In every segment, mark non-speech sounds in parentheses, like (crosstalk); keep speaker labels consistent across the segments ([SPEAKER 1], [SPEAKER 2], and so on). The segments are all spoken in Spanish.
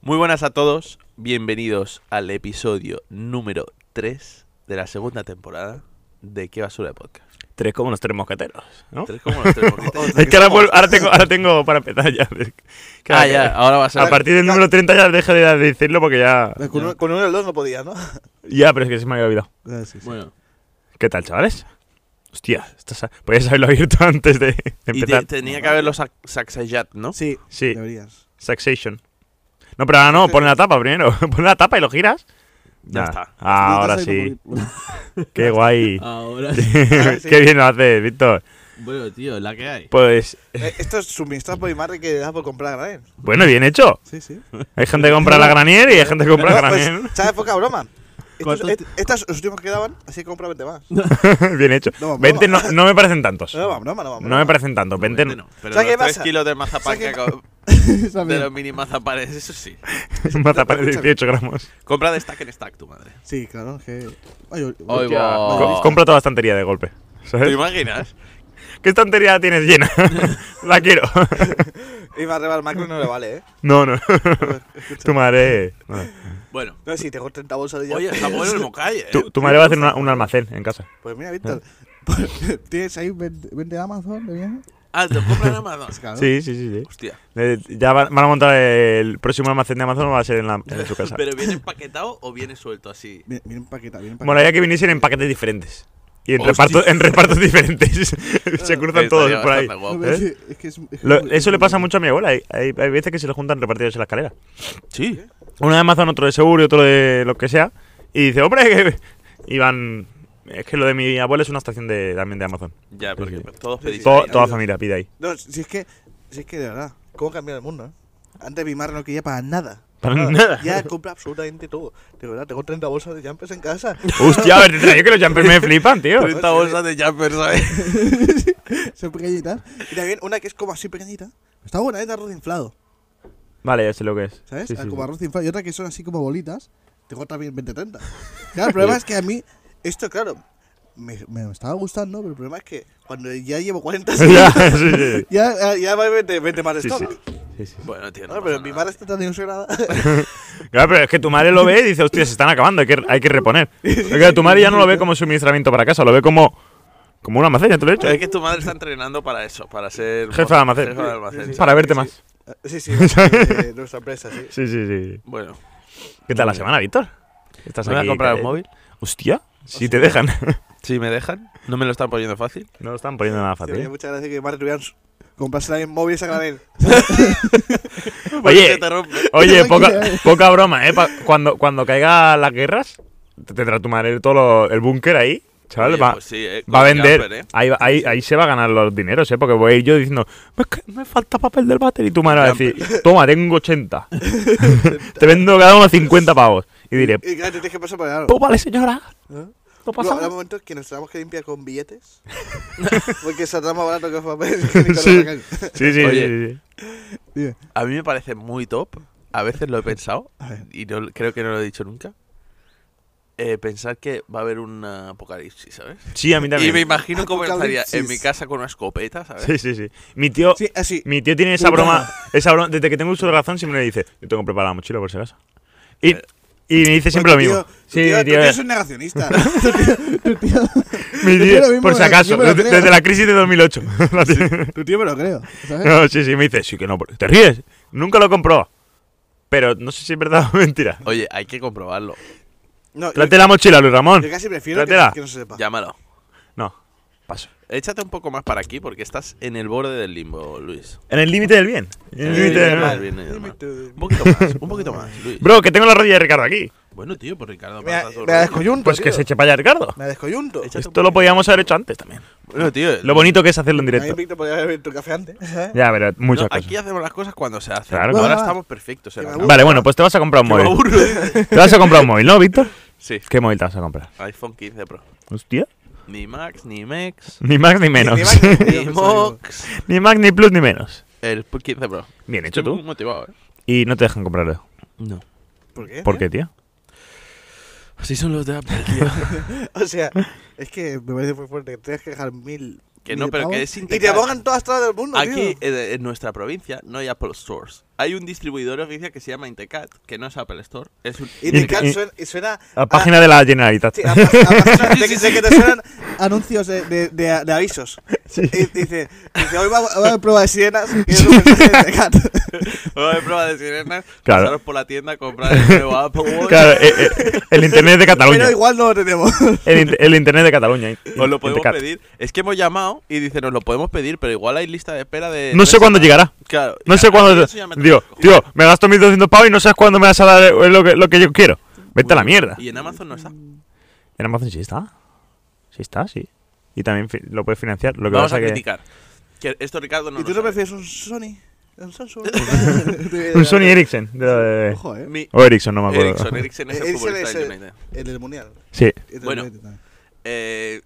[SPEAKER 1] Muy buenas a todos, bienvenidos al episodio número 3 de la segunda temporada de Qué Basura de Podcast.
[SPEAKER 2] Tres como los tres mosqueteros, ¿no?
[SPEAKER 1] Tres como los (laughs) tres
[SPEAKER 3] (laughs)
[SPEAKER 1] mosqueteros.
[SPEAKER 2] Es que ahora, vuelvo- ahora tengo, ahora tengo para
[SPEAKER 1] (laughs)
[SPEAKER 2] empezar ya.
[SPEAKER 1] Ah, ya, ahora va a
[SPEAKER 2] A
[SPEAKER 1] ser.
[SPEAKER 2] partir del número 30 ya deja de decirlo porque ya...
[SPEAKER 3] Con, uno- con uno de los dos no podía, ¿no?
[SPEAKER 2] Ya, pero es que se me había olvidado.
[SPEAKER 3] Ah, sí, sí.
[SPEAKER 1] Bueno,
[SPEAKER 2] ¿Qué tal, chavales? Hostia, esto sa- podías haberlo abierto (laughs) antes de, de
[SPEAKER 1] y
[SPEAKER 2] empezar.
[SPEAKER 1] te- tenía que haberlo sac- sacsayat, ¿no?
[SPEAKER 3] Sí,
[SPEAKER 2] Sí.
[SPEAKER 3] deberías.
[SPEAKER 2] Succession. No, pero ahora no, pon la tapa primero. (laughs) pon la tapa y lo giras.
[SPEAKER 1] Ya
[SPEAKER 2] Nah.
[SPEAKER 1] está.
[SPEAKER 2] Ah, ahora
[SPEAKER 3] Estás ahí
[SPEAKER 2] sí.
[SPEAKER 3] como-
[SPEAKER 4] (laughs)
[SPEAKER 2] Qué guay.
[SPEAKER 4] Ahora
[SPEAKER 3] Ahora
[SPEAKER 2] (laughs)
[SPEAKER 3] sí.
[SPEAKER 2] Qué bien lo haces, Víctor.
[SPEAKER 4] Ah. Bueno, tío, la que hay.
[SPEAKER 2] Pues,
[SPEAKER 3] (laughs) Eh, Esto es suministrar por Imarre que das por comprar Granier.
[SPEAKER 2] bueno, bien hecho. (laughs)
[SPEAKER 3] Sí, sí.
[SPEAKER 2] Hay gente que compra
[SPEAKER 4] (laughs)
[SPEAKER 2] la granier y hay gente que compra
[SPEAKER 3] No,
[SPEAKER 2] la
[SPEAKER 3] pues,
[SPEAKER 2] granier.
[SPEAKER 3] ¿Sabes poca broma? Estos,
[SPEAKER 4] ¿Cuántos
[SPEAKER 3] et-
[SPEAKER 4] te-
[SPEAKER 3] estos los últimos que quedaban, así que compra 20 más.
[SPEAKER 2] (laughs) bien hecho.
[SPEAKER 3] No,
[SPEAKER 2] 20 no,
[SPEAKER 3] broma.
[SPEAKER 2] no me parecen tantos.
[SPEAKER 3] No, va, broma, no, va,
[SPEAKER 2] No me parecen tantos. 20
[SPEAKER 1] Obviamente
[SPEAKER 2] no.
[SPEAKER 1] no, Pero los
[SPEAKER 3] ¿Sabes qué
[SPEAKER 1] 3
[SPEAKER 3] pasa?
[SPEAKER 1] kilos de mazapán
[SPEAKER 3] ¿Sabes
[SPEAKER 1] que
[SPEAKER 3] qué
[SPEAKER 1] acabo-
[SPEAKER 3] (laughs) Está
[SPEAKER 1] De
[SPEAKER 3] bien.
[SPEAKER 1] los mini mazapanes, eso sí.
[SPEAKER 2] (laughs) Mazapán de
[SPEAKER 3] escúchame.
[SPEAKER 1] (laughs)
[SPEAKER 2] 18 gramos.
[SPEAKER 1] Compra de stack en stack, tu madre.
[SPEAKER 3] Sí, claro, que. Ay, yo-
[SPEAKER 1] Hoy
[SPEAKER 3] Hostia.
[SPEAKER 1] va.
[SPEAKER 3] No,
[SPEAKER 2] Co-
[SPEAKER 3] ¿viste?
[SPEAKER 2] compra toda la estantería de golpe.
[SPEAKER 1] ¿Te
[SPEAKER 2] ¿Sabes?
[SPEAKER 1] imaginas?
[SPEAKER 2] ¿Qué estantería
[SPEAKER 1] (laughs)
[SPEAKER 2] tienes llena? la quiero.
[SPEAKER 3] Imarre va al macro y no le vale, ¿eh?
[SPEAKER 2] no, no.
[SPEAKER 3] Escucha.
[SPEAKER 2] tu madre. no.
[SPEAKER 1] Bueno.
[SPEAKER 3] No, si te cojo 30 bolsas de ya.
[SPEAKER 1] Oye, está bueno el mocalle, ¿eh?
[SPEAKER 2] Tu, tu madre va a hacer una- un almacén en casa.
[SPEAKER 3] Pues mira, Víctor. (laughs) ¿Tienes ahí 20, 20 Amazon de viaje?
[SPEAKER 1] Ah, te compra en Amazon.
[SPEAKER 3] Pues claro.
[SPEAKER 2] Sí, sí, sí. sí.
[SPEAKER 1] Hostia.
[SPEAKER 2] Eh, ya va- van a montar el próximo almacén de Amazon, va a ser en, la- en su casa.
[SPEAKER 1] ¿Pero viene empaquetado o viene suelto así?
[SPEAKER 3] Bien, bien empaquetado, bien empaquetado.
[SPEAKER 2] Molaría que viniesen en paquetes diferentes. Y en,
[SPEAKER 1] Hostia.
[SPEAKER 2] reparto- en repartos
[SPEAKER 1] (laughs)
[SPEAKER 2] (laughs) diferentes. Se cruzan
[SPEAKER 1] Estaría
[SPEAKER 2] todos por ahí.
[SPEAKER 1] bastante
[SPEAKER 3] No,
[SPEAKER 1] guapo.
[SPEAKER 3] pero es
[SPEAKER 2] ¿eh?
[SPEAKER 3] que- es que es- es que
[SPEAKER 2] Lo-
[SPEAKER 3] es muy-
[SPEAKER 2] eso le
[SPEAKER 3] es muy
[SPEAKER 2] pasa
[SPEAKER 3] bueno.
[SPEAKER 2] mucho a mi abuela. Hay, hay- hay veces que se lo juntan repartidos en la escalera.
[SPEAKER 1] Sí.
[SPEAKER 2] Uno de Amazon, otro de seguro y otro de lo que sea. Y dice, hombre, (laughs) que... Y van... Es que lo de mi abuela es una estación de, también de Amazon.
[SPEAKER 1] Ya, porque pues,
[SPEAKER 2] Sí,
[SPEAKER 1] todos pedís.
[SPEAKER 2] To-
[SPEAKER 1] ahí. Ah.
[SPEAKER 2] toda familia pide ahí.
[SPEAKER 3] No, si es que, si es que de verdad, ¿cómo ha cambiado el mundo? eh? Antes Bimar no quería para nada.
[SPEAKER 2] Para nada.
[SPEAKER 3] Ya compra absolutamente todo. De verdad, tengo 30 bolsas de jumpers en
[SPEAKER 2] (laughs)
[SPEAKER 3] casa.
[SPEAKER 2] Hostia, a ver, te traigo que los jumpers me flipan, tío.
[SPEAKER 1] 30 bolsas de jumper, ¿sabes?
[SPEAKER 3] (laughs) Son pequeñitas. Y también una que es como así pequeñita. Está buena, es de arroz inflado.
[SPEAKER 2] Vale, ya sé lo que es.
[SPEAKER 3] ¿Sabes? Ah,
[SPEAKER 2] Sí, sí,
[SPEAKER 3] como
[SPEAKER 2] sí.
[SPEAKER 3] arroz inflado. Y otra que son así como bolitas. Tengo también 20-30. Claro, el problema es que a mí, esto, claro, me, me estaba gustando, pero el problema es que cuando ya llevo 40
[SPEAKER 2] (laughs) (laughs)
[SPEAKER 3] (laughs)
[SPEAKER 2] Ya, sí, sí.
[SPEAKER 3] ya, ya va 20, 20 más de
[SPEAKER 2] Sí,
[SPEAKER 3] stock.
[SPEAKER 2] sí. Sí, sí.
[SPEAKER 1] Bueno, tío. No,
[SPEAKER 3] No,
[SPEAKER 1] pasa
[SPEAKER 3] pero mi
[SPEAKER 1] nada.
[SPEAKER 3] madre está
[SPEAKER 2] (laughs)
[SPEAKER 3] tan ilusionada.
[SPEAKER 2] Claro, pero es que tu madre lo ve y dice, hostia, se están acabando, hay que, hay que reponer. Pero claro, tu madre ya no lo ve como suministramiento para casa, lo ve como, como una almacén, ya te lo he dicho.
[SPEAKER 1] Es que tu madre está entrenando para eso, para ser.
[SPEAKER 2] Jefa de almacén.
[SPEAKER 1] Jefa de almacén.
[SPEAKER 2] Para verte más.
[SPEAKER 3] Sí, sí, de nuestra empresa, sí.
[SPEAKER 2] Sí, sí, sí.
[SPEAKER 1] Bueno,
[SPEAKER 2] ¿Qué tal la semana, Víctor? ¿Estás
[SPEAKER 1] ¿me voy a
[SPEAKER 2] Pues aquí,
[SPEAKER 1] comprar
[SPEAKER 2] eh?
[SPEAKER 1] un móvil?
[SPEAKER 2] Hostia, si te dejan.
[SPEAKER 1] Si me dejan, no me lo están poniendo fácil.
[SPEAKER 2] No (laughs) lo están poniendo nada
[SPEAKER 3] Sí, oye,
[SPEAKER 2] fácil. ¿eh?
[SPEAKER 3] muchas gracias que Marta tuvieran comprarse también móviles a granel.
[SPEAKER 2] Oye,
[SPEAKER 1] Se te rompe.
[SPEAKER 2] (laughs) oye
[SPEAKER 3] Tranquila,
[SPEAKER 2] poca,
[SPEAKER 3] eh.
[SPEAKER 2] poca broma, ¿eh? Pa- cuando, cuando caiga las guerras, te- tendrá tu madre todo lo- el búnker ahí, chaval.
[SPEAKER 1] Oye,
[SPEAKER 2] va,
[SPEAKER 1] pues sí, eh,
[SPEAKER 2] va a
[SPEAKER 1] con
[SPEAKER 2] vender.
[SPEAKER 1] camper, eh.
[SPEAKER 2] ahí, va- ahí, ahí se va a ganar los dineros, ¿eh? Porque voy a ir yo diciendo, "Es que me falta papel del váter. Y tu madre va a decir, toma, tengo (laughs) 80. te vendo cada uno 50 pavos. Y diré,
[SPEAKER 3] Y claro, te tienes que pasar por algo.
[SPEAKER 2] pues vale, señora.
[SPEAKER 3] ¿no?
[SPEAKER 2] No
[SPEAKER 3] Luego
[SPEAKER 2] pasa
[SPEAKER 3] habrá
[SPEAKER 2] nada.
[SPEAKER 3] momentos que nos tenemos que limpiar
[SPEAKER 2] (laughs)
[SPEAKER 3] con billetes. porque saldrá más barato que papel. que (laughs) ni con
[SPEAKER 2] Sí.
[SPEAKER 3] la caca.
[SPEAKER 2] Sí, sí,
[SPEAKER 1] Oye.
[SPEAKER 2] sí, sí.
[SPEAKER 3] Dime.
[SPEAKER 1] A mí me parece muy top. A veces lo he pensado
[SPEAKER 3] A ver.
[SPEAKER 1] y no, creo que no lo he dicho nunca. Eh, pensar que va a haber un apocalipsis, ¿sabes?
[SPEAKER 2] Sí, a mí
[SPEAKER 1] Y me
[SPEAKER 2] también.
[SPEAKER 1] imagino cómo estaría en
[SPEAKER 3] Apocalipsis.
[SPEAKER 1] mi casa con una escopeta, ¿sabes?
[SPEAKER 2] Sí, sí, sí. Mi tío,
[SPEAKER 3] Sí, así.
[SPEAKER 2] Oh. Mi tío tiene esa
[SPEAKER 3] Puta.
[SPEAKER 2] broma, esa broma, desde que tengo uso de razón siempre me dice, yo tengo preparada la mochila por si acaso. Y, y me dice siempre lo
[SPEAKER 3] Porque,
[SPEAKER 2] mismo.
[SPEAKER 3] tío, tu
[SPEAKER 2] Sí,
[SPEAKER 3] tío,
[SPEAKER 2] mi
[SPEAKER 3] tu
[SPEAKER 2] tío, eh.
[SPEAKER 3] tío es
[SPEAKER 2] (laughs)
[SPEAKER 3] un negacionista. Tu tío- tu tío-
[SPEAKER 2] mi tío,
[SPEAKER 3] tu tío lo mismo
[SPEAKER 2] por
[SPEAKER 3] me
[SPEAKER 2] si
[SPEAKER 3] la-
[SPEAKER 2] acaso,
[SPEAKER 3] yo me la
[SPEAKER 2] desde,
[SPEAKER 3] creo.
[SPEAKER 2] desde la crisis de
[SPEAKER 3] (laughs)
[SPEAKER 2] 2008. (laughs) La tiene.
[SPEAKER 3] Tu tío me lo creo. ¿sabes?
[SPEAKER 2] No, sí, sí, me dice, sí que no, te ríes, nunca lo compró. Pero no sé si es verdad (laughs) o mentira.
[SPEAKER 1] Oye, hay que comprobarlo.
[SPEAKER 3] No, yo,
[SPEAKER 2] Trate la mochila, Luis Ramón.
[SPEAKER 3] yo casi prefiero que,
[SPEAKER 2] Trátela.
[SPEAKER 3] que no se sepa.
[SPEAKER 1] Llámalo.
[SPEAKER 2] No, paso.
[SPEAKER 1] Échate un poco más para aquí porque estás en el borde del limbo, Luis.
[SPEAKER 2] En el límite del bien. En el límite del
[SPEAKER 1] Eh, mal,
[SPEAKER 2] mal.
[SPEAKER 1] bien, bien,
[SPEAKER 3] Dime
[SPEAKER 1] mal.
[SPEAKER 3] tú.
[SPEAKER 1] Un poquito más, un poquito más, Luis.
[SPEAKER 2] Bro, que tengo la rodilla de Ricardo aquí.
[SPEAKER 1] Bueno, tío, pues Ricardo
[SPEAKER 3] Me,
[SPEAKER 1] pasa su
[SPEAKER 3] me
[SPEAKER 1] rollo.
[SPEAKER 3] descoyunto.
[SPEAKER 2] Pues que
[SPEAKER 3] tío.
[SPEAKER 2] se eche para allá Ricardo.
[SPEAKER 3] Me descoyunto.
[SPEAKER 1] Echa-
[SPEAKER 2] Esto lo podíamos haber hecho antes también.
[SPEAKER 1] Bueno, tío.
[SPEAKER 2] Lo bonito que es hacerlo en
[SPEAKER 3] Ahí
[SPEAKER 2] directo.
[SPEAKER 3] Víctor podría haber tu café antes. ¿sabes?
[SPEAKER 2] Ya, pero muchas
[SPEAKER 1] no,
[SPEAKER 2] cosas.
[SPEAKER 1] Aquí hacemos las cosas cuando se hacen.
[SPEAKER 2] Claro,
[SPEAKER 1] Ahora
[SPEAKER 3] claro.
[SPEAKER 1] estamos perfectos. en la
[SPEAKER 3] Que me
[SPEAKER 1] cama.
[SPEAKER 2] Vale, bueno, pues te vas a comprar un
[SPEAKER 1] Que me
[SPEAKER 2] móvil.
[SPEAKER 1] aburro,
[SPEAKER 2] (laughs)
[SPEAKER 1] dice.
[SPEAKER 2] Te vas a comprar un móvil, ¿no, Víctor?
[SPEAKER 1] Sí,
[SPEAKER 2] ¿Qué móvil te vas a comprar?
[SPEAKER 1] (laughs) iPhone 15 Pro.
[SPEAKER 2] Hostia.
[SPEAKER 1] Ni Max, ni
[SPEAKER 2] (laughs)
[SPEAKER 1] Mex,
[SPEAKER 2] Ni más ni menos.
[SPEAKER 3] Ni más ni
[SPEAKER 1] ni
[SPEAKER 3] menos.
[SPEAKER 1] Mox.
[SPEAKER 2] (laughs) ni más ni plus ni menos.
[SPEAKER 1] El 15 Pro.
[SPEAKER 2] Bien hecho
[SPEAKER 1] Estoy muy
[SPEAKER 2] tú.
[SPEAKER 1] motivado, ¿eh?
[SPEAKER 2] Y no te dejan comprarlo.
[SPEAKER 1] No.
[SPEAKER 3] ¿Por qué?
[SPEAKER 2] ¿Por
[SPEAKER 3] tío?
[SPEAKER 2] qué, tío?
[SPEAKER 1] Así son los de
[SPEAKER 2] (laughs)
[SPEAKER 1] Apple, tío.
[SPEAKER 3] (laughs) O (laughs) sea, es que me parece muy fuerte que tengas que dejar mil.
[SPEAKER 1] Que
[SPEAKER 3] mil
[SPEAKER 1] no, pero que
[SPEAKER 3] pavos
[SPEAKER 1] es
[SPEAKER 3] Y te
[SPEAKER 1] integral.
[SPEAKER 3] abogan todas todas del mundo,
[SPEAKER 1] Aquí
[SPEAKER 3] tío.
[SPEAKER 1] eh, en nuestra provincia no hay Apple Stores. Hay un distribuidor oficial que se llama Intecat, que no es Apple Store. Es un...
[SPEAKER 3] Y te
[SPEAKER 2] Inte-
[SPEAKER 3] can-
[SPEAKER 2] y-
[SPEAKER 3] suena, y suena
[SPEAKER 1] Ah.
[SPEAKER 2] La página de la Generalitat.
[SPEAKER 3] Sí,
[SPEAKER 2] (laughs)
[SPEAKER 3] a pa- a
[SPEAKER 1] (laughs)
[SPEAKER 3] páginas de que- de que te suenan (laughs) anuncios de, de- de- de avisos. Y dice, dice, hoy va va a haber prueba de sirenas y es un mensaje de este Cat.
[SPEAKER 2] (laughs)
[SPEAKER 1] Bueno, hay prueba de sirenas,
[SPEAKER 2] Claro.
[SPEAKER 1] pasaros por la tienda, comprar el nuevo Apple Watch.
[SPEAKER 2] (laughs) Claro, eh, eh, el internet de Cataluña.
[SPEAKER 3] Pero igual no lo tenemos. (laughs)
[SPEAKER 2] El, in- el internet de Cataluña. eh.
[SPEAKER 1] Os lo podemos
[SPEAKER 2] Intercat.
[SPEAKER 1] pedir. Es que hemos llamado y dice, nos lo podemos pedir, pero igual hay lista de espera de.
[SPEAKER 2] No sé
[SPEAKER 1] tres
[SPEAKER 2] cuándo
[SPEAKER 1] semanas".
[SPEAKER 2] llegará.
[SPEAKER 1] Claro.
[SPEAKER 2] No
[SPEAKER 1] Ya,
[SPEAKER 2] sé
[SPEAKER 1] a mí
[SPEAKER 2] cuándo.
[SPEAKER 1] eso ya me
[SPEAKER 2] Digo,
[SPEAKER 1] toca.
[SPEAKER 2] tío, me gasto 1200 pavos y no sabes cuándo me vas a dar eh, lo que, lo que yo quiero. Vete a la mierda.
[SPEAKER 1] Y en Amazon no está.
[SPEAKER 2] En Amazon sí está. Sí está, sí. Y también fi- lo puedes financiar. Lo que
[SPEAKER 1] Vamos
[SPEAKER 2] pasa
[SPEAKER 1] a
[SPEAKER 2] que-
[SPEAKER 1] criticar. Que esto Ricardo no
[SPEAKER 3] ¿Y tú
[SPEAKER 1] lo
[SPEAKER 3] no
[SPEAKER 1] sabe.
[SPEAKER 3] prefieres un Sony? ¿Un Samsung?
[SPEAKER 2] (laughs) Un Sony
[SPEAKER 3] (laughs)
[SPEAKER 2] Ericsson. de- de-
[SPEAKER 3] Ojo, eh.
[SPEAKER 1] Mi-
[SPEAKER 2] O Ericsson, no me acuerdo.
[SPEAKER 1] Ericsson, Ericsson es el
[SPEAKER 3] Ericsson
[SPEAKER 1] futbolista
[SPEAKER 3] es
[SPEAKER 1] del
[SPEAKER 3] el-
[SPEAKER 1] United.
[SPEAKER 3] El del Mundial.
[SPEAKER 2] Sí,
[SPEAKER 3] El del
[SPEAKER 1] Bueno.
[SPEAKER 3] United también.
[SPEAKER 1] Eh,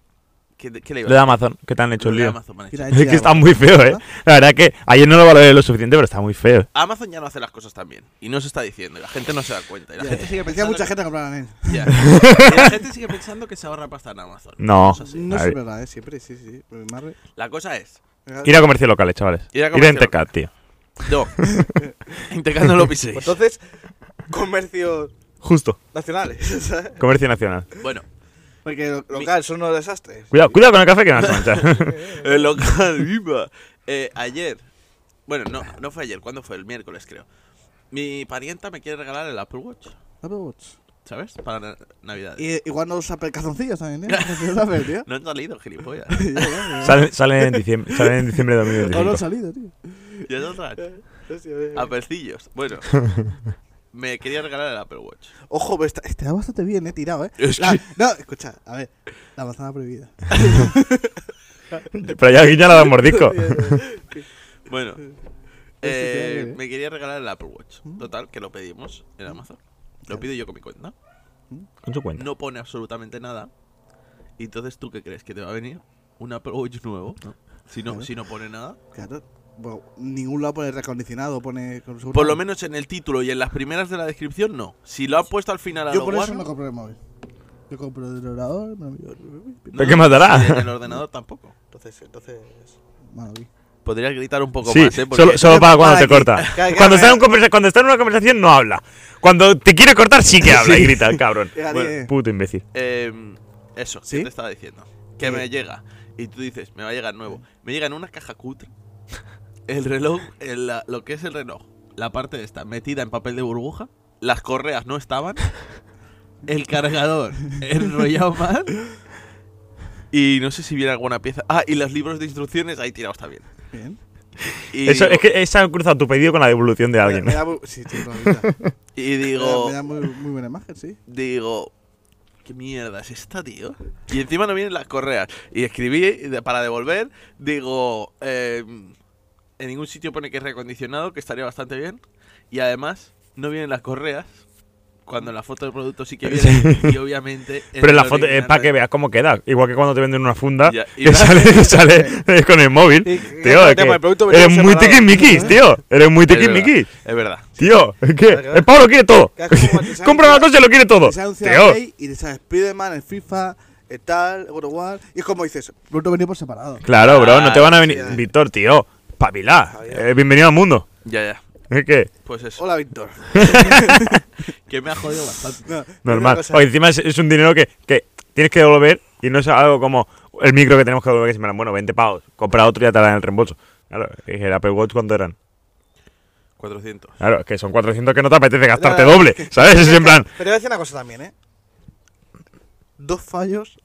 [SPEAKER 1] ¿qué, qué le
[SPEAKER 2] lo
[SPEAKER 1] iba
[SPEAKER 2] de
[SPEAKER 1] a
[SPEAKER 2] Amazon, que te han hecho
[SPEAKER 1] decir? Lo de
[SPEAKER 2] el lío.
[SPEAKER 1] Amazon, me han
[SPEAKER 3] Mira,
[SPEAKER 1] hecho.
[SPEAKER 2] Es que
[SPEAKER 3] Chira,
[SPEAKER 2] está muy feo, eh.
[SPEAKER 3] ¿verdad?
[SPEAKER 2] La verdad que ayer no lo valoré lo suficiente, pero está muy feo.
[SPEAKER 1] Amazon ya no hace las cosas tan bien. Y no se está diciendo. Y la gente no se da
[SPEAKER 3] (laughs)
[SPEAKER 1] cuenta. Y la
[SPEAKER 3] Ya,
[SPEAKER 1] gente sigue
[SPEAKER 3] Decía
[SPEAKER 1] pensando.
[SPEAKER 3] mucha
[SPEAKER 1] que-
[SPEAKER 3] gente a comprar a él.
[SPEAKER 1] Ya.
[SPEAKER 2] (laughs)
[SPEAKER 1] Y la gente sigue pensando que se ahorra pasta en Amazon.
[SPEAKER 2] No.
[SPEAKER 1] Eso sí.
[SPEAKER 3] No
[SPEAKER 2] Ay.
[SPEAKER 3] es verdad, eh, siempre, sí, sí. eh, Mi madre-
[SPEAKER 1] La cosa es.
[SPEAKER 2] Ir a comercios locales, chavales.
[SPEAKER 1] Ir
[SPEAKER 2] Ir
[SPEAKER 1] a
[SPEAKER 2] a
[SPEAKER 1] comercios
[SPEAKER 2] Entecat, tío.
[SPEAKER 1] No. Integrando no lo piséis.
[SPEAKER 3] Entonces, comercios
[SPEAKER 2] Justo.
[SPEAKER 3] nacionales, (laughs) ¿sabes?
[SPEAKER 2] Comercio nacional.
[SPEAKER 1] Bueno,
[SPEAKER 3] Porque lo- local son unos desastres.
[SPEAKER 2] Cuidado, cuidado con el café que nos mancha.
[SPEAKER 1] el (laughs) local viva. Eh, ayer. Bueno, no, no fue ayer. ¿Cuándo fue? El miércoles, creo. Mi parienta me quiere regalar el Apple Watch.
[SPEAKER 3] Apple Watch.
[SPEAKER 1] ¿Sabes? Para na- Navidad.
[SPEAKER 3] Y, igual no usa pe- calzoncillos también, (laughs) ¿eh? No sabes, tío.
[SPEAKER 1] No han salido, gilipollas.
[SPEAKER 3] Ya, ya, ya.
[SPEAKER 2] sale, sale en diciembre, sale en diciembre de
[SPEAKER 3] O no ha
[SPEAKER 2] 2025.
[SPEAKER 3] salido, tío.
[SPEAKER 1] Y es otra.
[SPEAKER 3] Hostia, eh.
[SPEAKER 1] Apelcillos. Bueno. Me quería regalar el Apple Watch.
[SPEAKER 3] Ojo, pero está, está bastante bien, eh, tirado, eh.
[SPEAKER 1] Es
[SPEAKER 3] La-
[SPEAKER 1] que-
[SPEAKER 3] No, escucha, a ver. La manzana (laughs) prohibida.
[SPEAKER 2] Pero ya Guiña la da un mordisco.
[SPEAKER 3] Eh.
[SPEAKER 1] Bueno.
[SPEAKER 3] tiene que
[SPEAKER 1] eh,
[SPEAKER 3] ver.
[SPEAKER 1] me quería regalar el Apple Watch. Total, que lo pedimos en Amazon. Lo pido yo con mi cuenta.
[SPEAKER 2] Con su cuenta.
[SPEAKER 1] No pone absolutamente nada. Y entonces, ¿tú qué crees? ¿Que te va a venir un Apple Watch nuevo? Si no,
[SPEAKER 3] Claro.
[SPEAKER 1] si no pone nada.
[SPEAKER 3] Claro. Bueno, ningún lado pone recondicionado, pone con seguro.
[SPEAKER 1] Por lo menos en el título y en las primeras de la descripción, no. Si lo han puesto al final a
[SPEAKER 3] Yo
[SPEAKER 1] lo
[SPEAKER 3] por eso
[SPEAKER 1] guarro,
[SPEAKER 3] no compré el móvil. Yo compro el ordenador, me lo miro.
[SPEAKER 1] no,
[SPEAKER 2] ¿Pero qué
[SPEAKER 1] no,
[SPEAKER 2] más dará?
[SPEAKER 1] si En el ordenador tampoco.
[SPEAKER 3] Entonces, entonces. Malo, vi.
[SPEAKER 1] Podrías gritar un poco
[SPEAKER 2] Sí,
[SPEAKER 1] más, ¿eh? Porque
[SPEAKER 2] solo, solo para cuando
[SPEAKER 3] Para
[SPEAKER 2] te
[SPEAKER 3] aquí.
[SPEAKER 2] corta.
[SPEAKER 3] Claro, claro,
[SPEAKER 2] Cuando está, en
[SPEAKER 3] claro.
[SPEAKER 2] un conversa- cuando está en una conversación no habla. Cuando te quiere cortar sí que habla y grita el cabrón.
[SPEAKER 3] Ya,
[SPEAKER 1] Bueno,
[SPEAKER 3] tío.
[SPEAKER 2] Puto imbécil.
[SPEAKER 1] eh, eso, ¿qué
[SPEAKER 3] ¿Sí?
[SPEAKER 1] te estaba diciendo? Que
[SPEAKER 3] Eh.
[SPEAKER 1] me llega. Y tú dices, me va a llegar nuevo. Me llega en una caja cutre. El reloj, el- la- lo que es el reloj, la parte de esta, metida en papel de burbuja. Las correas no estaban. El cargador enrollado mal. Y no sé si viene alguna pieza. Ah, y los libros de instrucciones ahí tirados también.
[SPEAKER 3] Bien.
[SPEAKER 1] Y
[SPEAKER 2] Eso,
[SPEAKER 1] digo-
[SPEAKER 2] es que se ha cruzado tu pedido con la devolución de alguien.
[SPEAKER 3] Me da, mu- sí, tío, la verdad. (laughs)
[SPEAKER 1] Y
[SPEAKER 3] Me da-
[SPEAKER 1] digo,
[SPEAKER 3] me da muy, muy buena imagen, sí.
[SPEAKER 1] digo, ¿qué mierda es esta, tío? Y encima no vienen las correas. Y escribí de- para devolver, digo, eh, en ningún sitio pone que es reacondicionado, que estaría bastante bien. Y además, no vienen las correas. Cuando en la foto del producto sí que viene, y obviamente.
[SPEAKER 2] Pero en la
[SPEAKER 1] el
[SPEAKER 2] foto es
[SPEAKER 1] original
[SPEAKER 2] para que
[SPEAKER 1] no-
[SPEAKER 2] veas cómo queda. Igual que cuando te venden una funda
[SPEAKER 1] Ya, y
[SPEAKER 2] que
[SPEAKER 1] la- (laughs)
[SPEAKER 2] sale, sale (laughs) con el móvil.
[SPEAKER 3] Sí,
[SPEAKER 2] Tío, es
[SPEAKER 3] tema
[SPEAKER 2] que
[SPEAKER 3] del producto venía
[SPEAKER 2] eres muy
[SPEAKER 3] separado. (laughs)
[SPEAKER 2] tiquismiquis, tío. Eres muy
[SPEAKER 1] Es verdad,
[SPEAKER 2] tiquismiquis.
[SPEAKER 1] Es verdad.
[SPEAKER 2] Tío, ¿qué?
[SPEAKER 3] claro.
[SPEAKER 2] El Pablo quiere todo.
[SPEAKER 3] Claro, como
[SPEAKER 2] (laughs)
[SPEAKER 3] que se ha
[SPEAKER 2] Compra una
[SPEAKER 3] anunciado-
[SPEAKER 2] cosa y lo quiere todo.
[SPEAKER 3] Y se ha anunciado
[SPEAKER 2] Tío,
[SPEAKER 3] Play y te sale Spider-Man, el FIFA, el tal, el God of War. Y es como dices, producto venía por separado.
[SPEAKER 2] claro, bro, no te van a venir.
[SPEAKER 3] Claro.
[SPEAKER 2] Víctor, tío, pavilá.
[SPEAKER 3] Javier.
[SPEAKER 2] Eh, bienvenido al mundo.
[SPEAKER 1] Ya, ya.
[SPEAKER 2] Es que,
[SPEAKER 1] Pues eso.
[SPEAKER 3] Hola, Víctor.
[SPEAKER 1] Que me ha jodido
[SPEAKER 3] (laughs)
[SPEAKER 1] bastante.
[SPEAKER 3] No, pero una
[SPEAKER 2] normal.
[SPEAKER 3] cosa-
[SPEAKER 2] O encima es, es un dinero que, que tienes que devolver y no es algo como el micro que tenemos que devolver. Que se me dan, bueno, 20 pavos. Compra otro y ya te dan el reembolso. Claro, es el Apple Watch, ¿cuánto eran?
[SPEAKER 1] 400.
[SPEAKER 2] Claro, es que son 400 que no te apetece gastarte
[SPEAKER 3] Claro,
[SPEAKER 2] doble, ¿sabes? Es en plan,
[SPEAKER 3] Pero te voy a decir una cosa también, ¿eh? Dos fallos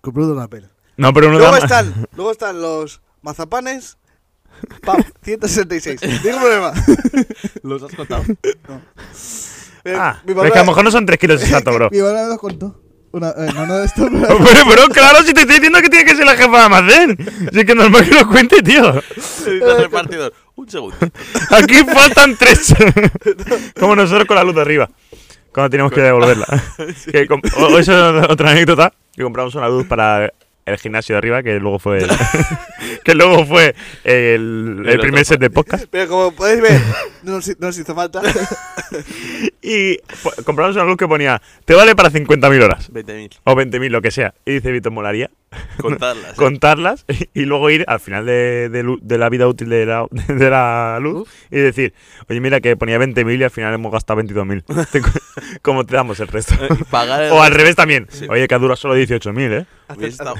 [SPEAKER 3] con producto de Apple.
[SPEAKER 2] no, pero uno da
[SPEAKER 3] Luego
[SPEAKER 2] más.
[SPEAKER 3] están, luego están los mazapanes.
[SPEAKER 2] (laughs)
[SPEAKER 3] Pam, 166. Ningún problema.
[SPEAKER 1] ¿Los has contado?
[SPEAKER 2] Ah,
[SPEAKER 3] eh, Mi
[SPEAKER 2] es
[SPEAKER 3] mamá-
[SPEAKER 2] que a lo mejor no son 3
[SPEAKER 3] (laughs)
[SPEAKER 2] kilos exactos, bro.
[SPEAKER 3] Mi mamá me los contó. Una, eh, no, no de
[SPEAKER 2] (laughs)
[SPEAKER 3] esto, pero.
[SPEAKER 2] Pero, pero claro, si te estoy diciendo que tiene que ser la jefa de almacén. Si es que normal que lo cuente, tío.
[SPEAKER 1] Los repartidor. Un segundo.
[SPEAKER 2] Aquí faltan (laughs) tres. Como nosotros con la luz de arriba. (laughs) Cuando teníamos que devolverla. Que com- o- o eso es otra anécdota. Que compramos una luz para el gimnasio de arriba, que luego (laughs) fue. que luego fue el, el
[SPEAKER 1] otro
[SPEAKER 2] primer set de podcast.
[SPEAKER 3] Pero como podéis ver, no nos, no nos hizo falta. (laughs)
[SPEAKER 2] Y po- compramos una luz que ponía: Te vale para 50.000 horas.
[SPEAKER 1] 20.000.
[SPEAKER 2] O 20.000, lo que sea. Y dice Vito, molaría
[SPEAKER 1] Contarlas.
[SPEAKER 2] contarlas (laughs) y luego ir al final de, de lu- de la vida útil de la, (laughs) de la luz y decir, oye, mira que ponía 20.000 y al final hemos gastado
[SPEAKER 1] (laughs)
[SPEAKER 2] 22.000. Te cu- ¿Cómo te damos el resto?
[SPEAKER 1] Eh, y pagar el-
[SPEAKER 2] (laughs) o al revés también.
[SPEAKER 1] Sí.
[SPEAKER 2] Oye, que ha durado solo 18.000, ¿eh?
[SPEAKER 1] Hubiera estado-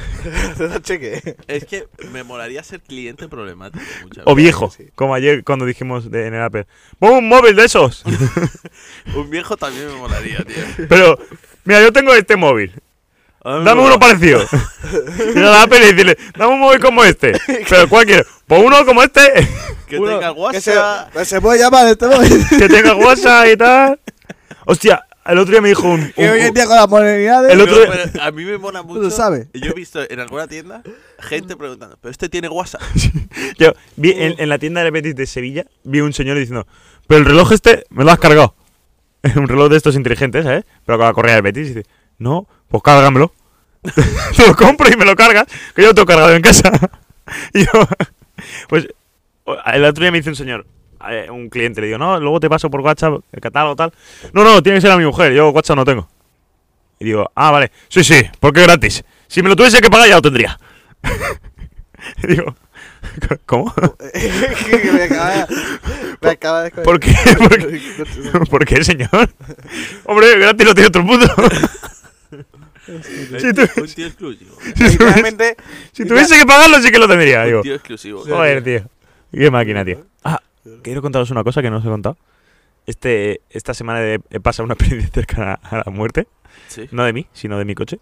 [SPEAKER 3] Te da cheque.
[SPEAKER 1] Es que me molaría ser cliente problemático. muchas
[SPEAKER 2] O
[SPEAKER 1] veces.
[SPEAKER 2] viejo,
[SPEAKER 3] sí.
[SPEAKER 2] como ayer cuando dijimos de- en el Apple. ¡Pon un móvil de
[SPEAKER 1] (laughs)
[SPEAKER 2] esos!
[SPEAKER 1] Un viejo también me molaría,
[SPEAKER 2] (laughs)
[SPEAKER 1] tío.
[SPEAKER 2] Pero, mira, yo tengo este móvil. Dame uno parecido.
[SPEAKER 1] (laughs)
[SPEAKER 2] Y a la Apple y decirle, dame un móvil como este. Pero ¿cuál quieres? Pon uno como este. (laughs)
[SPEAKER 1] Que
[SPEAKER 3] Uno-
[SPEAKER 1] tenga
[SPEAKER 3] que se,
[SPEAKER 1] WhatsApp.
[SPEAKER 3] se puede llamar este móvil.
[SPEAKER 2] que tenga WhatsApp y
[SPEAKER 1] (laughs)
[SPEAKER 2] tal. Hostia, el otro día me dijo un.
[SPEAKER 3] (laughs) Que
[SPEAKER 2] un-
[SPEAKER 3] hoy en día con las modernidades. (laughs)
[SPEAKER 2] El otro-
[SPEAKER 1] Pero- pero a mí me mola mucho.
[SPEAKER 3] lo sabe.
[SPEAKER 1] Yo he visto en alguna tienda gente preguntando, pero este tiene
[SPEAKER 2] (laughs)
[SPEAKER 1] WhatsApp.
[SPEAKER 2] yo vi en, en la tienda de Betis de Sevilla, vi un señor diciendo, pero el reloj este me lo has cargado. (laughs) un reloj de estos inteligentes, ¿eh? Pero con la correa del Betis. Y dice, no, pues cárgamelo. (laughs) Te lo compro y me lo cargas, que yo lo tengo cargado en casa. (laughs) y yo, pues, el otro día me dice un señor, eh, un cliente, le digo, no, luego te paso por WhatsApp el catálogo tal. No, no, tiene que ser a mi mujer, yo WhatsApp no tengo. Y digo, ah, vale, sí, sí, porque es gratis. Si me lo tuviese que pagar ya lo tendría. (laughs) y digo, (laughs) ¿cómo?
[SPEAKER 3] que me acaba, me acaba de
[SPEAKER 2] ¿Por qué? (laughs) ¿Por qué? (laughs) ¿Por qué, señor? Hombre, gratis lo tiene otro puto. Si tú-
[SPEAKER 1] Un tío exclusivo.
[SPEAKER 2] (laughs) si, tuviese,
[SPEAKER 3] Realmente,
[SPEAKER 2] si tuviese que pagarlo, sí que lo tendría. Digo,
[SPEAKER 1] Un tío exclusivo.
[SPEAKER 2] joder, tío. Qué máquina, tío. Ah, quiero contaros una cosa que no os he contado. Este, esta semana he, he pasado una (laughs) experiencia cercana a la muerte.
[SPEAKER 1] Sí.
[SPEAKER 2] No de mí, sino de mi coche.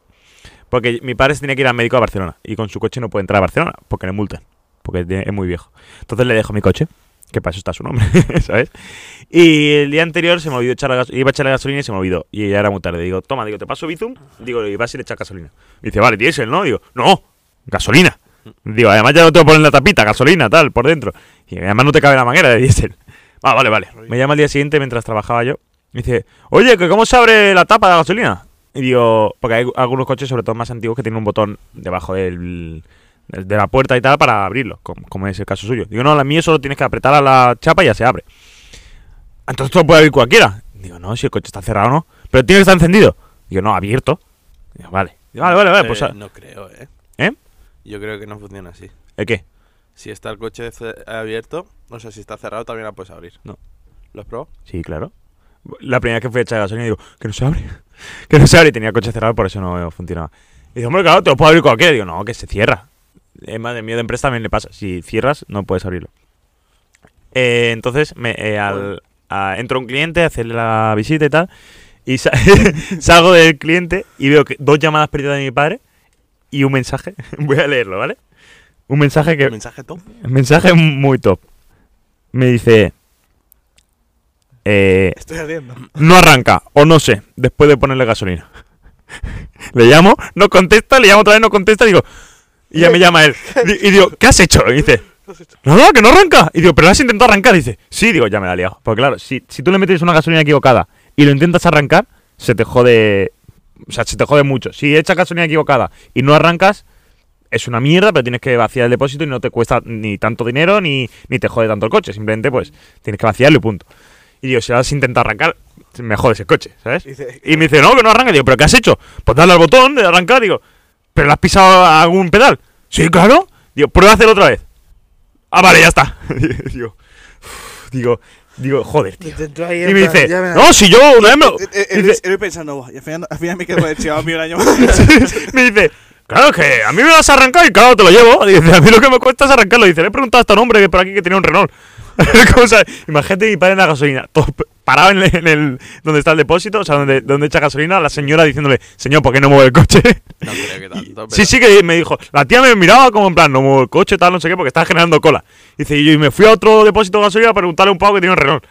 [SPEAKER 2] Porque mi padre se tenía que ir al médico a Barcelona. Y con su coche no puede entrar a Barcelona porque le multan. Porque tiene- es muy viejo. Entonces le dejo mi coche. Que para eso está su nombre, (laughs) ¿sabes? Y el día anterior se me olvidó echar la gasolina. Iba a echar la gasolina y se me olvidó. Y ya era muy tarde. Digo, toma, digo, te paso Bizum. Digo, y vas y le echas gasolina. Y dice, vale, diésel, ¿no? Digo, no, gasolina. Digo, además ya lo tengo que poner en la tapita, gasolina, tal, por dentro. Y además no te cabe la manguera de diésel. Ah, vale, vale. Me llama al día siguiente mientras trabajaba yo. Me dice, oye, que ¿cómo se abre la tapa de la gasolina? Y digo, porque hay algunos coches, sobre todo más antiguos, que tienen un botón debajo del, del- de la puerta y tal para abrirlo, como, como es el caso suyo. Digo, no, la mía solo tienes que apretar a la chapa y ya se abre. Entonces todo puede abrir cualquiera. Digo, no, si el coche está cerrado no. Pero tiene que estar encendido. Digo, no, abierto. Digo, vale. Digo, vale, vale, vale. Pues,
[SPEAKER 1] Eh,
[SPEAKER 2] a-
[SPEAKER 1] no creo, ¿eh?
[SPEAKER 2] ¿Eh?
[SPEAKER 1] Yo creo que no funciona así.
[SPEAKER 2] ¿El qué?
[SPEAKER 1] Si está el coche ce- abierto, o sea, si está cerrado también la puedes abrir.
[SPEAKER 2] No.
[SPEAKER 1] ¿Lo has probado?
[SPEAKER 2] Sí, claro. La primera vez que fui a echar gasolina, digo, que no se abre. (laughs) Que no se abre. Y tenía el coche cerrado, por eso no funcionaba. Y dice, hombre, claro, te lo puedo abrir cualquiera. Digo, no, que se cierra. Es más, de miedo de empresa también le pasa. Si cierras, no puedes abrirlo. Eh, entonces, me, eh, al, a- entra un cliente a hacerle la visita y tal. Y sa- (laughs) salgo del cliente y veo que dos llamadas perdidas de mi padre y un mensaje. (laughs) Voy a leerlo, ¿vale? Un mensaje que.
[SPEAKER 1] ¿Un mensaje top?
[SPEAKER 2] Mensaje muy top. Me dice. Eh,
[SPEAKER 3] Estoy ardiendo.
[SPEAKER 2] no arranca, o no sé, después de ponerle gasolina. (laughs) le llamo, no contesta, le llamo otra vez, no contesta, digo, y ya me llama él. Di- Y digo, ¿qué has hecho? Y dice, no, no, que no arranca. Y digo, pero lo has intentado arrancar. Y dice, sí, digo, ya me la he liado. Porque claro, si, si tú le metes una gasolina equivocada y lo intentas arrancar, se te jode. O sea, se te jode mucho. Si echas gasolina equivocada y no arrancas, es una mierda, pero tienes que vaciar el depósito y no te cuesta ni tanto dinero ni, ni te jode tanto el coche. Simplemente, pues, tienes que vaciarlo y punto. Y digo, si has intentado arrancar, me jodes el coche, ¿sabes?
[SPEAKER 3] Dice-
[SPEAKER 2] Y me dice, no, que no arranca. Digo, ¿pero qué has hecho? Pues darle al botón de arrancar. Digo, ¿pero le has pisado a algún pedal? Sí, claro. Digo, prueba a hacerlo otra vez. Ah, vale, ya está. (laughs) digo, uf, digo, digo, joder, tío. Y me dice, no, si yo una vez me lo-".
[SPEAKER 3] E,
[SPEAKER 2] dice-
[SPEAKER 3] Eh, Estoy pensando, "Buah, y al final, al final me quedo
[SPEAKER 2] (laughs)
[SPEAKER 3] con el Xiaomi un año más. Eh,
[SPEAKER 2] me dice, claro que a mí me lo has arrancado y claro, te lo llevo. Dice, a mí lo que me cuesta es arrancarlo. Dice, le he preguntado hasta a un hombre que por aquí que tenía un Renault. (laughs) ¿Cómo sabe? Imagínate mi padre en la gasolina, todo p- parado en el, en el- donde está el depósito, o sea, donde, donde echa gasolina, la señora diciéndole, señor, ¿por qué no mueve el coche?
[SPEAKER 1] No creo que tanto.
[SPEAKER 2] Sí, sí, que me dijo, la tía me miraba como en plan, no muevo el coche, tal, no sé qué, porque estaba generando cola. Dice, y yo me fui a otro depósito de gasolina a preguntarle a un pavo que tiene un Renault.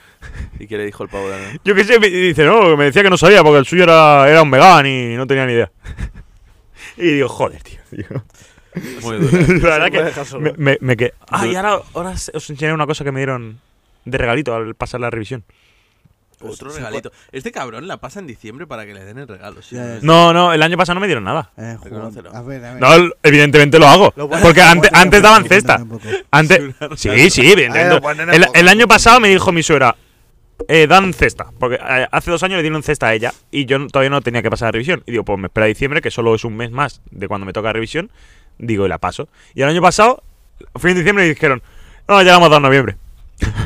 [SPEAKER 1] ¿Y qué le dijo el pavo de Ana?
[SPEAKER 2] Yo qué sé, me- y dice, no, me decía que no sabía porque el suyo era, era un vegan y no tenía ni idea. (laughs) Y digo, joder, tío. digo.
[SPEAKER 1] Muy duro.
[SPEAKER 2] (laughs) (laughs) La verdad
[SPEAKER 3] puede dejar
[SPEAKER 2] que
[SPEAKER 3] solo.
[SPEAKER 2] me, me, me quedé. Ah, y
[SPEAKER 1] Yo-
[SPEAKER 2] ahora, ahora os enseñaré una cosa que me dieron de regalito al pasar la revisión.
[SPEAKER 1] Otro
[SPEAKER 3] se-
[SPEAKER 1] regalito. Este cabrón la pasa en diciembre para que le den el regalo. sí.
[SPEAKER 3] Ya, ya,
[SPEAKER 2] No, no, el año pasado no me dieron nada.
[SPEAKER 3] Eh, jugón.
[SPEAKER 1] Reconócelo.
[SPEAKER 3] A ver, a ver.
[SPEAKER 2] No, l- evidentemente lo hago.
[SPEAKER 3] Lo bueno
[SPEAKER 2] Porque
[SPEAKER 3] es que
[SPEAKER 2] ante-
[SPEAKER 3] Juan no
[SPEAKER 2] antes
[SPEAKER 3] fue
[SPEAKER 2] daban
[SPEAKER 3] muy contento
[SPEAKER 2] cesta.
[SPEAKER 3] tampoco.
[SPEAKER 2] Antes, sí, sí,
[SPEAKER 3] Ah,
[SPEAKER 2] evidentemente.
[SPEAKER 3] bueno, no
[SPEAKER 2] El,
[SPEAKER 3] puedo.
[SPEAKER 2] el año pasado me dijo mi suegra, eh, dan cesta. Porque eh, hace dos años le dieron cesta a ella y yo no- todavía no tenía que pasar la revisión. Y digo, pues me espera diciembre, que solo es un mes más de cuando me toca revisión. Digo, y la paso. Y el año pasado, fin de diciembre, y dijeron, no, ya la hemos dado en noviembre. (laughs)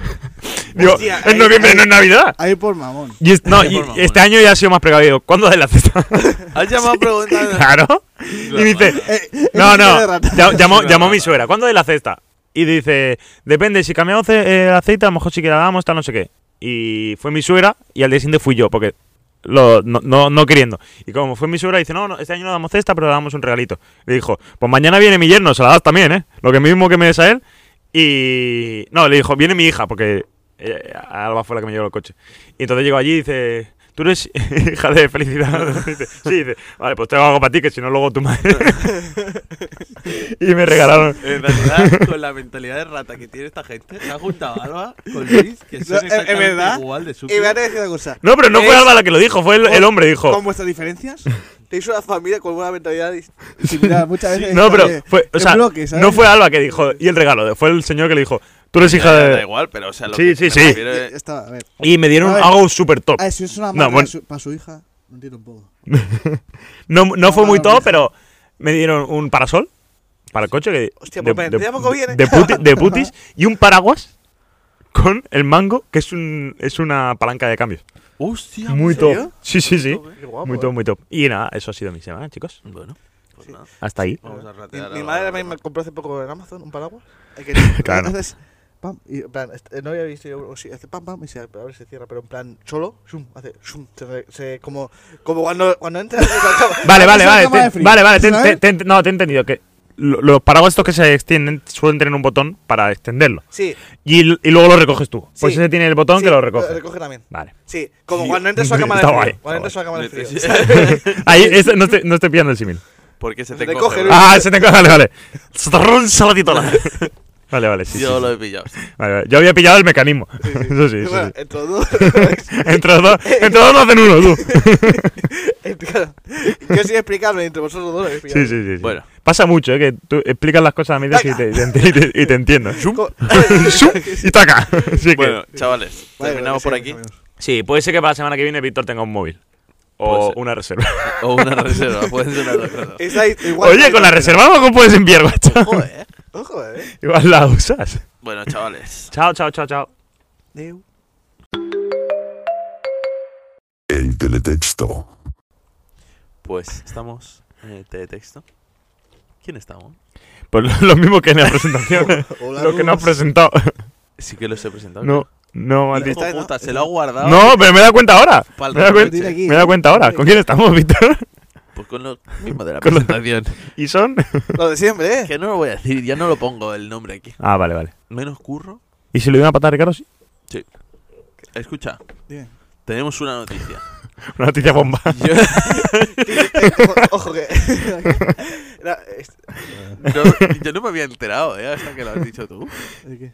[SPEAKER 2] digo,
[SPEAKER 3] Hostia, eh,
[SPEAKER 2] en
[SPEAKER 3] ahí-
[SPEAKER 2] noviembre
[SPEAKER 3] ahí-
[SPEAKER 2] no es Navidad.
[SPEAKER 3] Ahí
[SPEAKER 2] (laughs)
[SPEAKER 3] por mamón.
[SPEAKER 2] Y, es-
[SPEAKER 3] (laughs)
[SPEAKER 2] no,
[SPEAKER 1] Por
[SPEAKER 2] y
[SPEAKER 1] favor.
[SPEAKER 2] este año ya ha sido más precavido. ¿Cuándo de la cesta? (laughs)
[SPEAKER 1] Has llamado a preguntar.
[SPEAKER 2] claro. (laughs) Y dice,
[SPEAKER 3] Eh, eh, (laughs)
[SPEAKER 2] no,
[SPEAKER 3] eso sí que de
[SPEAKER 2] no.
[SPEAKER 3] rata.
[SPEAKER 2] ya- Llamó,
[SPEAKER 1] Sí,
[SPEAKER 2] llamó
[SPEAKER 1] la
[SPEAKER 2] mi
[SPEAKER 1] rata.
[SPEAKER 2] suegra. ¿Cuándo de la cesta? Y dice, depende, si cambiamos ce- eh, aceite, a lo mejor sí que la damos, tal, no sé qué. Y fue mi suegra y al día siguiente fui yo, porque lo, no, no, no queriendo. Y como fue mi suegra, dice, no, no, este año no damos cesta, pero le damos un regalito. Le dijo, pues mañana viene mi yerno, se la das también, ¿eh? Lo que mismo que me des a él. Y... No, le dijo, viene mi hija, porque eh, Alba fue la que me llevó el coche. Y entonces llegó allí y dice... Tú eres (laughs) hija de felicidad. (laughs) Dice, sí, dice, vale, pues tengo algo para ti, que si no, luego tu madre. (laughs) y me regalaron.
[SPEAKER 1] (laughs)
[SPEAKER 3] eh,
[SPEAKER 1] En realidad, con la mentalidad de rata que tiene esta gente, se ha juntado Alba con Luis, que
[SPEAKER 3] No,
[SPEAKER 1] son
[SPEAKER 3] es- es
[SPEAKER 1] exactamente
[SPEAKER 3] verdad.
[SPEAKER 1] igual de sucio.
[SPEAKER 3] (laughs) Y me voy a decir una cosa.
[SPEAKER 2] No, pero no fue
[SPEAKER 3] Es-
[SPEAKER 2] Alba la que lo dijo, fue el, el hombre,
[SPEAKER 3] Con
[SPEAKER 2] dijo. (laughs)
[SPEAKER 3] vuestras diferencias, tenéis una familia con una mentalidad dis- similar. Muchas veces.
[SPEAKER 2] No,
[SPEAKER 3] está
[SPEAKER 2] pero
[SPEAKER 3] de-
[SPEAKER 2] fue, o
[SPEAKER 3] de
[SPEAKER 2] sea,
[SPEAKER 3] bloque, ¿sabes?
[SPEAKER 2] no fue Alba que dijo, y el regalo, fue el señor que le dijo, tú eres hija
[SPEAKER 1] Ya, ya, Da
[SPEAKER 2] de...
[SPEAKER 1] igual, pero o sea, lo
[SPEAKER 2] Sí,
[SPEAKER 1] que
[SPEAKER 2] sí,
[SPEAKER 1] me
[SPEAKER 2] sí.
[SPEAKER 1] refiero
[SPEAKER 3] Ya-
[SPEAKER 1] es-
[SPEAKER 3] ya estaba, Eh, a ver.
[SPEAKER 2] Y me dieron
[SPEAKER 3] A ver.
[SPEAKER 2] algo súper top.
[SPEAKER 3] Ah, si es una
[SPEAKER 2] oh. No,
[SPEAKER 3] madre
[SPEAKER 2] bueno.
[SPEAKER 3] para su hija, no entiendo un poco.
[SPEAKER 2] No, no fue
[SPEAKER 3] no,
[SPEAKER 2] muy
[SPEAKER 3] no,
[SPEAKER 2] top,
[SPEAKER 3] no.
[SPEAKER 2] pero me dieron un parasol para el coche que
[SPEAKER 3] Hostia, pues me- de poco viene.
[SPEAKER 2] de puti- de putis
[SPEAKER 3] (laughs)
[SPEAKER 2] y un paraguas con el mango, que es un es una palanca de cambios.
[SPEAKER 1] Hostia, pues!
[SPEAKER 2] Muy
[SPEAKER 1] ¿en
[SPEAKER 2] top.
[SPEAKER 1] serio?
[SPEAKER 2] Sí, sí, sí.
[SPEAKER 3] Qué guapo,
[SPEAKER 2] Muy
[SPEAKER 3] eh.
[SPEAKER 2] top, muy top. Y nada, eso ha sido mi semana, chicos.
[SPEAKER 1] Bueno, pues nada.
[SPEAKER 2] Hasta ahí.
[SPEAKER 1] Vamos a ratear.
[SPEAKER 3] Mi, mi
[SPEAKER 1] ahora,
[SPEAKER 3] madre
[SPEAKER 1] ahora. (laughs)
[SPEAKER 3] también me compró hace poco en Amazon un paraguas. Eh,
[SPEAKER 2] (laughs)
[SPEAKER 3] que-
[SPEAKER 2] Claro.
[SPEAKER 3] Entonces, pam, y en plan, este, no había visto yo, o sí, hace pam, pam, y se abre, se cierra, pero en plan, solo, shum, hace, shum, se, re- se- como, como cuando, cuando entra.
[SPEAKER 2] (laughs) Vale, vale, vale.
[SPEAKER 3] Es una cámara
[SPEAKER 2] te-
[SPEAKER 3] de frío,
[SPEAKER 2] vale, vale. te-
[SPEAKER 3] ¿sabes?
[SPEAKER 2] te- te- no, te he entendido. Que lo- los paraguas estos que se extienden suelen tener un botón para extenderlo.
[SPEAKER 3] Sí,
[SPEAKER 2] Y, y luego lo recoges tú. Pues
[SPEAKER 3] Sí.
[SPEAKER 2] ese tiene el botón
[SPEAKER 3] sí,
[SPEAKER 2] que lo recoge.
[SPEAKER 3] recoge también.
[SPEAKER 2] Vale. (laughs)
[SPEAKER 3] Sí, como cuando entras a una cámara
[SPEAKER 2] Está
[SPEAKER 3] de frío.
[SPEAKER 2] guay,
[SPEAKER 3] cuando
[SPEAKER 2] está
[SPEAKER 3] entras a una cámara de frío.
[SPEAKER 1] Sí, sí.
[SPEAKER 3] ¿sabes?
[SPEAKER 2] Ahí, ese- no, estoy, no estoy pillando el símil.
[SPEAKER 1] (laughs) Porque se
[SPEAKER 3] Te
[SPEAKER 1] te,
[SPEAKER 3] coge,
[SPEAKER 1] coge.
[SPEAKER 3] ¿no?
[SPEAKER 1] ¿verdad?
[SPEAKER 2] Ah, se te Vale, vale. Strrrr, Salatitola. Vale, vale, sí. sí,
[SPEAKER 1] Yo
[SPEAKER 2] sí.
[SPEAKER 1] lo he
[SPEAKER 3] (laughs)
[SPEAKER 1] pillado. sí.
[SPEAKER 2] Vale, vale. Yo había pillado el mecanismo. (laughs) Eso sí,
[SPEAKER 3] Y
[SPEAKER 2] eso
[SPEAKER 3] (laughs) bueno,
[SPEAKER 2] sí.
[SPEAKER 3] entre los dos. (laughs)
[SPEAKER 2] Entre los dos, entre los dos hacen uno,
[SPEAKER 1] (laughs)
[SPEAKER 2] tú.
[SPEAKER 3] claro, yo sin explicarme, entre vosotros dos. eh,
[SPEAKER 2] Sí, sí, sí. sí.
[SPEAKER 1] Bueno.
[SPEAKER 2] Pasa mucho, ¿eh? Que tú explicas las cosas a medias y te, y te- y te- y te
[SPEAKER 1] (laughs)
[SPEAKER 2] entiendo. Zoom, (laughs)
[SPEAKER 3] Co-
[SPEAKER 2] zoom y taca. (laughs) Así que-
[SPEAKER 1] Bueno,
[SPEAKER 3] (laughs)
[SPEAKER 1] chavales,
[SPEAKER 3] Vale,
[SPEAKER 1] terminamos
[SPEAKER 3] lo
[SPEAKER 1] por
[SPEAKER 3] que
[SPEAKER 1] aquí.
[SPEAKER 3] sea, amigos.
[SPEAKER 2] Sí, puede ser que para la semana que viene Víctor tenga un móvil.
[SPEAKER 1] Puede
[SPEAKER 2] O
[SPEAKER 1] ser.
[SPEAKER 2] una (laughs) reserva.
[SPEAKER 1] O una reserva, pueden ser las dos
[SPEAKER 3] (laughs)
[SPEAKER 1] cosas.
[SPEAKER 3] Estáis igual-
[SPEAKER 2] Oye, con la reserva ¿cómo puedes enviar WhatsApp. (laughs)
[SPEAKER 1] Joder.
[SPEAKER 3] Ojo, eh.
[SPEAKER 2] Igual la usas.
[SPEAKER 1] Bueno, chavales.
[SPEAKER 2] Chao, chao, chao, chao.
[SPEAKER 3] Deu.
[SPEAKER 5] El teletexto.
[SPEAKER 1] Pues estamos en el teletexto. ¿Quién estamos?
[SPEAKER 2] Pues lo, lo mismo que (laughs) en la presentación.
[SPEAKER 3] Hola,
[SPEAKER 2] lo que no has
[SPEAKER 3] Luz.
[SPEAKER 2] presentado.
[SPEAKER 1] Sí que los he presentado.
[SPEAKER 2] No, no,
[SPEAKER 1] Hijo
[SPEAKER 2] Mati.
[SPEAKER 3] Está-
[SPEAKER 1] puta, se lo ha guardado.
[SPEAKER 2] No, pero me he dado cuenta ahora.
[SPEAKER 1] Pa'l
[SPEAKER 2] Me he
[SPEAKER 1] recorte.
[SPEAKER 2] dado cuenta,
[SPEAKER 3] Dile aquí,
[SPEAKER 2] me he dado
[SPEAKER 3] ¿no?
[SPEAKER 2] cuenta ahora. ¿Con quién estamos, Víctor?
[SPEAKER 1] Pues con lo mismo de la
[SPEAKER 2] Con lo-
[SPEAKER 1] presentación.
[SPEAKER 2] ¿Y son?
[SPEAKER 3] Lo de siempre, eh.
[SPEAKER 1] Que no lo voy a decir, ya no lo pongo el nombre aquí.
[SPEAKER 2] (laughs) Ah, vale, vale.
[SPEAKER 1] Menos curro.
[SPEAKER 2] ¿Y si le dio una patada a Ricardo? Sí.
[SPEAKER 1] Escucha,
[SPEAKER 3] Dime.
[SPEAKER 1] tenemos una
[SPEAKER 2] (laughs)
[SPEAKER 1] noticia.
[SPEAKER 2] Una noticia (laughs) bomba.
[SPEAKER 1] Yo-
[SPEAKER 3] Ojo que. (laughs) Era- es-
[SPEAKER 1] no, yo no me había enterado, ¿eh? Hasta que lo has dicho tú.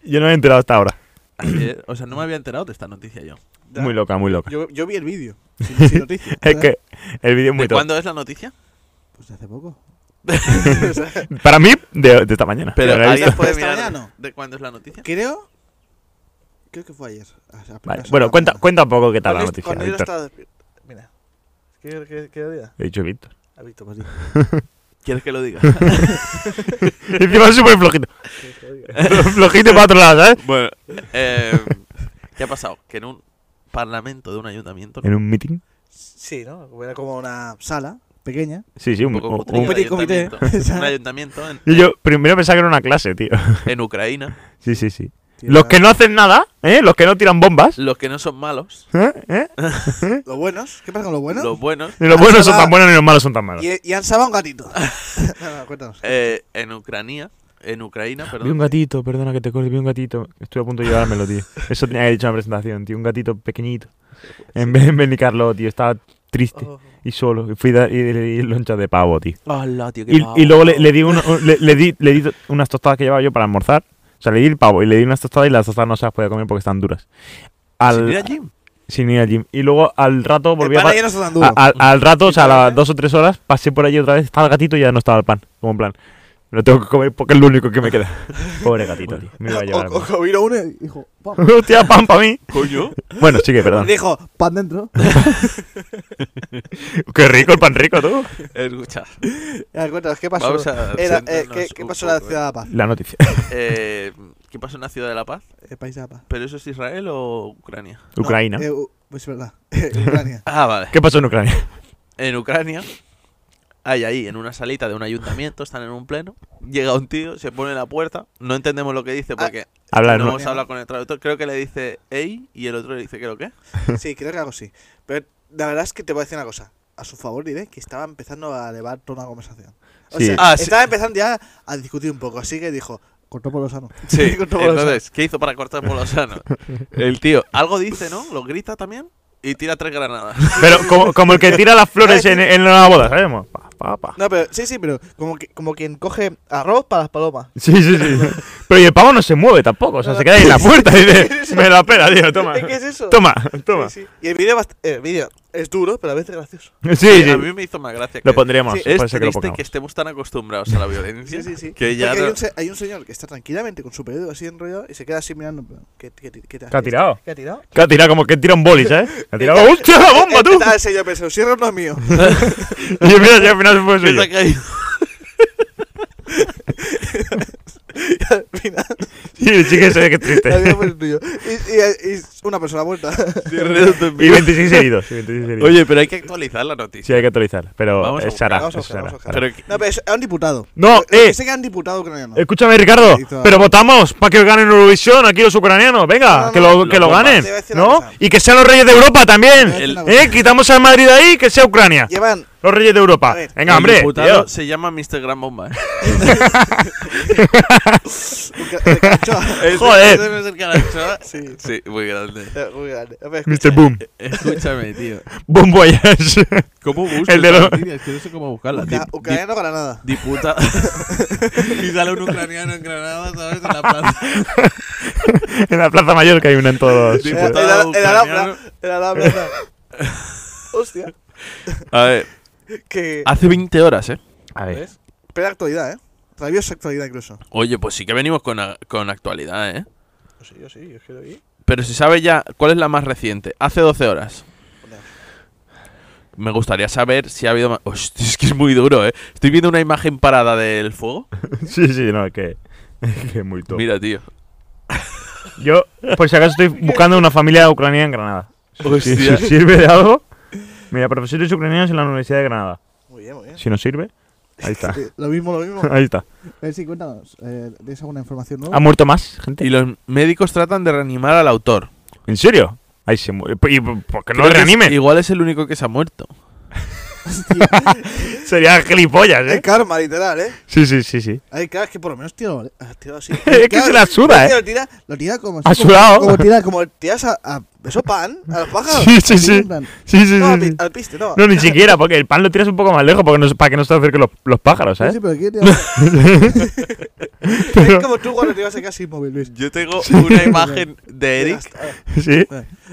[SPEAKER 2] Yo no me he enterado hasta ahora.
[SPEAKER 1] Ayer- o sea, no me había enterado de esta noticia yo.
[SPEAKER 3] Ya.
[SPEAKER 2] Muy loca, muy loca.
[SPEAKER 3] Yo, yo vi
[SPEAKER 2] (laughs)
[SPEAKER 3] el vídeo. Sin, sin noticia.
[SPEAKER 2] Es que el vídeo es muy
[SPEAKER 1] ¿De
[SPEAKER 2] top.
[SPEAKER 1] cuándo es la
[SPEAKER 2] (laughs)
[SPEAKER 1] noticia?
[SPEAKER 3] Pues hace poco. (laughs)
[SPEAKER 1] (laughs)
[SPEAKER 3] O
[SPEAKER 1] Pero
[SPEAKER 3] sea,
[SPEAKER 2] Para mí, de, de esta mañana. Lo he
[SPEAKER 1] alguien
[SPEAKER 2] visto.
[SPEAKER 1] puede
[SPEAKER 3] Esta
[SPEAKER 1] mirar
[SPEAKER 3] mañana no.
[SPEAKER 1] ¿De cuándo es la noticia?
[SPEAKER 3] creo. Creo que fue ayer. O sea,
[SPEAKER 2] Vale.
[SPEAKER 3] apenas
[SPEAKER 2] Bueno,
[SPEAKER 3] ahora.
[SPEAKER 2] cuenta, cuenta un poco qué tal
[SPEAKER 3] Cuando
[SPEAKER 2] la
[SPEAKER 3] yo-
[SPEAKER 2] noticia,
[SPEAKER 3] cuando yo
[SPEAKER 2] Víctor.
[SPEAKER 3] estaba despierto. Mira. ¿Qué, qué, qué día?
[SPEAKER 2] He dicho Víctor.
[SPEAKER 3] Ha visto, pues sí.
[SPEAKER 1] ¿Quieres que lo diga?
[SPEAKER 2] Encima es súper flojito. flojito para otro lado, ¿sabes?
[SPEAKER 1] bueno, (laughs) eh, ¿qué ha pasado? Que en un parlamento de un ayuntamiento,
[SPEAKER 2] En un meeting.
[SPEAKER 3] Sí, ¿no? Era como una sala pequeña.
[SPEAKER 2] Sí, sí, un,
[SPEAKER 1] poco
[SPEAKER 2] un-
[SPEAKER 1] cutre,
[SPEAKER 2] un-
[SPEAKER 1] un
[SPEAKER 3] petit
[SPEAKER 2] (laughs)
[SPEAKER 3] comité.
[SPEAKER 1] ayuntamiento, un
[SPEAKER 3] Exacto.
[SPEAKER 1] ayuntamiento en,
[SPEAKER 2] Y yo primero pensaba que era una clase, tío.
[SPEAKER 1] en Ucrania,
[SPEAKER 2] Sí, sí, sí.
[SPEAKER 3] Tío,
[SPEAKER 2] Los
[SPEAKER 3] era-
[SPEAKER 2] que no hacen nada, ¿eh? Los que no tiran bombas.
[SPEAKER 1] los que no son malos,
[SPEAKER 2] ¿Eh? ¿Eh?
[SPEAKER 3] Los buenos. ¿Qué pasa con los buenos?
[SPEAKER 1] los buenos,
[SPEAKER 2] Ni los buenos son
[SPEAKER 3] Ansaba-
[SPEAKER 2] tan buenos ni los malos son tan malos.
[SPEAKER 3] Y, y han salvado
[SPEAKER 2] (laughs)
[SPEAKER 3] un gatito. no, no, cuéntanos.
[SPEAKER 1] eh, en Ucrania, en Ucrania,
[SPEAKER 2] Vi un
[SPEAKER 1] perdón,
[SPEAKER 2] gatito, perdona que te corte, vi un gatito. Estuve a punto de llevármelo, tío. Eso tenía que haber dicho en la presentación, tío. Un gatito pequeñito. En vez, en vez de Carlo, tío. Estaba triste
[SPEAKER 1] Oh.
[SPEAKER 3] Ojo.
[SPEAKER 2] y solo. Y fui a y, y- y lonchas de pavo, tío.
[SPEAKER 1] Hola, tío, qué
[SPEAKER 2] Y,
[SPEAKER 1] pavo.
[SPEAKER 2] y luego le, le di uno- un- le, le di, le di to- unas tostadas que llevaba yo para almorzar. O sea, le di el pavo y le di unas tostadas y las tostadas no se las podía comer porque están duras.
[SPEAKER 1] ¿Sin
[SPEAKER 2] Al,
[SPEAKER 1] ir a gym?
[SPEAKER 2] sin ir al gym. Y luego al rato volví
[SPEAKER 3] el
[SPEAKER 2] a, pa-
[SPEAKER 3] pan
[SPEAKER 2] Ah,
[SPEAKER 3] ayer no está tan duro.
[SPEAKER 2] a- al- Al rato, o sea, a las dos o tres horas, pasé por allí otra vez, estaba el gatito y ya no estaba el pan. Como en plan, me lo tengo que comer porque es lo único que me queda. Pobre gatito, tío. Me
[SPEAKER 3] (laughs)
[SPEAKER 2] iba a llevar. a
[SPEAKER 3] O- o- o vino uno y dijo, "Pam".
[SPEAKER 2] comer. Hostia, pan para mí.
[SPEAKER 1] Coño.
[SPEAKER 2] Bueno, sí que, (laughs)
[SPEAKER 3] (laughs)
[SPEAKER 2] perdón.
[SPEAKER 3] Dijo,
[SPEAKER 2] (laughs)
[SPEAKER 3] pan dentro.
[SPEAKER 2] Qué rico el pan rico, tú.
[SPEAKER 1] Escucha.
[SPEAKER 3] Ya, cuéntanos, ¿qué pasó?
[SPEAKER 1] Vamos a
[SPEAKER 3] Era, eh,
[SPEAKER 1] centrarnos
[SPEAKER 3] ¿qué, qué
[SPEAKER 1] un
[SPEAKER 3] pasó en la
[SPEAKER 1] poco,
[SPEAKER 3] ciudad de la paz?
[SPEAKER 2] La noticia.
[SPEAKER 1] Eh, ¿Qué pasó en la ciudad de La Paz?
[SPEAKER 3] El país de la paz.
[SPEAKER 1] ¿Pero eso es Israel o Ucrania?
[SPEAKER 3] No,
[SPEAKER 2] Ucrania.
[SPEAKER 3] eh, u- pues
[SPEAKER 2] (laughs)
[SPEAKER 3] es verdad. (laughs) Ucrania.
[SPEAKER 1] Ah, vale.
[SPEAKER 2] ¿Qué pasó en Ucrania?
[SPEAKER 1] En Ucrania hay ahí, en una salita de un ayuntamiento, están en un pleno. Llega un tío, se pone en la puerta. No entendemos lo que dice porque
[SPEAKER 2] Habla en
[SPEAKER 1] no
[SPEAKER 2] ru-
[SPEAKER 1] hemos hablado con el traductor. Creo que le dice Ey y el otro le dice creo que.
[SPEAKER 3] Sí, creo que algo sí. Pero la verdad es que te voy a decir una cosa. A su favor diré que estaba empezando a elevar toda una conversación. O
[SPEAKER 2] Sí.
[SPEAKER 3] sea,
[SPEAKER 1] Ah, sí.
[SPEAKER 3] estaba empezando ya a discutir un poco. Así que dijo, cortó por lo sano.
[SPEAKER 1] (laughs) Sí,
[SPEAKER 3] (laughs) Cortó por lo sano.
[SPEAKER 1] entonces, ¿qué hizo para cortar
[SPEAKER 2] (laughs)
[SPEAKER 1] por lo sano? El tío, algo dice, ¿no? Lo grita también y tira tres granadas.
[SPEAKER 2] Pero como, como el que tira las flores en, en una boda, ¿sabemos? Pa, pa, pa.
[SPEAKER 3] No, pero sí, sí, pero como, que, como quien coge arroz para las palomas.
[SPEAKER 2] Sí, sí, sí. Pero y el pavo no se mueve tampoco, o sea, se queda ahí en la puerta y dice, me la pela, tío, toma.
[SPEAKER 3] (laughs) ¿Qué es eso?
[SPEAKER 2] Toma, toma.
[SPEAKER 3] Sí, sí. Y el video, bast- eh, el video es duro, pero a veces gracioso.
[SPEAKER 2] Sí,
[SPEAKER 1] A
[SPEAKER 2] sí.
[SPEAKER 1] mí me hizo más gracia.
[SPEAKER 2] Lo
[SPEAKER 1] que-
[SPEAKER 2] pondríamos,
[SPEAKER 3] Sí,
[SPEAKER 1] Es
[SPEAKER 2] puede ser que lo
[SPEAKER 1] triste que,
[SPEAKER 2] pongamos.
[SPEAKER 1] estemos tan acostumbrados
[SPEAKER 2] (laughs)
[SPEAKER 1] a la violencia
[SPEAKER 3] Sí, sí, sí.
[SPEAKER 1] que ya
[SPEAKER 3] Porque hay,
[SPEAKER 1] no-
[SPEAKER 3] un, se- hay un señor que está tranquilamente con su periódico así enrollado y se queda así mirando. en plan, ¿Qué, qué, qué,
[SPEAKER 2] ¿Qué ha tirado?
[SPEAKER 3] ¿Qué ha tirado?
[SPEAKER 2] Que ha tirado como que tira un boli, ¿sabes? Que ha tirado, ¡hostia, la bomba, tú!
[SPEAKER 3] Está el señor pensando, cierro no es mío.
[SPEAKER 2] (laughs)
[SPEAKER 3] (laughs)
[SPEAKER 2] Y yo, mira, si al final
[SPEAKER 1] (laughs) que
[SPEAKER 2] fue
[SPEAKER 1] se
[SPEAKER 2] suyo.
[SPEAKER 1] ha
[SPEAKER 2] (laughs)
[SPEAKER 1] caído.
[SPEAKER 3] Al final,
[SPEAKER 2] Sí, sí que se ve que es
[SPEAKER 3] el
[SPEAKER 2] triste.
[SPEAKER 3] video fue el tuyo. Y, y- y una persona muerta.
[SPEAKER 2] (laughs) Y 26 heridos, y 26 heridos.
[SPEAKER 1] Oye, pero hay que actualizar la noticia.
[SPEAKER 2] Sí, hay que actualizar, pero
[SPEAKER 1] Vamos a
[SPEAKER 2] es
[SPEAKER 1] buscar,
[SPEAKER 2] Sara,
[SPEAKER 3] vamos a
[SPEAKER 2] es
[SPEAKER 3] buscar,
[SPEAKER 2] Sara.
[SPEAKER 3] vamos a buscar.
[SPEAKER 2] Sara.
[SPEAKER 1] Pero que-
[SPEAKER 3] No, pero es a un diputado.
[SPEAKER 2] No, eh,
[SPEAKER 3] Sé que es un diputado ucraniano.
[SPEAKER 2] escúchame, Ricardo,
[SPEAKER 3] Sí, todo.
[SPEAKER 2] pero votamos para que ganen Eurovisión aquí los ucranianos,
[SPEAKER 3] No,
[SPEAKER 2] venga,
[SPEAKER 3] no,
[SPEAKER 2] que lo,
[SPEAKER 1] no,
[SPEAKER 2] que lo
[SPEAKER 1] bomba.
[SPEAKER 2] ganen,
[SPEAKER 3] Te voy a decir una
[SPEAKER 2] ¿no?
[SPEAKER 3] cosa.
[SPEAKER 2] Y que sean los reyes de Europa también.
[SPEAKER 1] El-
[SPEAKER 2] ¿Eh? Quitamos a Madrid de ahí, que sea Ucrania.
[SPEAKER 3] Llevan.
[SPEAKER 2] Los Reyes de Europa.
[SPEAKER 3] A ver,
[SPEAKER 2] Venga,
[SPEAKER 1] el
[SPEAKER 2] hombre.
[SPEAKER 1] diputado
[SPEAKER 2] tío.
[SPEAKER 1] se llama Mr. Gran Bomba.
[SPEAKER 2] (laughs)
[SPEAKER 1] ¿eh?
[SPEAKER 2] (laughs)
[SPEAKER 3] Cachoa.
[SPEAKER 2] Joder.
[SPEAKER 1] Ese debe ser Carachoa.
[SPEAKER 3] Sí.
[SPEAKER 1] ¿eh? Sí, muy grande.
[SPEAKER 3] Muy grande. A ver,
[SPEAKER 2] Mr. Boom.
[SPEAKER 4] Escúchame,
[SPEAKER 2] (laughs)
[SPEAKER 4] tío.
[SPEAKER 2] Boom Voyage. (laughs)
[SPEAKER 4] ¿Cómo busco
[SPEAKER 2] El de
[SPEAKER 4] esa
[SPEAKER 2] lo-
[SPEAKER 4] noticia? Es que no sé cómo buscarla.
[SPEAKER 3] uca-
[SPEAKER 4] Dip- dip-
[SPEAKER 3] Ucraniano para nada.
[SPEAKER 1] Diputa. (laughs) y sale un ucraniano en Granada, ¿sabes? En la plaza.
[SPEAKER 2] en la Plaza Mayor que hay una en todos.
[SPEAKER 1] Sí,
[SPEAKER 3] El,
[SPEAKER 2] los
[SPEAKER 3] el,
[SPEAKER 1] pues.
[SPEAKER 2] sitios.
[SPEAKER 3] el, el Alhambra.
[SPEAKER 1] Ucraniano.
[SPEAKER 3] El Alhambra.
[SPEAKER 2] (laughs)
[SPEAKER 3] Hostia.
[SPEAKER 1] A ver,
[SPEAKER 3] Que.
[SPEAKER 2] Ah.
[SPEAKER 1] hace 20 horas, ¿eh?
[SPEAKER 2] A ver.
[SPEAKER 3] ¿Ves? Pero actualidad, ¿eh? Rabiosa actualidad incluso.
[SPEAKER 1] Oye, pues sí que venimos con, a- con actualidad, ¿eh?
[SPEAKER 3] Yo Pues sí, yo sí, yo quiero ir.
[SPEAKER 1] Pero se sabe ya cuál es la más reciente. Hace 12 horas. Me gustaría saber si ha habido más. Hostia, (laughs) es que es muy duro, ¿eh? Estoy viendo una imagen parada del fuego.
[SPEAKER 2] Sí, sí, no, es que. Es que es muy top.
[SPEAKER 1] Mira, tío.
[SPEAKER 2] Yo, por si acaso, estoy buscando una familia ucraniana en Granada. Si, si
[SPEAKER 1] Hostia.
[SPEAKER 2] sirve de algo. Mira, profesores ucranianos en la Universidad de Granada.
[SPEAKER 3] Muy bien, muy bien.
[SPEAKER 2] Si nos sirve. Ahí está.
[SPEAKER 3] Lo mismo, lo
[SPEAKER 2] (laughs)
[SPEAKER 3] mismo.
[SPEAKER 2] Ahí está.
[SPEAKER 3] Eh, sí, cuéntanos. Eh, ¿Tienes alguna información
[SPEAKER 2] ¿Ha
[SPEAKER 3] nueva?
[SPEAKER 2] muerto más
[SPEAKER 1] Y
[SPEAKER 2] gente?
[SPEAKER 1] los médicos tratan de reanimar al autor.
[SPEAKER 2] ¿En serio? Ahí se muere. ¿Y por qué no
[SPEAKER 1] Creo
[SPEAKER 2] lo
[SPEAKER 1] que es-
[SPEAKER 2] reanimen?
[SPEAKER 1] Igual es el único que se ha muerto.
[SPEAKER 2] Sería gilipollas,
[SPEAKER 3] Hay
[SPEAKER 2] ¿eh?
[SPEAKER 3] karma, literal, ¿eh?
[SPEAKER 2] Sí, sí, sí, sí.
[SPEAKER 3] Hay caras que por lo menos tiro, ha tirado así.
[SPEAKER 2] (laughs) Es que se la suda,
[SPEAKER 3] Lo
[SPEAKER 2] ¿eh?
[SPEAKER 3] tira, lo tira como.
[SPEAKER 2] Ha
[SPEAKER 3] así, como-
[SPEAKER 2] sudado.
[SPEAKER 3] Como tira, como tiras a, a eso pan, a los pájaros.
[SPEAKER 2] (laughs) Sí, sí,
[SPEAKER 3] Así
[SPEAKER 2] sí.
[SPEAKER 3] en plan,
[SPEAKER 2] Sí, sí,
[SPEAKER 3] Ah, No,
[SPEAKER 2] sí.
[SPEAKER 3] al,
[SPEAKER 2] sí.
[SPEAKER 3] pi- al piste, no.
[SPEAKER 2] No, ni siquiera, porque el pan lo tiras un poco más lejos porque no- para que no se acerquen los, los pájaros,
[SPEAKER 3] Sí,
[SPEAKER 2] ¿sabes?
[SPEAKER 3] sí,
[SPEAKER 2] (laughs)
[SPEAKER 3] pero aquí tira-
[SPEAKER 2] Pero-
[SPEAKER 3] Es como tú cuando te ibas a casi inmóvil, Luis.
[SPEAKER 1] Yo tengo una imagen de Eric.
[SPEAKER 3] Hasta-
[SPEAKER 2] sí,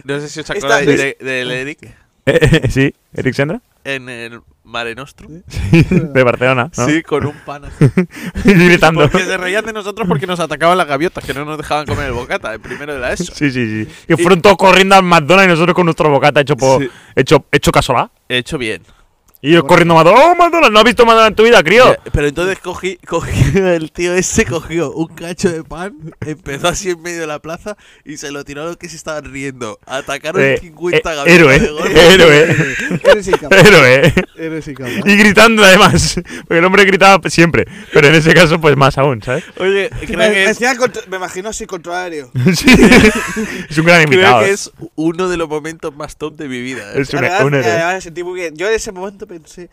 [SPEAKER 1] No sé si os
[SPEAKER 3] Esta
[SPEAKER 1] acordáis de,
[SPEAKER 3] es-
[SPEAKER 1] del Eric
[SPEAKER 2] Eh, eh, sí, Eric Sandra,
[SPEAKER 1] en el Mare Nostrum.
[SPEAKER 2] (laughs) de Barcelona, ¿no? (laughs)
[SPEAKER 1] Sí, con un pan así.
[SPEAKER 2] gritando.
[SPEAKER 1] Porque se reían de nosotros porque nos atacaban las gaviotas, que no nos dejaban comer el bocata, el primero de la ESO.
[SPEAKER 2] Sí, sí, sí. Y fueron todos corriendo al McDonald's y nosotros con nuestro bocata hecho por,
[SPEAKER 1] Sí.
[SPEAKER 2] hecho, hecho casolá.
[SPEAKER 1] He hecho bien.
[SPEAKER 2] Y ellos corriendo a McDonald's. ¡Oh, McDonald's! ¿No has visto McDonald's en tu vida, crío?
[SPEAKER 1] Ya, Eh, Pero entonces cogí, cogí- (laughs) el tío ese cogió un cacho de pan, empezó así en medio de la plaza y se lo tiró a los que se estaban riendo. Atacaron
[SPEAKER 2] Eh,
[SPEAKER 1] 50
[SPEAKER 2] eh,
[SPEAKER 1] gaviotas
[SPEAKER 2] héroe,
[SPEAKER 1] de golpe.
[SPEAKER 2] héroe,
[SPEAKER 1] (laughs)
[SPEAKER 2] (laughs)
[SPEAKER 3] Eres incapaz.
[SPEAKER 2] héroe.
[SPEAKER 3] Eres incapaz.
[SPEAKER 2] Y gritando además. Porque el hombre gritaba siempre. Pero en ese caso, pues más
[SPEAKER 1] (laughs)
[SPEAKER 2] aún, ¿sabes? (laughs)
[SPEAKER 1] Oye,
[SPEAKER 3] Me,
[SPEAKER 1] creo
[SPEAKER 3] me
[SPEAKER 1] que es,
[SPEAKER 3] decía contra- me imagino así contra aéreo.
[SPEAKER 2] Sí. Es un gran
[SPEAKER 1] creo
[SPEAKER 2] invitado.
[SPEAKER 1] que es uno de los momentos más top de mi vida. ¿eh?
[SPEAKER 2] Es un,
[SPEAKER 3] La verdad,
[SPEAKER 2] un héroe.
[SPEAKER 3] además, me sentí muy bien. Yo en ese momento pensé.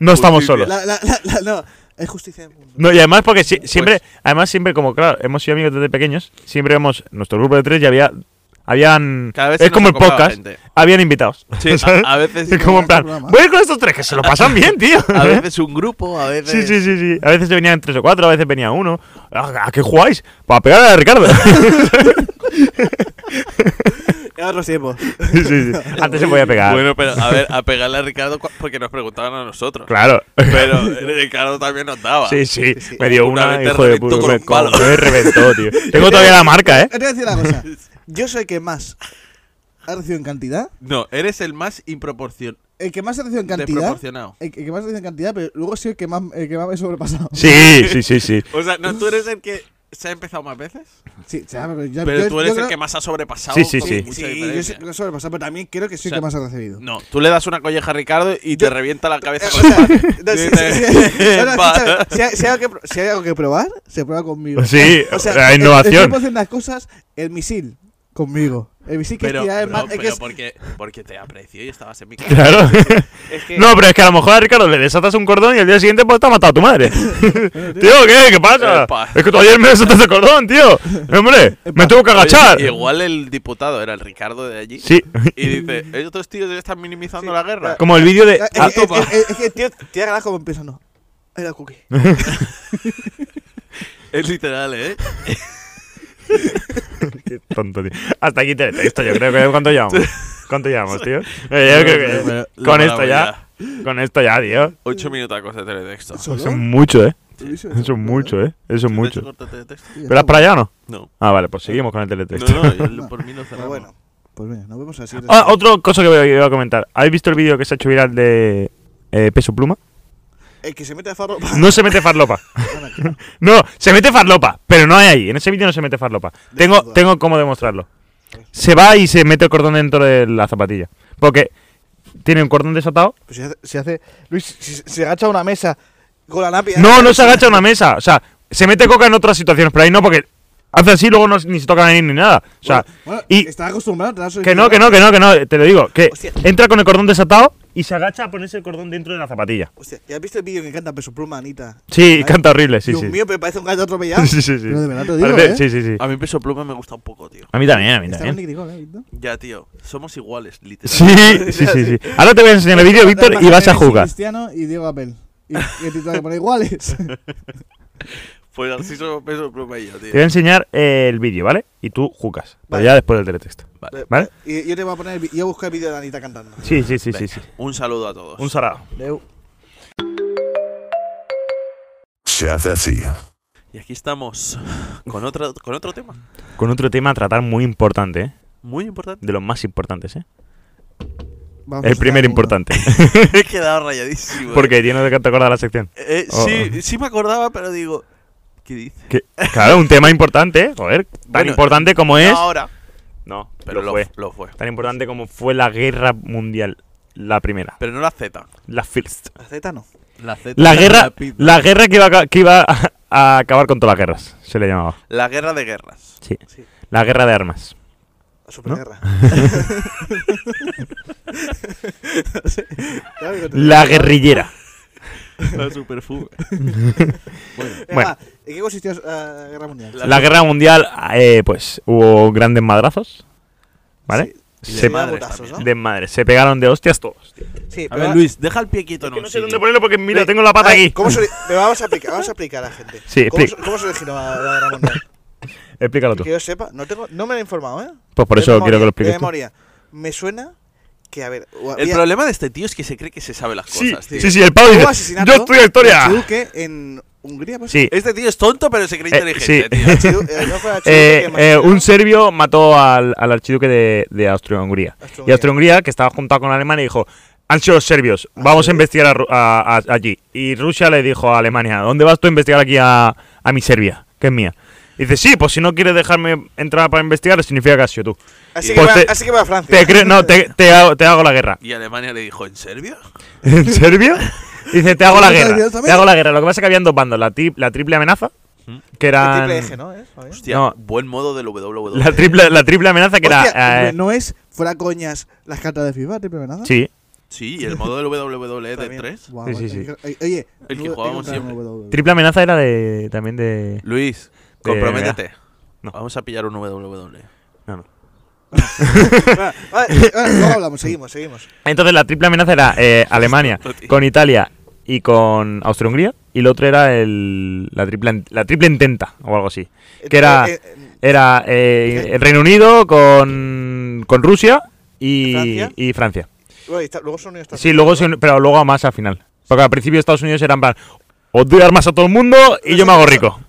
[SPEAKER 2] No estamos
[SPEAKER 1] Justicia.
[SPEAKER 2] solos.
[SPEAKER 3] La, la, la, la- no, es justicia del mundo.
[SPEAKER 2] No, y además porque si- siempre, además siempre como claro, hemos sido amigos desde pequeños, siempre hemos, nuestro grupo de tres ya había, habían,
[SPEAKER 1] Cada vez se
[SPEAKER 2] es
[SPEAKER 1] nos
[SPEAKER 2] como el
[SPEAKER 1] acopla
[SPEAKER 2] podcast,
[SPEAKER 1] gente.
[SPEAKER 2] habían invitados. (laughs)
[SPEAKER 1] Sí,
[SPEAKER 2] ¿sabes?
[SPEAKER 1] a, a veces,
[SPEAKER 2] es como en plan,
[SPEAKER 3] programa.
[SPEAKER 2] voy a ir con estos tres que se lo pasan bien, tío. (laughs)
[SPEAKER 1] a veces un grupo, a veces.
[SPEAKER 2] ¿Eh? Sí, sí, sí, sí. A veces se venían tres o cuatro, a veces venía uno. (laughs) ¿A, a qué jugáis? Para pegar a Ricardo.
[SPEAKER 3] Era otros tiempos.
[SPEAKER 2] Sí, sí. Antes se podía pegar.
[SPEAKER 1] Bueno, pero a ver, a pegarle a Ricardo cu- porque nos preguntaban a nosotros.
[SPEAKER 2] (laughs) Claro.
[SPEAKER 1] Pero eh, Ricardo también nos daba.
[SPEAKER 2] Sí, sí.
[SPEAKER 3] sí.
[SPEAKER 2] Me dio
[SPEAKER 1] Una
[SPEAKER 2] una,
[SPEAKER 1] vez te
[SPEAKER 2] hijo de
[SPEAKER 1] reventó
[SPEAKER 2] puta.
[SPEAKER 1] con
[SPEAKER 2] Me,
[SPEAKER 1] un palo.
[SPEAKER 2] me reventó,
[SPEAKER 1] (laughs)
[SPEAKER 2] tío. Tengo todavía la marca, ¿eh?
[SPEAKER 3] Te voy a decir
[SPEAKER 2] (laughs)
[SPEAKER 3] una cosa. Yo soy el que más ha recibido en cantidad.
[SPEAKER 1] No, eres el más improporcion...
[SPEAKER 3] El que más ha recibido en cantidad.
[SPEAKER 1] desproporcionado.
[SPEAKER 3] El que el que más ha recibido en cantidad, pero luego sí el que más, el que más me he sobrepasado.
[SPEAKER 2] Sí, sí, sí, sí.
[SPEAKER 1] O sea, no, tú eres el que se ha empezado más veces,
[SPEAKER 3] Sí, o sea, pero, yo-
[SPEAKER 1] pero
[SPEAKER 3] yo-
[SPEAKER 1] tú eres
[SPEAKER 3] yo creo-
[SPEAKER 1] el que más ha sobrepasado.
[SPEAKER 2] Sí, sí,
[SPEAKER 1] con
[SPEAKER 2] sí.
[SPEAKER 1] mucha
[SPEAKER 3] Sí, yo
[SPEAKER 1] diferencia.
[SPEAKER 3] sí que lo he sobrepasado, pero también creo que
[SPEAKER 1] O
[SPEAKER 3] soy
[SPEAKER 1] sea,
[SPEAKER 3] el que más ha recibido.
[SPEAKER 1] No, tú le das una colleja a Ricardo y te revienta la cabeza
[SPEAKER 3] Eh,
[SPEAKER 1] con el (laughs)
[SPEAKER 3] (laughs) o sea,
[SPEAKER 1] pan. (laughs)
[SPEAKER 3] no, sí, sí, sí. (laughs) No, no, escúchame, si, hay, si hay algo que, pro- si hay algo que probar, se prueba conmigo.
[SPEAKER 2] Sí, la
[SPEAKER 1] eh,
[SPEAKER 3] el- El,
[SPEAKER 2] innovación.
[SPEAKER 3] tiempo de hacer las cosas, el misil, conmigo. El misil (laughs) que
[SPEAKER 1] Pero,
[SPEAKER 3] es tirar el
[SPEAKER 1] no,
[SPEAKER 3] mar- es que
[SPEAKER 1] pero
[SPEAKER 3] es-
[SPEAKER 1] porque, porque te apreció y estabas
[SPEAKER 2] (laughs)
[SPEAKER 1] en mi casa.
[SPEAKER 2] Claro.
[SPEAKER 1] Es que-
[SPEAKER 2] (laughs) No, pero es que a lo mejor a Ricardo le desatas un cordón y al día siguiente pues te ha matado a tu madre. (laughs) tío, ¿qué? ¿Qué pasa?
[SPEAKER 1] Epa.
[SPEAKER 2] Es que tú ayer me desataste el cordón, tío.
[SPEAKER 1] (laughs)
[SPEAKER 2] Hombre, me tuvo que
[SPEAKER 1] Eh, Oye,
[SPEAKER 2] agachar.
[SPEAKER 1] Igual el diputado era el Ricardo de allí.
[SPEAKER 2] Sí. (laughs)
[SPEAKER 1] Y dice, estos tíos ya están minimizando la guerra.
[SPEAKER 2] Como el vídeo de...
[SPEAKER 3] eh,
[SPEAKER 2] ah,
[SPEAKER 3] eh, eh, eh, es que tío, te ganas como empieza, no.
[SPEAKER 1] (laughs)
[SPEAKER 3] Era cookie.
[SPEAKER 1] Es literal, ¿eh?
[SPEAKER 2] qué tonto, tío. Hasta aquí teletexto, yo creo que... ¿Cuánto llevamos? ¿Cuánto llevamos, tío? Eh, Yo creo que...
[SPEAKER 1] La
[SPEAKER 2] Con esto ya...
[SPEAKER 1] maravilla.
[SPEAKER 2] Con esto ya, tío.
[SPEAKER 1] Ocho minutacos de teletexto.
[SPEAKER 2] Eso es mucho, ¿eh? Eso es mucho, ¿eh? Eso es
[SPEAKER 1] ¿Te has hecho
[SPEAKER 2] mucho.
[SPEAKER 1] corto teletexto?
[SPEAKER 2] ¿Verás para allá o no?
[SPEAKER 1] No.
[SPEAKER 2] Ah, vale, pues seguimos con el teletexto.
[SPEAKER 1] No, no, yo por mí
[SPEAKER 3] (laughs)
[SPEAKER 1] lo
[SPEAKER 3] Pero
[SPEAKER 1] cerramos.
[SPEAKER 3] Ah, bueno, pues venga, nos vemos así.
[SPEAKER 2] (laughs) Ah, otra cosa que voy a comentar. ¿Habéis visto el vídeo que se ha hecho viral de eh, Peso Pluma?
[SPEAKER 3] El que se mete a farro.
[SPEAKER 2] No se mete farlopa. (laughs) No, se mete farlopa, pero no hay ahí. En ese vídeo no se mete farlopa. Tengo, tengo cómo demostrarlo. Se va y se mete el cordón dentro de la zapatilla. Porque tiene un cordón desatado.
[SPEAKER 3] Pues si hace, si hace- Luis, si, si se agacha a una mesa con la lápida.
[SPEAKER 2] No,
[SPEAKER 3] (laughs)
[SPEAKER 2] no se agacha a una mesa. O sea, se mete coca en otras situaciones, pero ahí no, porque hace así, luego no, ni se toca a nadie ni nada. O sea,
[SPEAKER 3] Bueno,
[SPEAKER 2] y
[SPEAKER 3] estás acostumbrado, te das
[SPEAKER 2] que no, que no, que no, que no, te lo digo. Que
[SPEAKER 3] Hostia.
[SPEAKER 2] entra con el cordón desatado y se agacha a ponerse el cordón dentro de la zapatilla.
[SPEAKER 3] Hostia, ¿ya has visto el vídeo que canta Peso Pluma, Anita?
[SPEAKER 2] Sí,
[SPEAKER 3] Ay,
[SPEAKER 2] canta horrible, sí,
[SPEAKER 3] Dios
[SPEAKER 2] sí. (laughs)
[SPEAKER 3] mío, pero parece un gato atropellado.
[SPEAKER 2] Sí, sí, sí.
[SPEAKER 3] Pero de verdad te digo,
[SPEAKER 2] Parece- Sí,
[SPEAKER 3] ¿eh?
[SPEAKER 2] sí, sí.
[SPEAKER 1] A mí Peso Pluma me gusta un poco, tío.
[SPEAKER 2] A mí también, a mí
[SPEAKER 3] Está
[SPEAKER 2] también.
[SPEAKER 3] Nicky Nicole, ¿eh, Víctor?
[SPEAKER 1] Ya, tío. Somos iguales, literal.
[SPEAKER 2] (laughs) Sí, sí, sí, sí. Ahora te voy a enseñar el vídeo, Víctor, y
[SPEAKER 3] Además,
[SPEAKER 2] vas a
[SPEAKER 3] Messi,
[SPEAKER 2] jugar.
[SPEAKER 3] Cristiano y Diego Apel. Y, y el titular que
[SPEAKER 2] (laughs)
[SPEAKER 3] pone iguales.
[SPEAKER 1] Pues así somos Peso Pluma y yo, tío.
[SPEAKER 2] Te voy a enseñar eh, el vídeo, ¿vale? Y tú jugas. Pero
[SPEAKER 3] Vale.
[SPEAKER 2] ya después del teletexto.
[SPEAKER 1] Vale.
[SPEAKER 2] ¿Vale?
[SPEAKER 3] y yo te voy a poner. el vi- Yo busco el vídeo de Anita cantando.
[SPEAKER 2] Sí, sí, sí, sí.
[SPEAKER 1] Venga, pues.
[SPEAKER 2] sí.
[SPEAKER 1] Un saludo a todos.
[SPEAKER 2] Un sarao.
[SPEAKER 5] Se hace así.
[SPEAKER 1] y aquí estamos con otro, con otro tema
[SPEAKER 2] Con otro tema a tratar muy importante, ¿eh?
[SPEAKER 1] muy
[SPEAKER 2] (laughs)
[SPEAKER 1] importante. (laughs)
[SPEAKER 2] De los más importantes, ¿eh?
[SPEAKER 3] Vamos a
[SPEAKER 2] El
[SPEAKER 3] sacar
[SPEAKER 2] primer
[SPEAKER 3] uno. (laughs)
[SPEAKER 2] importante. (laughs)
[SPEAKER 1] He quedado rayadísimo. eh.
[SPEAKER 2] Porque tiene que te acuerdas la sección.
[SPEAKER 1] Eh,
[SPEAKER 2] Oh.
[SPEAKER 1] sí, sí me acordaba, pero digo, ¿qué dice?
[SPEAKER 2] Que- claro, un tema importante, ¿eh? Joder. Tan
[SPEAKER 1] Bueno,
[SPEAKER 2] importante como es.
[SPEAKER 1] No ahora,
[SPEAKER 2] No,
[SPEAKER 1] pero lo fue. lo fue.
[SPEAKER 2] Tan importante como fue la guerra mundial. La primera.
[SPEAKER 1] Pero no la Z.
[SPEAKER 2] La first.
[SPEAKER 3] La Z no.
[SPEAKER 1] La Z.
[SPEAKER 2] La
[SPEAKER 1] era
[SPEAKER 2] guerra,
[SPEAKER 1] pizza.
[SPEAKER 2] la guerra que iba, a, ca- que iba a- a acabar con todas las guerras, se le llamaba.
[SPEAKER 1] La guerra de
[SPEAKER 2] (laughs)
[SPEAKER 1] guerras.
[SPEAKER 2] Sí.
[SPEAKER 3] Sí.
[SPEAKER 2] La guerra de armas. (laughs)
[SPEAKER 3] La superguerra. (laughs) No sé. Ya digo, te-
[SPEAKER 2] La guerrillera.
[SPEAKER 1] La
[SPEAKER 2] (laughs)
[SPEAKER 1] superfuga.
[SPEAKER 3] Venga,
[SPEAKER 2] bueno.
[SPEAKER 3] va, ¿En qué consistió la guerra mundial?
[SPEAKER 1] La-
[SPEAKER 2] La guerra mundial, eh, pues hubo grandes madrazos. ¿Vale?
[SPEAKER 1] Sí.
[SPEAKER 2] Se,
[SPEAKER 1] Sí. madres
[SPEAKER 3] ¿no?
[SPEAKER 1] también.
[SPEAKER 2] desmadre, se pegaron de hostias todos. tío.
[SPEAKER 3] Sí,
[SPEAKER 1] A
[SPEAKER 3] pero
[SPEAKER 1] ver,
[SPEAKER 3] va-
[SPEAKER 1] Luis, deja el pie quieto en un
[SPEAKER 2] No sé dónde
[SPEAKER 1] sitio.
[SPEAKER 2] ponerlo porque mira,
[SPEAKER 3] Ve-
[SPEAKER 2] tengo la pata
[SPEAKER 3] a ver,
[SPEAKER 2] aquí.
[SPEAKER 3] ¿Cómo se le- pero vamos a explicar, vamos a explicar a la gente.
[SPEAKER 2] Sí,
[SPEAKER 3] ¿Cómo,
[SPEAKER 2] explica.
[SPEAKER 3] se- ¿Cómo se originó la, la
[SPEAKER 2] (laughs)
[SPEAKER 3] guerra mundial?
[SPEAKER 2] Explícalo tú.
[SPEAKER 3] Que yo sepa, no, tengo, no me lo he informado, ¿eh?
[SPEAKER 2] Pues por
[SPEAKER 3] De
[SPEAKER 2] eso quiero que lo
[SPEAKER 3] memoria,
[SPEAKER 2] expliques.
[SPEAKER 3] De
[SPEAKER 2] tú.
[SPEAKER 3] memoria. Me suena que, a ver.
[SPEAKER 1] El problema de este tío es que se cree que se sabe las
[SPEAKER 2] Sí,
[SPEAKER 1] cosas, tío.
[SPEAKER 2] sí, sí, el Pablo
[SPEAKER 3] Hubo
[SPEAKER 2] dice:
[SPEAKER 3] asesinato
[SPEAKER 2] Yo estudio historia.
[SPEAKER 3] de Churuque en Hungría, pues.
[SPEAKER 2] Sí.
[SPEAKER 1] Este tío es tonto, pero se cree
[SPEAKER 2] Eh, sí.
[SPEAKER 1] inteligente, tío.
[SPEAKER 3] Chiru- eh,
[SPEAKER 2] (laughs)
[SPEAKER 3] no fue a Churuque,
[SPEAKER 2] Eh,
[SPEAKER 3] que
[SPEAKER 2] eh,
[SPEAKER 3] mató,
[SPEAKER 2] un
[SPEAKER 3] ¿no?
[SPEAKER 2] serbio mató al, al archiduque de, de Austria-Hungría. Y
[SPEAKER 3] Austria-Hungría.
[SPEAKER 2] Austria-Hungría, que estaba juntado con Alemania, dijo, han sido los serbios, vamos a investigar a Ru- a- a- allí. Y Rusia le dijo a Alemania, ¿dónde vas tú a investigar aquí a, a mi Serbia, que es mía? Y dice, sí, pues si no quieres dejarme entrar para investigar, significa que has sido tú.
[SPEAKER 3] Así,
[SPEAKER 2] Pues
[SPEAKER 3] que va,
[SPEAKER 2] te-
[SPEAKER 3] así que va a Francia. ¿eh?
[SPEAKER 2] Te cre- no, te, te hago, te hago la
[SPEAKER 3] (laughs)
[SPEAKER 2] guerra.
[SPEAKER 1] Y Alemania le dijo, ¿en serio?
[SPEAKER 2] ¿En Serbia? Dice, te hago la guerra.
[SPEAKER 3] También.
[SPEAKER 2] Te hago la guerra. Lo que pasa es que habían dos bandos, la, tri- la triple amenaza, que
[SPEAKER 3] El
[SPEAKER 2] era...
[SPEAKER 3] triple eje, ¿no? ¿Eh? ¿Está bien?
[SPEAKER 1] Hostia,
[SPEAKER 2] No.
[SPEAKER 1] buen modo del WWE.
[SPEAKER 2] La triple, la triple amenaza que
[SPEAKER 3] Hostia,
[SPEAKER 2] era... eh,
[SPEAKER 3] no es fuera coñas las cartas de FIFA, triple amenaza.
[SPEAKER 2] sí,
[SPEAKER 1] Sí, y el modo del WWE de 3.
[SPEAKER 3] Guau,
[SPEAKER 2] Sí, sí, sí.
[SPEAKER 3] hay que- hay- Oye,
[SPEAKER 1] El que
[SPEAKER 3] hay
[SPEAKER 1] jugábamos
[SPEAKER 3] comprar
[SPEAKER 1] siempre.
[SPEAKER 3] un WWE.
[SPEAKER 2] Triple amenaza era de también de.
[SPEAKER 1] Luis,
[SPEAKER 2] De
[SPEAKER 1] comprométete.
[SPEAKER 2] eh, No.
[SPEAKER 1] Vamos a pillar un WWE.
[SPEAKER 2] No, no.
[SPEAKER 3] Vale, vale, vale, eh, luego
[SPEAKER 2] (laughs)
[SPEAKER 3] hablamos, seguimos, seguimos.
[SPEAKER 2] Entonces la triple amenaza era eh, Alemania con Italia y con Austria-Hungría y el otro era el, la triple la triple intenta o algo así que era
[SPEAKER 3] Eh, eh,
[SPEAKER 2] era eh, el Reino Unido con con, con Rusia y
[SPEAKER 3] ¿Francia?
[SPEAKER 2] y Francia.
[SPEAKER 3] Bueno, y está- luego Estados Unidos está.
[SPEAKER 2] Sí, luego, se un- pero luego a más al final. Porque al principio Estados Unidos era en plan, os doy armas a todo el mundo y yo me hago rico.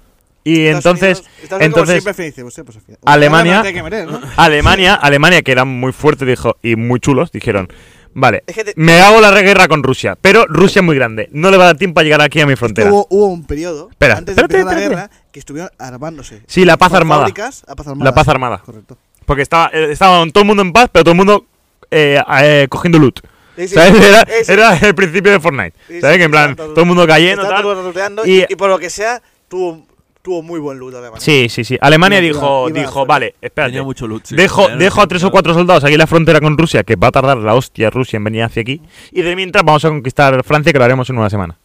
[SPEAKER 2] Y
[SPEAKER 3] Estados
[SPEAKER 2] entonces,
[SPEAKER 3] Unidos- Estados Unidos, como
[SPEAKER 2] entonces
[SPEAKER 3] siempre, feliz, pues, sí, pues, al final.
[SPEAKER 2] Alemania-
[SPEAKER 3] Ahora no te hay que meter, ¿no?
[SPEAKER 2] Alemania, Alemania que eran muy fuertes dijo, y muy chulos, dijeron, vale,
[SPEAKER 3] Es que te-
[SPEAKER 2] me hago la guerra con Rusia, pero Rusia es muy grande, no le va a dar tiempo a llegar aquí a mi frontera.
[SPEAKER 3] Hubo, hubo un periodo
[SPEAKER 2] Espera,
[SPEAKER 3] antes de
[SPEAKER 2] espérate,
[SPEAKER 3] empezar la
[SPEAKER 2] espérate.
[SPEAKER 3] guerra que estuvieron armándose.
[SPEAKER 2] Sí, la paz
[SPEAKER 3] Con
[SPEAKER 2] armada.
[SPEAKER 3] fábricas, a paz armada.
[SPEAKER 2] La paz armada.
[SPEAKER 3] Correcto.
[SPEAKER 2] Porque estaba, eh, estaba todo el mundo en paz, pero todo el mundo eh, eh, cogiendo loot.
[SPEAKER 3] Sí, sí,
[SPEAKER 2] ¿Sabes?
[SPEAKER 3] sí,
[SPEAKER 2] Era,
[SPEAKER 3] sí, sí.
[SPEAKER 2] era el principio de Fortnite.
[SPEAKER 3] Sí,
[SPEAKER 2] ¿Sabes?
[SPEAKER 3] sí,
[SPEAKER 2] que en plan,
[SPEAKER 3] está todo-
[SPEAKER 2] todo el mundo cayendo.
[SPEAKER 3] Está
[SPEAKER 2] tal.
[SPEAKER 3] todo roteando
[SPEAKER 2] Y-
[SPEAKER 3] y, y por lo que sea, tuvo, tuvo muy buen loot Alemania.
[SPEAKER 2] Sí, sí, sí. Alemania
[SPEAKER 3] Iba-
[SPEAKER 2] dijo,
[SPEAKER 3] iba- iba
[SPEAKER 2] dijo
[SPEAKER 3] solo.
[SPEAKER 2] vale, espérate.
[SPEAKER 1] Tenía mucho loot. sí.
[SPEAKER 2] dejo
[SPEAKER 1] Tenía
[SPEAKER 2] dejo a tres o
[SPEAKER 1] mucho-
[SPEAKER 2] cuatro soldados aquí en la frontera con Rusia, que va a tardar la hostia Rusia en venir hacia aquí. Y de mientras vamos a conquistar Francia, que lo haremos en una semana.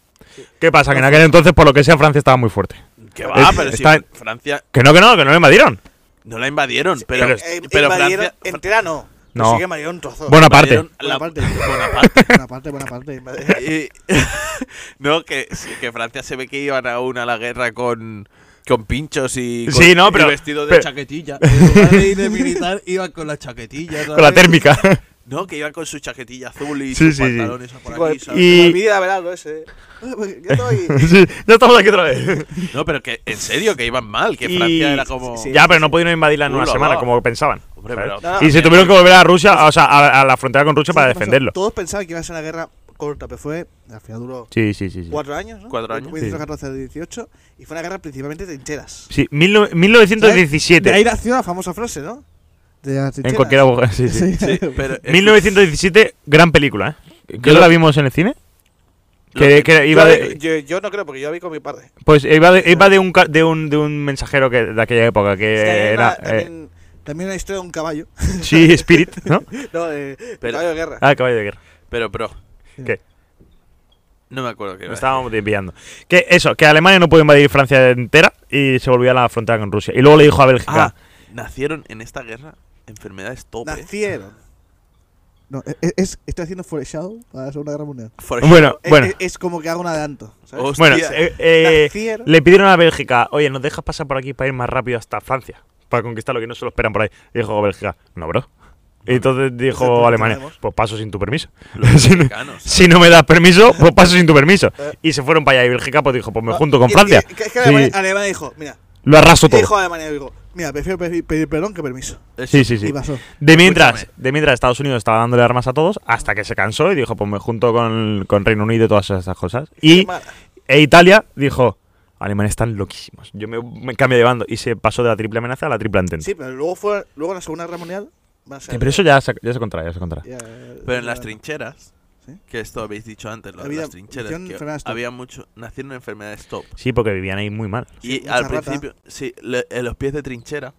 [SPEAKER 2] ¿Qué pasa? Que en aquel entonces, por lo que sea, Francia estaba muy fuerte.
[SPEAKER 1] Que va,
[SPEAKER 2] Es-
[SPEAKER 1] pero si
[SPEAKER 2] está-
[SPEAKER 1] Francia
[SPEAKER 2] Que no, que no, que no le invadieron.
[SPEAKER 1] no la invadieron, pero,
[SPEAKER 2] pero-
[SPEAKER 1] pero,
[SPEAKER 3] Eh, invadieron
[SPEAKER 1] Francia.
[SPEAKER 3] entera no.
[SPEAKER 2] No.
[SPEAKER 3] No. Sí que Oh, invadieron trozos.
[SPEAKER 2] Bueno, aparte.
[SPEAKER 1] invadieron la-
[SPEAKER 3] Buena
[SPEAKER 1] (laughs)
[SPEAKER 3] parte.
[SPEAKER 1] buena parte.
[SPEAKER 3] Buena parte, buena parte. invadieron.
[SPEAKER 1] Y- (laughs) no, que, sí, que Francia se ve que iban aún a la guerra con, con pinchos y, con-
[SPEAKER 2] Sí, no,
[SPEAKER 1] y
[SPEAKER 2] pero-
[SPEAKER 1] vestido de
[SPEAKER 2] pero- (laughs)
[SPEAKER 1] chaquetilla. En lugar de ir de militar, iban con la chaquetilla.
[SPEAKER 2] Con la
[SPEAKER 1] ¿sabes?
[SPEAKER 2] térmica.
[SPEAKER 1] No, que iban con su chaquetilla azul y
[SPEAKER 2] Sí,
[SPEAKER 1] sus
[SPEAKER 2] sí, sí.
[SPEAKER 1] pantalones a por
[SPEAKER 3] Con el-
[SPEAKER 1] aquí, ¿sabes?
[SPEAKER 2] Y-
[SPEAKER 3] con el vídeo de Abelardo ese. Ah, pues,
[SPEAKER 2] (laughs)
[SPEAKER 3] Yo estoy.
[SPEAKER 2] Sí, ya estamos aquí otra vez.
[SPEAKER 1] No, pero que en serio, que iban mal, que
[SPEAKER 2] Y-
[SPEAKER 1] Francia era como...
[SPEAKER 3] sí, sí.
[SPEAKER 2] Ya, pero no pudieron invadirla en
[SPEAKER 1] Uh,
[SPEAKER 2] una
[SPEAKER 1] la,
[SPEAKER 2] semana,
[SPEAKER 1] la.
[SPEAKER 2] como pensaban.
[SPEAKER 1] Hombre,
[SPEAKER 2] ¿sabes?
[SPEAKER 1] pero-
[SPEAKER 2] Y se tuvieron que volver a Rusia, o sea, a, a la frontera con Rusia para
[SPEAKER 3] ¿Sabes qué pasó?
[SPEAKER 2] defenderlo.
[SPEAKER 3] Todos pensaban que iba a ser una guerra corta, pero fue. Al final duró
[SPEAKER 2] Sí, sí, sí. sí.
[SPEAKER 3] cuatro años, ¿no?
[SPEAKER 1] Cuatro años.
[SPEAKER 3] 1914 al 18. Y fue una guerra principalmente de trincheras.
[SPEAKER 2] Sí, mil no- 1917.
[SPEAKER 3] De ahí nació la famosa frase, ¿no? De las
[SPEAKER 2] En
[SPEAKER 3] trincheras.
[SPEAKER 2] cualquier agujero. (laughs) Sí, sí.
[SPEAKER 1] Sí, pero-
[SPEAKER 2] 1917, gran película, ¿eh? ¿Que
[SPEAKER 1] Yo
[SPEAKER 2] la
[SPEAKER 1] lo-
[SPEAKER 2] vimos en el cine?
[SPEAKER 1] Lo que-
[SPEAKER 2] Que, que
[SPEAKER 3] Yo,
[SPEAKER 2] iba de,
[SPEAKER 3] yo, yo no creo, porque yo la vi con mi padre.
[SPEAKER 2] pues iba de, iba de, un, ca- de, un, de un mensajero que, de aquella época que
[SPEAKER 3] Es que hay
[SPEAKER 2] era...
[SPEAKER 3] una-
[SPEAKER 2] eh,
[SPEAKER 3] también, también una historia de un caballo. (laughs)
[SPEAKER 2] sí, Spirit, ¿no?
[SPEAKER 3] no, eh,
[SPEAKER 1] Pero-
[SPEAKER 3] caballo de guerra.
[SPEAKER 2] Ah, el caballo de guerra.
[SPEAKER 1] Pero, bro...
[SPEAKER 2] ¿Qué?
[SPEAKER 1] No me acuerdo qué
[SPEAKER 2] Nos
[SPEAKER 1] era.
[SPEAKER 2] estábamos desviando. Que eso, que Alemania no pudo invadir Francia entera y se volvió a la frontera con Rusia. Y luego le dijo a Bélgica...
[SPEAKER 1] Ah, nacieron en esta guerra enfermedades tope.
[SPEAKER 3] Nacieron. No, es, es- estoy haciendo foreshadow para la Segunda Guerra Mundial.
[SPEAKER 1] For-
[SPEAKER 2] bueno,
[SPEAKER 3] Es-
[SPEAKER 1] eh,
[SPEAKER 2] bueno,
[SPEAKER 3] Es, es como que hago un adelanto. ¿sabes?
[SPEAKER 1] Hostia.
[SPEAKER 2] bueno eh, eh,
[SPEAKER 3] Nacieron.
[SPEAKER 2] le pidieron a Bélgica, oye, ¿nos dejas pasar por aquí para ir más rápido hasta Francia? Para conquistar lo que no se lo esperan por ahí. Y dijo Bélgica, no, bro. Y entonces
[SPEAKER 3] Entonces, ¿por
[SPEAKER 2] dijo
[SPEAKER 3] qué
[SPEAKER 2] Alemania,
[SPEAKER 3] tenemos?
[SPEAKER 2] pues paso sin tu permiso.
[SPEAKER 1] Los
[SPEAKER 2] Si no-
[SPEAKER 1] americanos, ¿sabes?
[SPEAKER 2] si no me das
[SPEAKER 3] (laughs)
[SPEAKER 2] permiso, pues paso sin tu permiso.
[SPEAKER 3] Eh.
[SPEAKER 2] Y se fueron para allá y Bélgica pues dijo, pues me
[SPEAKER 3] Ah,
[SPEAKER 2] junto con
[SPEAKER 3] y-
[SPEAKER 2] Francia.
[SPEAKER 3] y- que- que
[SPEAKER 2] Sí,
[SPEAKER 3] Alemania, Alemania dijo, mira,
[SPEAKER 2] lo arraso todo.
[SPEAKER 3] dijo Alemania, digo, mira, prefiero pedir, pedir perdón que permiso.
[SPEAKER 1] Eso.
[SPEAKER 2] Sí, sí, sí.
[SPEAKER 3] Y pasó.
[SPEAKER 2] De mientras,
[SPEAKER 1] Escúchame.
[SPEAKER 2] de mientras Estados Unidos estaba dándole armas a todos hasta que se cansó y dijo, pues me junto con, con Reino Unido y todas esas cosas. Y
[SPEAKER 3] Mala.
[SPEAKER 2] e Italia dijo, alemanes están loquísimos. Yo me, me cambio de bando. Y se pasó de la triple amenaza a la triple entente.
[SPEAKER 3] Sí, pero luego fue, luego en la Segunda Guerra Mundial. va a ser-
[SPEAKER 2] Sí, pero eso ya se, ya se contará, ya se contará.
[SPEAKER 3] ya-
[SPEAKER 1] Pero en las
[SPEAKER 3] ya-
[SPEAKER 1] trincheras,
[SPEAKER 3] ¿Sí?
[SPEAKER 1] que esto habéis dicho antes, lo de
[SPEAKER 3] Había-
[SPEAKER 1] las trincheras,
[SPEAKER 3] hicieron
[SPEAKER 1] que
[SPEAKER 3] enfermedades top.
[SPEAKER 1] había mucho, nacieron enfermedades top.
[SPEAKER 2] Sí, porque vivían ahí muy mal.
[SPEAKER 1] Y
[SPEAKER 3] mucha
[SPEAKER 1] al
[SPEAKER 3] rata.
[SPEAKER 1] principio, sí, le- en los pies de trinchera,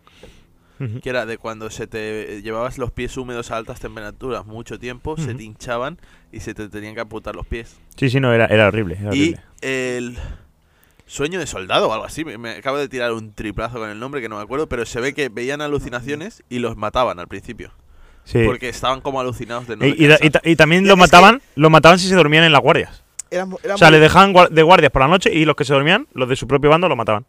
[SPEAKER 2] Ujú.
[SPEAKER 1] que era de cuando se te llevabas los pies húmedos a altas temperaturas mucho tiempo, se
[SPEAKER 2] Ujú.
[SPEAKER 1] te hinchaban y se te tenían que amputar los pies.
[SPEAKER 2] Sí, sí, no, era, era horrible. era
[SPEAKER 1] Y
[SPEAKER 2] horrible.
[SPEAKER 1] el sueño de soldado o algo así, me, me acabo de tirar un triplazo con el nombre que no me acuerdo, pero se ve que veían alucinaciones y los mataban al principio.
[SPEAKER 2] Sí.
[SPEAKER 1] Porque estaban como alucinados de no
[SPEAKER 2] Y- y, da- y
[SPEAKER 1] descansar.
[SPEAKER 2] ta- y también
[SPEAKER 3] Es
[SPEAKER 2] lo
[SPEAKER 3] que-
[SPEAKER 2] mataban, lo mataban si se dormían en las guardias.
[SPEAKER 3] Era, mu- era
[SPEAKER 2] O sea,
[SPEAKER 3] muy-
[SPEAKER 2] les dejaban guar- de guardias por la noche y los que se dormían, los de su propio bando, lo mataban.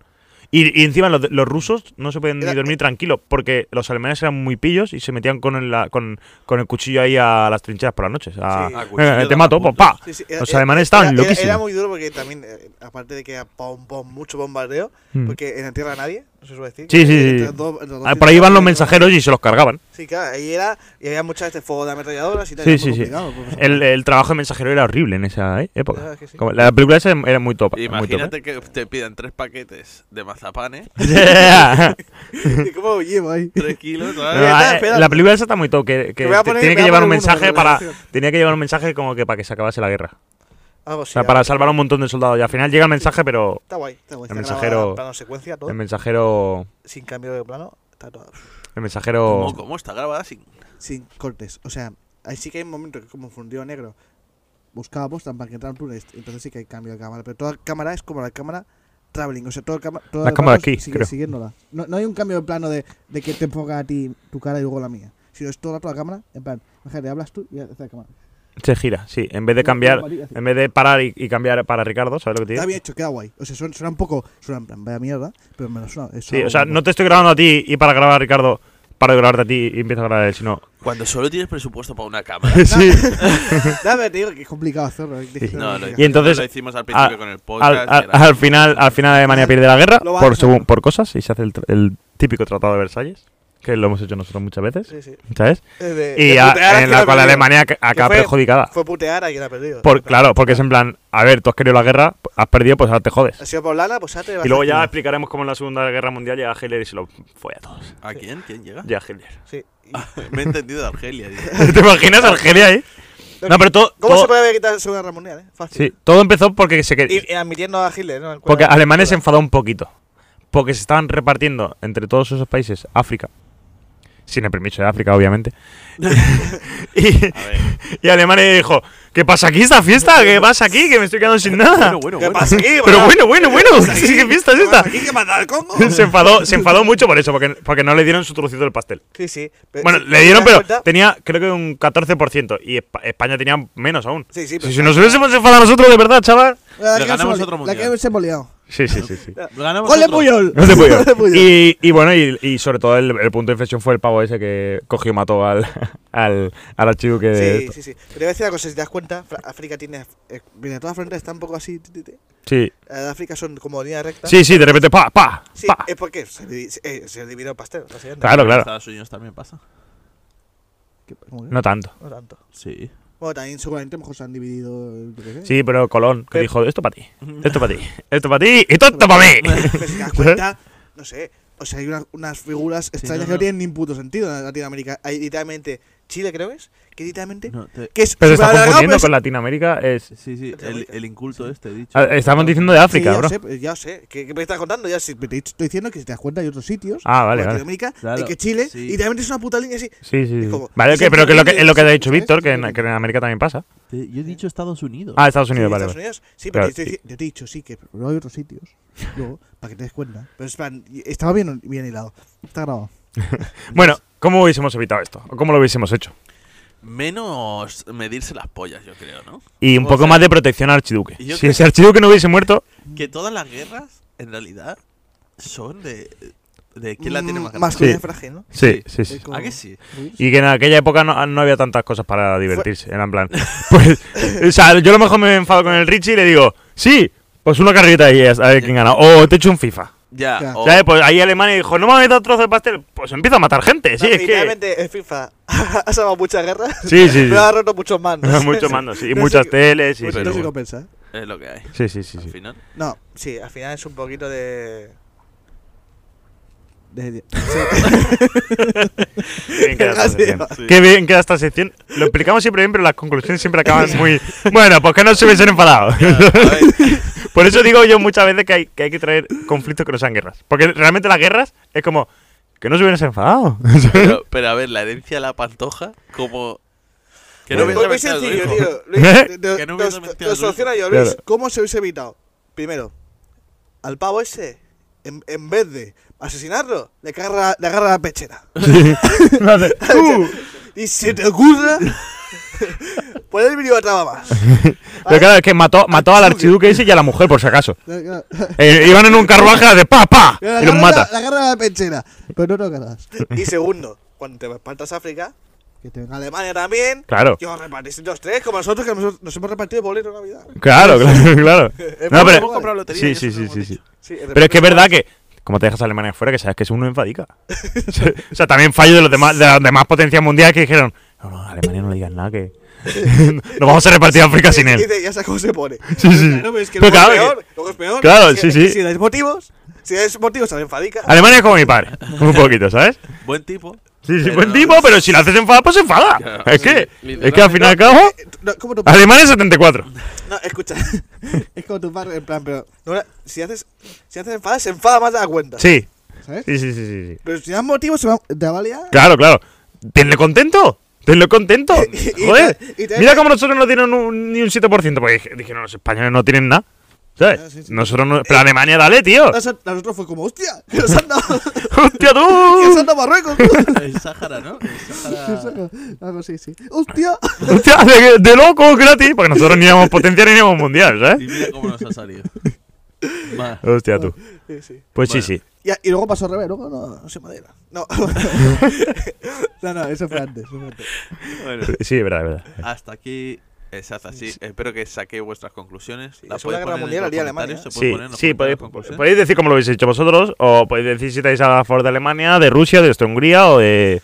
[SPEAKER 2] Y, y encima los, de- los rusos no se pueden ni
[SPEAKER 3] Era- e-,
[SPEAKER 2] dormir tranquilos porque los alemanes eran muy pillos y se metían con el, la- con, con el cuchillo ahí a las trincheras por la noche.
[SPEAKER 3] Sí.
[SPEAKER 1] Ah, cuchillo
[SPEAKER 2] te
[SPEAKER 1] de
[SPEAKER 2] mato, pues
[SPEAKER 1] matapuntas.
[SPEAKER 2] pa.
[SPEAKER 3] Sí, sí, era-
[SPEAKER 2] los
[SPEAKER 3] era-
[SPEAKER 2] alemanes
[SPEAKER 3] era-
[SPEAKER 2] estaban
[SPEAKER 3] era-
[SPEAKER 2] loquísimos.
[SPEAKER 3] Era, muy duro porque también, eh, aparte de que era pom, pom, mucho bombardeo,
[SPEAKER 2] Mm.
[SPEAKER 3] porque en la tierra nadie, no se suele decir.
[SPEAKER 2] Sí, sí,
[SPEAKER 3] que
[SPEAKER 2] sí.
[SPEAKER 3] entre dos- entre dos
[SPEAKER 2] Ah, por ahí
[SPEAKER 3] trincheras
[SPEAKER 2] iban los
[SPEAKER 3] había-
[SPEAKER 2] mensajeros y se los cargaban.
[SPEAKER 3] Sí, claro, ahí era, y había muchas veces fuego de ametralladoras y tal.
[SPEAKER 2] Sí,
[SPEAKER 3] era
[SPEAKER 2] sí,
[SPEAKER 3] muy
[SPEAKER 2] sí.
[SPEAKER 3] complicado, porque son-
[SPEAKER 2] El, el trabajo de mensajero era horrible en esa eh,
[SPEAKER 3] pues, La
[SPEAKER 2] época.
[SPEAKER 3] verdad es que sí.
[SPEAKER 2] Como- la película esa era muy top. era muy top, (laughs)
[SPEAKER 1] Imagínate que te pidan tres paquetes de mazapanes,
[SPEAKER 2] ¿eh?
[SPEAKER 3] ¿Y (laughs) ¿Cómo lo llevo ahí?
[SPEAKER 1] tres kilos,
[SPEAKER 2] No,
[SPEAKER 1] ¿sabes?
[SPEAKER 3] Espera,
[SPEAKER 2] eh,
[SPEAKER 3] espera.
[SPEAKER 2] la película esa está muy top, que, que
[SPEAKER 3] voy a
[SPEAKER 2] te-
[SPEAKER 3] poner-
[SPEAKER 2] tiene
[SPEAKER 3] voy
[SPEAKER 2] que
[SPEAKER 3] a
[SPEAKER 2] llevar un
[SPEAKER 3] poner uno
[SPEAKER 2] mensaje
[SPEAKER 3] con
[SPEAKER 2] para
[SPEAKER 3] relación.
[SPEAKER 2] tenía que llevar un mensaje como que para que se acabase la guerra,
[SPEAKER 3] Algo
[SPEAKER 2] o
[SPEAKER 3] así.
[SPEAKER 2] sea,
[SPEAKER 3] algo
[SPEAKER 2] para
[SPEAKER 3] así.
[SPEAKER 2] salvar a un montón de soldados. Y al final llega el mensaje, pero
[SPEAKER 3] Está guay, está guay.
[SPEAKER 2] El
[SPEAKER 3] está
[SPEAKER 2] mensajero- em-
[SPEAKER 3] grabada en plano secuencia, todo.
[SPEAKER 2] el mensajero,
[SPEAKER 3] Sin cambio de plano, está todo.
[SPEAKER 2] el mensajero,
[SPEAKER 1] ¿Cómo, cómo está grabada sin
[SPEAKER 3] Sin cortes. O sea, ahí sí que hay un momento que, como fundió negro, buscábamos para que entraran túneles. Entonces sí que hay cambio de cámara. Pero toda cámara es como la cámara traveling. O sea, toda cámara. todas
[SPEAKER 2] La
[SPEAKER 3] las
[SPEAKER 2] cámara
[SPEAKER 3] manos
[SPEAKER 2] aquí, creo.
[SPEAKER 3] Siguiéndola. No, no hay un cambio de plano de, de que te enfoca a ti tu cara y luego la mía. Sino es todo el rato la cámara. En plan, imagínate, hablas tú y haces la cámara.
[SPEAKER 2] se gira, sí, en vez de cambiar, en vez de parar y, y cambiar para Ricardo, ¿sabes lo que te digo?
[SPEAKER 3] Está bien hecho, queda guay. O sea, suena, suena un poco. Suena en plan, vaya mierda. Pero me lo suena.
[SPEAKER 2] Sí, o sea, no te estoy grabando a ti y para grabar a Ricardo, paro de grabarte a ti y empiezo a grabar a él, si
[SPEAKER 3] (laughs)
[SPEAKER 2] no.
[SPEAKER 1] Cuando solo tienes presupuesto para una cámara.
[SPEAKER 2] (laughs) sí.
[SPEAKER 3] Nada, pero te digo que es complicado hacerlo. hay que
[SPEAKER 2] Sí.
[SPEAKER 3] hacer
[SPEAKER 1] No,
[SPEAKER 3] una
[SPEAKER 1] lo,
[SPEAKER 3] técnica.
[SPEAKER 2] Y entonces,
[SPEAKER 1] lo hicimos al principio
[SPEAKER 2] al-
[SPEAKER 1] con el
[SPEAKER 2] Al,
[SPEAKER 1] podcast.
[SPEAKER 2] al-
[SPEAKER 1] que era-
[SPEAKER 2] al final, al final Alemania pierde la guerra
[SPEAKER 3] Lo baja.
[SPEAKER 2] por, según- por cosas y se hace el, tr- el típico Tratado de Versalles, que lo hemos hecho nosotros muchas veces,
[SPEAKER 3] Sí, sí.
[SPEAKER 2] ¿sabes?
[SPEAKER 3] Eh, de-
[SPEAKER 2] Y
[SPEAKER 3] de
[SPEAKER 2] a-
[SPEAKER 3] putear al que
[SPEAKER 2] en la cual
[SPEAKER 3] perdido.
[SPEAKER 2] Alemania ac- acaba
[SPEAKER 3] fue-
[SPEAKER 2] perjudicada.
[SPEAKER 3] Fue putear a quien ha perdido.
[SPEAKER 2] Por, claro, porque es en plan, a ver, tú has querido la guerra, has perdido, pues ahora te jodes.
[SPEAKER 3] Ha sido por lana, pues ahora te vas
[SPEAKER 2] Y luego
[SPEAKER 3] a-
[SPEAKER 2] ya explicaremos cómo en la Segunda Guerra Mundial llega Hitler y se lo fue a todos.
[SPEAKER 1] ¿A quién? ¿Quién llega?
[SPEAKER 2] Llega Hitler.
[SPEAKER 3] (laughs)
[SPEAKER 2] (laughs)
[SPEAKER 3] Sí. Y-
[SPEAKER 1] (laughs)
[SPEAKER 2] Ah,
[SPEAKER 1] Me he entendido de Argelia. tío.
[SPEAKER 2] ¿Te imaginas Argelia ahí? No, pero todo...
[SPEAKER 3] ¿Cómo
[SPEAKER 2] todo-
[SPEAKER 3] se puede haber quitado la Segunda Guerra Mundial? Eh? Fácil.
[SPEAKER 2] sí, todo empezó porque se quería...
[SPEAKER 3] Y, y admitiendo a Hitler, ¿no?
[SPEAKER 2] Porque Alemania se enfadó un poquito. Porque se estaban repartiendo entre todos esos países África. Sin el permiso de África,
[SPEAKER 3] (laughs)
[SPEAKER 2] obviamente. y,
[SPEAKER 1] A ver.
[SPEAKER 2] y Alemania dijo: ¿Qué pasa aquí esta fiesta? ¿Qué pasa aquí? Que me estoy quedando
[SPEAKER 3] (laughs)
[SPEAKER 2] sin nada.
[SPEAKER 1] Bueno, bueno,
[SPEAKER 3] ¿Qué
[SPEAKER 1] bueno.
[SPEAKER 3] pasa aquí?
[SPEAKER 2] Pero bueno, bueno, bueno. ¿Qué fiesta es esta?
[SPEAKER 3] ¿Aquí que matar al Congo?
[SPEAKER 2] (laughs) se, enfadó, se enfadó mucho por eso, porque, porque no le dieron su trocito del pastel.
[SPEAKER 3] Sí, sí. pero-
[SPEAKER 2] Bueno,
[SPEAKER 3] sí,
[SPEAKER 2] le
[SPEAKER 3] Eh, ¿te
[SPEAKER 2] dieron,
[SPEAKER 3] das
[SPEAKER 2] pero
[SPEAKER 3] cuenta?
[SPEAKER 2] tenía creo que un 14%. Y Espa- España tenía menos aún.
[SPEAKER 3] Sí, sí,
[SPEAKER 2] Si-
[SPEAKER 3] pero-
[SPEAKER 2] si nos hubiésemos enfadado nosotros, de verdad, chaval.
[SPEAKER 3] La
[SPEAKER 1] Le
[SPEAKER 3] que
[SPEAKER 1] ganamos
[SPEAKER 3] se
[SPEAKER 1] otro
[SPEAKER 3] moli-
[SPEAKER 1] mundial.
[SPEAKER 3] La que se hemos liado.
[SPEAKER 2] Sí, sí,
[SPEAKER 3] (laughs)
[SPEAKER 2] sí. sí.
[SPEAKER 1] Ganamos
[SPEAKER 3] ¡Gol de
[SPEAKER 1] otro.
[SPEAKER 3] Puyol!
[SPEAKER 2] No te puedo.
[SPEAKER 3] Gol de Puyol.
[SPEAKER 2] Y, y bueno, y, y sobre todo el, el punto de inflexión fue el pavo ese que cogió y mató al, (laughs) al, al archiduque de-
[SPEAKER 3] Sí, sí, sí. Pero te voy a decir una cosa, si te das cuenta, Fra- África tiene... eh, mira, toda África está un poco así... ti, ti, ti.
[SPEAKER 2] sí.
[SPEAKER 3] La de África son como línea recta.
[SPEAKER 2] Sí, sí, de repente, pa, pa,
[SPEAKER 3] Sí, eh,
[SPEAKER 2] pa.
[SPEAKER 3] es porque se, divi- se- eh, se dividió el pastel. básicamente.
[SPEAKER 2] Claro, claro.
[SPEAKER 1] Estados Unidos también pasa.
[SPEAKER 3] Que- ¿cómo que?
[SPEAKER 2] No tanto.
[SPEAKER 3] No tanto.
[SPEAKER 1] Sí.
[SPEAKER 3] Bueno, también seguramente mejor se han dividido... yo qué sé.
[SPEAKER 2] Sí, pero Colón, que
[SPEAKER 3] Pero-
[SPEAKER 2] dijo, esto
[SPEAKER 3] (laughs)
[SPEAKER 2] para ti, esto para ti, esto para ti y todo para mí.
[SPEAKER 3] Pero si te
[SPEAKER 2] (laughs)
[SPEAKER 3] das cuenta, no sé. O sea, hay una- unas figuras extrañas
[SPEAKER 1] no,
[SPEAKER 3] que
[SPEAKER 1] no.
[SPEAKER 3] no tienen ni puto sentido en Latinoamérica. Hay literalmente Chile, creo que es, que literalmente.
[SPEAKER 1] No, te-
[SPEAKER 3] Que es pues,
[SPEAKER 2] Pero se
[SPEAKER 3] súper
[SPEAKER 2] está
[SPEAKER 3] alargado,
[SPEAKER 2] confundiendo
[SPEAKER 3] pero
[SPEAKER 2] con Latinoamérica. Es...
[SPEAKER 1] Sí, sí, el, el inculto este, he dicho.
[SPEAKER 2] Ah, Estamos diciendo de
[SPEAKER 3] es- sí,
[SPEAKER 2] África,
[SPEAKER 3] ya
[SPEAKER 2] bro.
[SPEAKER 3] sé, pues ya sé. ¿Qué, qué me estás contando? Ya sí, pero te estoy diciendo que si te das cuenta hay otros sitios.
[SPEAKER 2] Ah, vale,
[SPEAKER 3] en
[SPEAKER 2] vale.
[SPEAKER 3] Latinoamérica,
[SPEAKER 1] Claro,
[SPEAKER 3] y que Chile,
[SPEAKER 1] sí.
[SPEAKER 3] y literalmente es una puta línea así.
[SPEAKER 2] Sí, sí,
[SPEAKER 3] Es
[SPEAKER 2] sí.
[SPEAKER 3] como-
[SPEAKER 2] Vale,
[SPEAKER 3] es
[SPEAKER 2] que,
[SPEAKER 3] el
[SPEAKER 2] pero que lo que,
[SPEAKER 3] Caribe,
[SPEAKER 2] es lo que ha
[SPEAKER 3] ¿sabes?
[SPEAKER 2] dicho Víctor, que en,
[SPEAKER 3] ¿sabes?
[SPEAKER 2] que en América también pasa.
[SPEAKER 1] Te- yo he dicho Estados Unidos.
[SPEAKER 2] Ah, Estados
[SPEAKER 3] Sí,
[SPEAKER 2] Unidos, vale.
[SPEAKER 3] Estados
[SPEAKER 2] vale.
[SPEAKER 3] Unidos. Sí, pero
[SPEAKER 2] Claro,
[SPEAKER 3] yo te,
[SPEAKER 2] sí.
[SPEAKER 3] estoy- yo te he dicho, sí, que pero hay otros sitios. (laughs) Luego, para que te des cuenta. Pero es plan, y- estaba bien, bien hilado. Está grabado.
[SPEAKER 2] (laughs) Bueno, ¿cómo hubiésemos evitado esto? ¿O cómo lo hubiésemos hecho?
[SPEAKER 1] Menos medirse las pollas, yo creo, ¿no?
[SPEAKER 2] Y un
[SPEAKER 1] O
[SPEAKER 2] poco
[SPEAKER 1] sea,
[SPEAKER 2] más de protección al archiduque.
[SPEAKER 1] yo
[SPEAKER 2] Si
[SPEAKER 1] creo-
[SPEAKER 2] ese archiduque no hubiese muerto,
[SPEAKER 1] Que todas las guerras, en realidad, son de. de ¿Quién la tiene más
[SPEAKER 3] Mm,
[SPEAKER 1] grande?
[SPEAKER 3] masculina
[SPEAKER 2] Sí.
[SPEAKER 3] frágil, ¿no?
[SPEAKER 2] Sí, sí, sí.
[SPEAKER 3] Es como-
[SPEAKER 1] ¿A que sí?
[SPEAKER 2] Y que en aquella época no, no había tantas cosas para divertirse, en
[SPEAKER 3] (laughs)
[SPEAKER 2] plan. Pues, o sea, yo a lo mejor me enfado con el Richie y le digo, sí, pues una carrerita y a ver quién gana. O te echo un FIFA.
[SPEAKER 1] Ya.
[SPEAKER 3] Ya.
[SPEAKER 1] o-
[SPEAKER 2] ¿Sabes? Pues ahí Alemania dijo, no me habéis dado trozo de pastel. Pues empieza a matar gente, sí,
[SPEAKER 3] No,
[SPEAKER 2] es que.
[SPEAKER 3] literalmente, en FIFA (laughs) ha salvado muchas guerras.
[SPEAKER 2] Sí, sí, sí. (laughs)
[SPEAKER 3] (laughs) Pero ha roto muchos mandos.
[SPEAKER 2] Muchos mandos, sí.
[SPEAKER 3] (laughs) No sé
[SPEAKER 2] Muchas
[SPEAKER 3] qué-
[SPEAKER 2] teles, sí,
[SPEAKER 3] Pues
[SPEAKER 2] sí.
[SPEAKER 3] no se
[SPEAKER 2] sí.
[SPEAKER 3] compensa. ¿eh?
[SPEAKER 1] es lo que hay.
[SPEAKER 2] Sí, sí, sí,
[SPEAKER 1] Al
[SPEAKER 2] sí. (laughs)
[SPEAKER 1] final.
[SPEAKER 3] No, sí, al final es un poquito de. de,
[SPEAKER 2] (laughs)
[SPEAKER 3] de-
[SPEAKER 2] Qué
[SPEAKER 1] (laughs)
[SPEAKER 2] bien queda esta
[SPEAKER 3] Así
[SPEAKER 2] sección.
[SPEAKER 3] va.
[SPEAKER 2] Qué bien queda esta sección. Lo explicamos siempre bien, pero las conclusiones siempre acaban muy. Bueno, pues que no se hubiesen enfadado.
[SPEAKER 1] A ver,
[SPEAKER 2] (laughs) Por eso digo yo muchas veces que hay que, hay que traer conflictos que no sean guerras. Porque realmente las guerras es como que no se hubieran enfadado. (laughs)
[SPEAKER 1] (laughs) pero, pero a ver, la herencia de la pantoja, como. Que no
[SPEAKER 3] Muy-
[SPEAKER 1] hubiese
[SPEAKER 3] muy
[SPEAKER 1] metido a tu
[SPEAKER 3] sencillo,
[SPEAKER 1] hijo.
[SPEAKER 3] tío.
[SPEAKER 2] ¿Eh?
[SPEAKER 3] Luis, te-
[SPEAKER 1] Que no
[SPEAKER 3] te-
[SPEAKER 1] hubiese
[SPEAKER 3] te-
[SPEAKER 1] metido
[SPEAKER 3] te
[SPEAKER 1] a su hijo.
[SPEAKER 3] soluciono yo, Luis.
[SPEAKER 2] Claro.
[SPEAKER 3] ¿Cómo se hubiese evitado? Primero, al pavo ese, en, en vez de asesinarlo, le agarra, le agarra la pechera.
[SPEAKER 1] (laughs)
[SPEAKER 2] ¡Tú!
[SPEAKER 3] Y se te (laughs) ocurra poner el vídeo a traba más.
[SPEAKER 2] Pero claro, es que mató, mató al archiduque ese y a la mujer, por si acaso.
[SPEAKER 3] La-
[SPEAKER 2] Eh, iban en un carruaje de pa, pa,
[SPEAKER 3] la-
[SPEAKER 2] y los
[SPEAKER 3] la-
[SPEAKER 2] mata.
[SPEAKER 3] La agarra la pechera. Pero no lo ganas.
[SPEAKER 6] Y segundo, cuando te partas a África,
[SPEAKER 3] Que te venga
[SPEAKER 6] Alemania también,
[SPEAKER 2] Claro,
[SPEAKER 6] yo repartís los tres, como nosotros que nos, nos hemos repartido boletos de Navidad.
[SPEAKER 2] claro, claro, claro. No,
[SPEAKER 1] Eh, Hemos
[SPEAKER 2] pero.
[SPEAKER 1] comprado lotería y
[SPEAKER 2] Sí,
[SPEAKER 1] eso
[SPEAKER 2] sí,
[SPEAKER 1] no
[SPEAKER 2] sí,
[SPEAKER 1] hemos
[SPEAKER 2] sí,
[SPEAKER 1] dicho.
[SPEAKER 6] Sí,
[SPEAKER 2] sí.
[SPEAKER 6] de
[SPEAKER 2] Pero es que
[SPEAKER 6] repente-
[SPEAKER 2] es verdad que. Como te dejas a Alemania fuera, que sabes que es uno enfadica. O sea, también fallo de los demás, de las demás potencias mundiales que dijeron: No, no, a Alemania no le digas nada, que. (laughs) Nos vamos a repartir África sin
[SPEAKER 6] Y
[SPEAKER 2] él.
[SPEAKER 6] dice, ya sabes cómo se pone.
[SPEAKER 2] (laughs) Sí, sí.
[SPEAKER 6] Claro, pero es que
[SPEAKER 2] Pero
[SPEAKER 6] luego
[SPEAKER 2] claro
[SPEAKER 6] es
[SPEAKER 2] que-
[SPEAKER 6] peor. Luego es peor.
[SPEAKER 2] Claro,
[SPEAKER 6] Si-
[SPEAKER 2] sí, sí.
[SPEAKER 6] Si dais motivos, si dais motivos, se enfadica.
[SPEAKER 2] Alemania es como mi padre, un poquito, ¿sabes?
[SPEAKER 1] Buen tipo.
[SPEAKER 2] Sí, sí,
[SPEAKER 1] Pero-
[SPEAKER 2] buen tipo, pero si la haces enfadar, pues se enfada.
[SPEAKER 1] Claro.
[SPEAKER 2] es que,
[SPEAKER 1] Literalmente.
[SPEAKER 2] es que al fin y al cabo,
[SPEAKER 3] Eh, No, ¿cómo tu padre?
[SPEAKER 2] Alemania es 74.
[SPEAKER 6] No, escucha.
[SPEAKER 3] (laughs) Es como tu padre, en plan, pero.
[SPEAKER 6] no, no, si haces, si haces enfada, se enfada más de la cuenta.
[SPEAKER 2] Sí.
[SPEAKER 3] ¿Sabes?
[SPEAKER 2] Sí, sí, sí, sí, sí.
[SPEAKER 3] Pero si das motivos, se va, te va a liar.
[SPEAKER 2] Claro, claro. Tenle contento. Tenle
[SPEAKER 3] (laughs)
[SPEAKER 2] contento.
[SPEAKER 6] y
[SPEAKER 2] Joder.
[SPEAKER 6] te- y te-
[SPEAKER 2] Mira cómo nosotros no tienen un- ni un 7%. Pues dije- dijeron, los españoles no tienen nada.
[SPEAKER 3] Ah, sí,
[SPEAKER 2] ¿Sabes?
[SPEAKER 3] sí.
[SPEAKER 2] Nosotros no. Pero Alemania, dale, tío.
[SPEAKER 3] Nosotros nosotros fue como, hostia, que nos han dado, que
[SPEAKER 2] (laughs) ¡Hostia,
[SPEAKER 3] nos
[SPEAKER 2] tú!
[SPEAKER 3] han
[SPEAKER 2] (laughs)
[SPEAKER 3] dado Marruecos.
[SPEAKER 1] El Sáhara, ¿no? El (laughs) Sáhara.
[SPEAKER 3] (laughs) Algo así, sí. ¡Hostia!
[SPEAKER 2] ¡Hostia, de, de loco, gratis! Porque nosotros ni íbamos potencial ni íbamos mundial,
[SPEAKER 1] Y
[SPEAKER 2] ¿sabes?
[SPEAKER 1] mira cómo nos ha salido. Va.
[SPEAKER 2] Hostia, tú.
[SPEAKER 3] Sí, sí.
[SPEAKER 2] Pues
[SPEAKER 1] Bueno,
[SPEAKER 2] sí, sí.
[SPEAKER 7] Y, y luego pasó al revés, luego no, no se madera.
[SPEAKER 3] (laughs)
[SPEAKER 2] (laughs)
[SPEAKER 7] No. no, no, eso fue antes. Eso fue antes.
[SPEAKER 1] Bueno,
[SPEAKER 2] Sí, es verdad, es verdad.
[SPEAKER 1] hasta aquí. Exacto, así. Espero que saquéis vuestras conclusiones.
[SPEAKER 3] la Segunda Guerra Mundial, el día de Alemania, ¿eh?
[SPEAKER 1] se puede
[SPEAKER 2] Sí,
[SPEAKER 1] poner en los
[SPEAKER 2] sí podéis,
[SPEAKER 1] comentarios conclusiones.
[SPEAKER 2] podéis decir cómo lo habéis hecho vosotros, o podéis decir si estáis a favor de Alemania, de Rusia, de Hungría o de,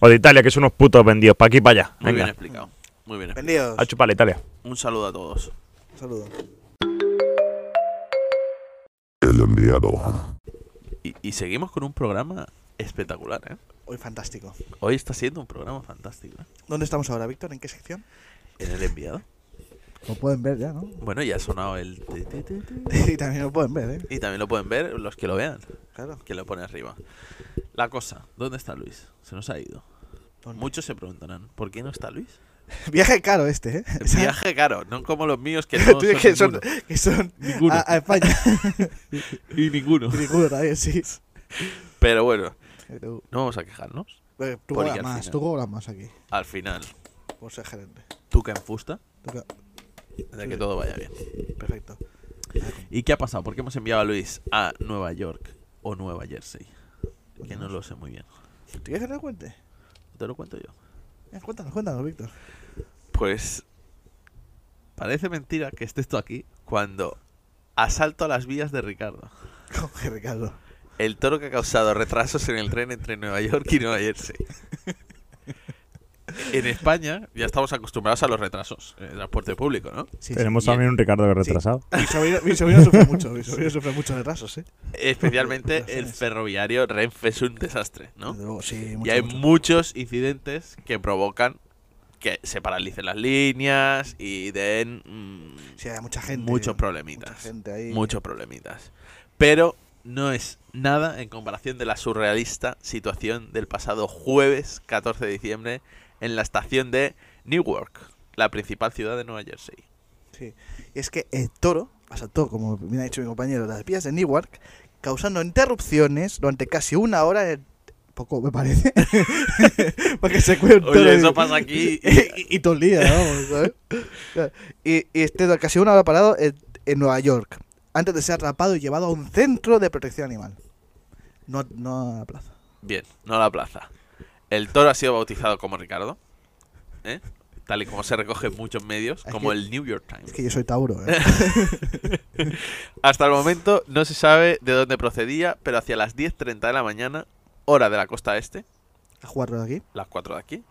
[SPEAKER 2] o de Italia, que son unos putos vendidos, para aquí y para allá.
[SPEAKER 1] Muy bien
[SPEAKER 2] Venga,
[SPEAKER 1] explicado. Muy bien. explicado.
[SPEAKER 3] Vendidos.
[SPEAKER 2] a chuparle Italia.
[SPEAKER 1] Un saludo a todos.
[SPEAKER 3] Un saludo.
[SPEAKER 5] El enviado.
[SPEAKER 1] Y, y seguimos con un programa espectacular, ¿eh?
[SPEAKER 3] Hoy fantástico.
[SPEAKER 1] Hoy está siendo un programa fantástico. ¿eh?
[SPEAKER 3] ¿Dónde estamos ahora, Víctor? ¿En qué sección?
[SPEAKER 1] En el enviado.
[SPEAKER 7] Lo pueden ver
[SPEAKER 3] (laughs)
[SPEAKER 7] ya, ¿no?
[SPEAKER 1] Bueno, ya ha sonado el. ti, ti, ti, ti.
[SPEAKER 3] y también lo pueden ver, ¿eh?
[SPEAKER 1] Y también lo pueden ver los que lo vean,
[SPEAKER 3] Claro.
[SPEAKER 1] que lo pone arriba. La cosa, ¿dónde está Luis? Se nos ha ido.
[SPEAKER 3] ¿Dónde?
[SPEAKER 1] Muchos se preguntarán, ¿por qué no está Luis?
[SPEAKER 3] (laughs) Viaje caro este, ¿eh? (laughs) O sea,
[SPEAKER 1] Viaje caro, no como los míos
[SPEAKER 3] (laughs)
[SPEAKER 1] que no
[SPEAKER 3] tú dices que
[SPEAKER 1] son
[SPEAKER 3] son,
[SPEAKER 1] ninguno.
[SPEAKER 3] que son
[SPEAKER 8] Ninguno.
[SPEAKER 3] a,
[SPEAKER 1] (laughs)
[SPEAKER 3] a España. (laughs)
[SPEAKER 8] Y ninguno.
[SPEAKER 3] Ninguno también, sí.
[SPEAKER 1] Pero bueno,
[SPEAKER 3] Pero,
[SPEAKER 1] no vamos a quejarnos.
[SPEAKER 3] eh,
[SPEAKER 7] Tú
[SPEAKER 1] Por
[SPEAKER 7] cobras
[SPEAKER 1] ir al
[SPEAKER 7] más,
[SPEAKER 1] final.
[SPEAKER 7] tú cobras más aquí.
[SPEAKER 1] Al final,
[SPEAKER 3] por ser gerente.
[SPEAKER 1] tú que enfusta,
[SPEAKER 3] Tú que-
[SPEAKER 1] de que todo vaya bien.
[SPEAKER 3] Perfecto. Ah,
[SPEAKER 1] ¿Y qué ha pasado? ¿Por qué hemos enviado a Luis a Nueva York o Nueva Jersey? Que no lo sé muy bien.
[SPEAKER 3] ¿Tú quieres que te lo cuente?
[SPEAKER 1] Te lo cuento yo.
[SPEAKER 3] Eh, Cuéntanos, cuéntanos, Víctor. (laughs)
[SPEAKER 1] Pues parece mentira que esté esto aquí cuando asalto a las vías de Ricardo.
[SPEAKER 3] Con que Ricardo.
[SPEAKER 1] El toro que ha causado retrasos en el tren entre Nueva York y Nueva Jersey. (laughs) En España ya estamos acostumbrados a los retrasos en el transporte público, ¿no?
[SPEAKER 3] Sí, sí.
[SPEAKER 2] Tenemos
[SPEAKER 1] bien.
[SPEAKER 2] también un Ricardo
[SPEAKER 3] Sí.
[SPEAKER 2] retrasado.
[SPEAKER 3] Mi sobrino, mi
[SPEAKER 7] (laughs)
[SPEAKER 3] sobrino sufre mucho, mi sobrino sufre muchos retrasos, ¿eh? (laughs)
[SPEAKER 1] Especialmente el
[SPEAKER 3] Retrasos.
[SPEAKER 1] ferroviario Renfe es un desastre, ¿no?
[SPEAKER 3] Desde luego, sí,
[SPEAKER 1] Y
[SPEAKER 3] mucho,
[SPEAKER 1] hay
[SPEAKER 3] mucho.
[SPEAKER 1] muchos incidentes que provocan que se paralicen las líneas y den mm,
[SPEAKER 3] Sí, hay mucha gente.
[SPEAKER 1] muchos
[SPEAKER 3] Mucha
[SPEAKER 1] problemitas.
[SPEAKER 3] gente ahí.
[SPEAKER 1] Muchos problemitas. Pero no es nada en comparación de la surrealista situación del pasado jueves 14 de diciembre en la estación de Newark, la principal ciudad de Nueva Jersey.
[SPEAKER 3] Sí. Y es que el toro asaltó, como bien ha dicho mi compañero, las vías de Newark, causando interrupciones durante casi una hora en el-
[SPEAKER 7] Poco, me
[SPEAKER 3] (laughs)
[SPEAKER 7] parece. Porque se cuenta.
[SPEAKER 1] Oye, eso pasa
[SPEAKER 3] (laughs)
[SPEAKER 1] aquí.
[SPEAKER 7] Y, y todo el día, vamos, ¿sabes?
[SPEAKER 3] y, y esté durante casi una hora parado en, en Nueva York, antes de ser atrapado y llevado a un centro de protección animal. No, no a la plaza.
[SPEAKER 1] Bien, no a la plaza. El toro ha sido bautizado como Ricardo, ¿eh? tal y como se recoge en muchos medios,
[SPEAKER 3] Es
[SPEAKER 1] como
[SPEAKER 3] que-
[SPEAKER 1] el New York
[SPEAKER 3] Es
[SPEAKER 1] Times.
[SPEAKER 3] que yo soy Tauro, ¿eh?
[SPEAKER 1] (laughs) Hasta el momento no se sabe de dónde procedía, pero hacia las 10.30 de la mañana, hora de la costa este,
[SPEAKER 3] a jugarlo aquí.
[SPEAKER 1] las cuatro de aquí.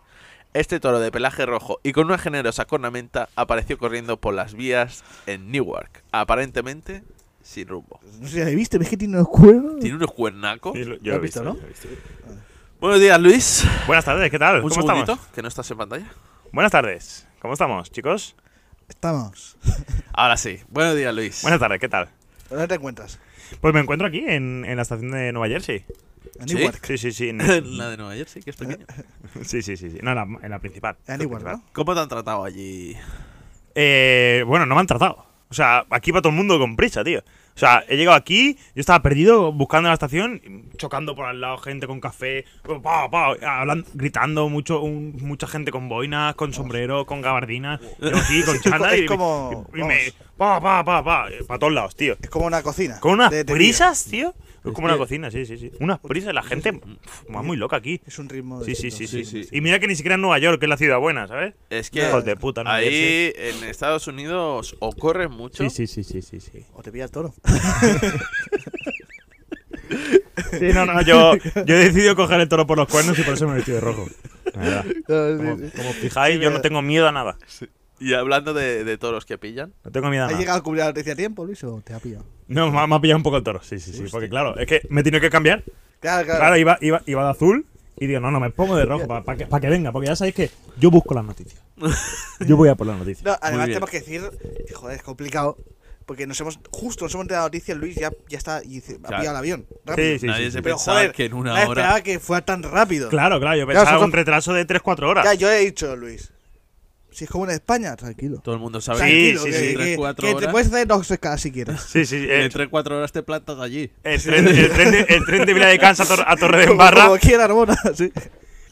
[SPEAKER 1] Este toro de pelaje rojo y con una generosa cornamenta apareció corriendo por las vías en Newark, aparentemente sin rumbo.
[SPEAKER 3] No sé si la viste, ves que tiene unos
[SPEAKER 2] Mm.
[SPEAKER 3] cuernos.
[SPEAKER 1] Tiene unos cuernacos.
[SPEAKER 3] lo he visto, ¿no?
[SPEAKER 1] Buenos días, Luis.
[SPEAKER 2] Buenas tardes, ¿qué tal?
[SPEAKER 1] Un
[SPEAKER 2] ¿Cómo
[SPEAKER 1] segundito,
[SPEAKER 2] estamos?
[SPEAKER 1] que no estás en pantalla.
[SPEAKER 2] Buenas tardes, ¿cómo estamos, chicos?
[SPEAKER 3] Estamos.
[SPEAKER 1] Ahora sí. Buenos días, Luis.
[SPEAKER 2] Buenas tardes, ¿qué tal?
[SPEAKER 3] ¿Dónde te encuentras?
[SPEAKER 2] Pues me encuentro aquí, en, en la estación de Nueva Jersey.
[SPEAKER 3] En
[SPEAKER 1] ¿Sí?
[SPEAKER 3] Newark.
[SPEAKER 2] Sí, sí, sí. en-
[SPEAKER 1] (laughs)
[SPEAKER 3] (laughs)
[SPEAKER 1] la de Nueva Jersey, que es pequeña.
[SPEAKER 2] Eh, sí, sí, sí, sí. No, en la, en la principal.
[SPEAKER 3] En Newark, ¿no?
[SPEAKER 1] ¿Cómo te han tratado allí?
[SPEAKER 2] Eh, bueno, no me han tratado. O sea, aquí va todo el mundo con prisa, tío. O sea, he llegado aquí, yo estaba perdido buscando la estación, chocando por al lado gente con café, pa, pa, hablando, gritando, mucho, un- mucha gente con boinas, con sombrero, con gabardinas, yo aquí con chándal
[SPEAKER 3] (laughs) es
[SPEAKER 2] y-
[SPEAKER 3] como-
[SPEAKER 2] y, y me, pa, pa, pa, pa, para todos lados, tío.
[SPEAKER 3] Es como una cocina.
[SPEAKER 2] Con unas
[SPEAKER 3] de- de
[SPEAKER 2] prisas, tío. Es
[SPEAKER 8] Es
[SPEAKER 2] como una
[SPEAKER 8] que-
[SPEAKER 2] cocina, sí, sí, sí. Unas prisas, la gente pf, va muy loca aquí.
[SPEAKER 3] vida. Es un ritmo.
[SPEAKER 2] Sí, sí,
[SPEAKER 3] distinto.
[SPEAKER 2] sí, sí,
[SPEAKER 1] sí,
[SPEAKER 2] Y mira que ni siquiera es Nueva York, que es la ciudad buena, ¿sabes?
[SPEAKER 1] Es que
[SPEAKER 2] Hijos de puta, Nueva Jersey.
[SPEAKER 1] ahí en Estados Unidos ocurre mucho.
[SPEAKER 2] sí, sí, sí, sí, sí.
[SPEAKER 3] O te pilla
[SPEAKER 1] (laughs)
[SPEAKER 3] el toro.
[SPEAKER 2] Sí, no, no, (laughs) yo, yo he decidido coger el toro por los cuernos y por eso me he vestido de rojo. La verdad.
[SPEAKER 3] (laughs)
[SPEAKER 2] Como, como os fijáis, yo no tengo miedo a nada.
[SPEAKER 1] Y hablando de, de toros que pillan,
[SPEAKER 2] No tengo miedo a
[SPEAKER 3] ¿Has
[SPEAKER 2] nada.
[SPEAKER 3] llegado a cubrir la noticia a tiempo, Luis, o te ha pillado?
[SPEAKER 2] No, me ha, me ha pillado un poco el toro. Sí, sí, sí. Porque claro, es que me he tenido que cambiar.
[SPEAKER 3] Claro, claro.
[SPEAKER 2] Claro, iba, iba, iba de azul y digo, no, no, me pongo de rojo para que, pa' que venga. Porque ya sabéis que yo busco las
[SPEAKER 3] (laughs)
[SPEAKER 2] noticias. Yo voy a por las noticias.
[SPEAKER 3] No, además
[SPEAKER 1] bien.
[SPEAKER 3] tenemos que decir que, joder, es complicado. Porque nos hemos. Justo nos hemos enterado de la noticia, Luis ya, ya está. Y dice, ha
[SPEAKER 1] Claro.
[SPEAKER 3] pillado el avión. Rápido.
[SPEAKER 2] Sí, sí,
[SPEAKER 1] nadie
[SPEAKER 2] sí,
[SPEAKER 1] se
[SPEAKER 2] sí.
[SPEAKER 3] Pero
[SPEAKER 1] pensaba
[SPEAKER 3] joder,
[SPEAKER 1] que en una
[SPEAKER 2] este
[SPEAKER 3] nadie
[SPEAKER 1] hora.
[SPEAKER 3] esperaba que fuera tan rápido.
[SPEAKER 2] Claro, claro, yo pensaba
[SPEAKER 3] nosotros-
[SPEAKER 2] un retraso de 3-4 horas.
[SPEAKER 3] Ya, yo he dicho, Luis. Si es como en España, tranquilo.
[SPEAKER 1] Todo el mundo sabe
[SPEAKER 3] Tranquilo,
[SPEAKER 2] sí,
[SPEAKER 3] que,
[SPEAKER 2] sí.
[SPEAKER 3] que-
[SPEAKER 1] Tres, cuatro
[SPEAKER 3] que te
[SPEAKER 1] horas.
[SPEAKER 3] puedes hacer dos escalas si
[SPEAKER 2] (laughs)
[SPEAKER 3] quieres.
[SPEAKER 2] Sí, sí,
[SPEAKER 1] que
[SPEAKER 2] el,
[SPEAKER 1] en 3-4 horas te plantas allí.
[SPEAKER 2] el tren, el tren de, el tren de Vila de Cans a, Tor- a Torre de
[SPEAKER 3] Como-
[SPEAKER 2] Embarra.
[SPEAKER 3] (laughs) Como quiera, Arbona, sí.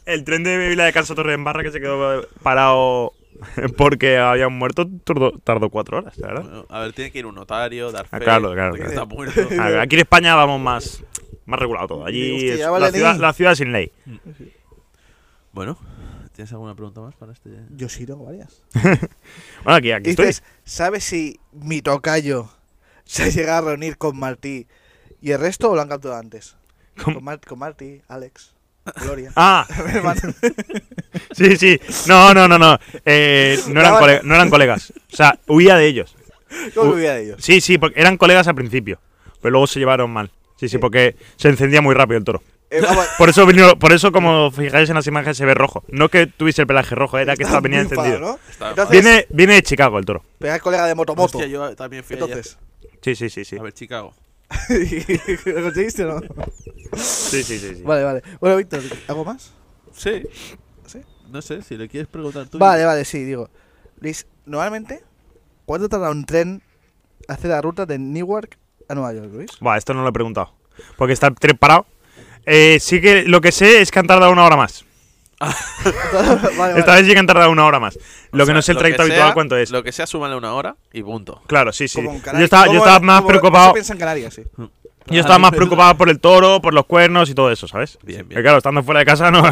[SPEAKER 2] El tren de Vila de Cans a Torre de Embarra que se quedó eh, parado (laughs) porque había un muerto tardó, tardó 4 horas,
[SPEAKER 3] (laughs)
[SPEAKER 2] la verdad.
[SPEAKER 1] Bueno, a ver, tiene que ir un notario, dar fe.
[SPEAKER 2] (laughs) Ah, claro, claro,
[SPEAKER 1] de que
[SPEAKER 2] claro.
[SPEAKER 1] está muerto.
[SPEAKER 2] A ver, aquí en España vamos más. Más regulado todo. Allí
[SPEAKER 3] Hostia,
[SPEAKER 2] es
[SPEAKER 3] ya
[SPEAKER 2] la,
[SPEAKER 3] vale,
[SPEAKER 2] ciudad,
[SPEAKER 3] Ney.
[SPEAKER 2] la ciudad sin ley.
[SPEAKER 1] Bueno, ¿tienes alguna pregunta más para este?
[SPEAKER 3] Yo sí tengo varias.
[SPEAKER 2] Bueno, aquí, aquí estoy.
[SPEAKER 3] Dices, ¿sabes si mi tocayo (laughs) se llega a reunir con Martí y el resto o lo han capturado antes?
[SPEAKER 2] ¿Cómo?
[SPEAKER 3] Con, Mar- con Martí,
[SPEAKER 2] (laughs)
[SPEAKER 3] Alex, Gloria. (laughs)
[SPEAKER 2] Ah,
[SPEAKER 3] Mi hermano.
[SPEAKER 2] sí, sí. No, no, no, no. Eh, no, eran
[SPEAKER 3] Estaban-
[SPEAKER 2] cole- no eran colegas. O sea, huía de ellos.
[SPEAKER 3] ¿Cómo que huía
[SPEAKER 2] (laughs)
[SPEAKER 3] de ellos?
[SPEAKER 2] Sí, sí, porque eran colegas al principio. Pero luego se llevaron mal. Sí, sí, porque se encendía muy rápido el toro.
[SPEAKER 3] Eh, vamos,
[SPEAKER 2] Por eso, vino- por eso como fijáis en las imágenes, se ve rojo. No que tuviese el pelaje rojo, era que estaba venía
[SPEAKER 3] muy enfadado,
[SPEAKER 2] encendido.
[SPEAKER 3] ¿no?
[SPEAKER 1] Está
[SPEAKER 3] Entonces-
[SPEAKER 2] Viene, viene de Chicago el toro.
[SPEAKER 3] Pero era el colega de Motomoto.
[SPEAKER 1] Hostia, yo también fui ayer.
[SPEAKER 3] Entonces, (laughs)
[SPEAKER 2] Sí, sí, sí, sí.
[SPEAKER 1] A ver, Chicago.
[SPEAKER 3] ¿lo conseguiste o no?
[SPEAKER 2] Sí, sí, sí. sí.
[SPEAKER 3] Vale, vale. Bueno, Víctor, ¿algo más?
[SPEAKER 1] Sí.
[SPEAKER 3] ¿Sí?
[SPEAKER 1] No sé, si le quieres preguntar tú.
[SPEAKER 3] Vale, vale, sí, digo. Luis, normalmente, ¿cuánto tarda un tren hacer la ruta de Newark a Nueva York,
[SPEAKER 2] (laughs)
[SPEAKER 3] Luis?
[SPEAKER 2] Buah, esto no lo he preguntado. Porque está el tren parado. Eh, sí que lo que sé es que han tardado una hora más.
[SPEAKER 3] vale, vale.
[SPEAKER 2] Esta vez sí que han tardado una hora más.
[SPEAKER 1] O
[SPEAKER 2] Lo que
[SPEAKER 1] sea,
[SPEAKER 2] no es el
[SPEAKER 1] lo
[SPEAKER 2] trayecto
[SPEAKER 1] que
[SPEAKER 2] habitual,
[SPEAKER 1] sea,
[SPEAKER 2] ¿cuánto es?
[SPEAKER 1] Lo que sea, súmale una hora y punto.
[SPEAKER 2] Claro, sí, sí.
[SPEAKER 3] Como en
[SPEAKER 2] Yo
[SPEAKER 3] Canarias.
[SPEAKER 2] estaba, yo
[SPEAKER 3] ¿Cómo-
[SPEAKER 2] estaba más
[SPEAKER 3] cómo-
[SPEAKER 2] preocupado.
[SPEAKER 3] Se piensa en Canarias, sí.
[SPEAKER 2] Yo estaba más
[SPEAKER 1] Ay,
[SPEAKER 2] preocupado por el toro, por los cuernos y todo eso, ¿sabes?
[SPEAKER 1] Bien,
[SPEAKER 2] Porque
[SPEAKER 1] bien.
[SPEAKER 2] claro, estando fuera de casa, no,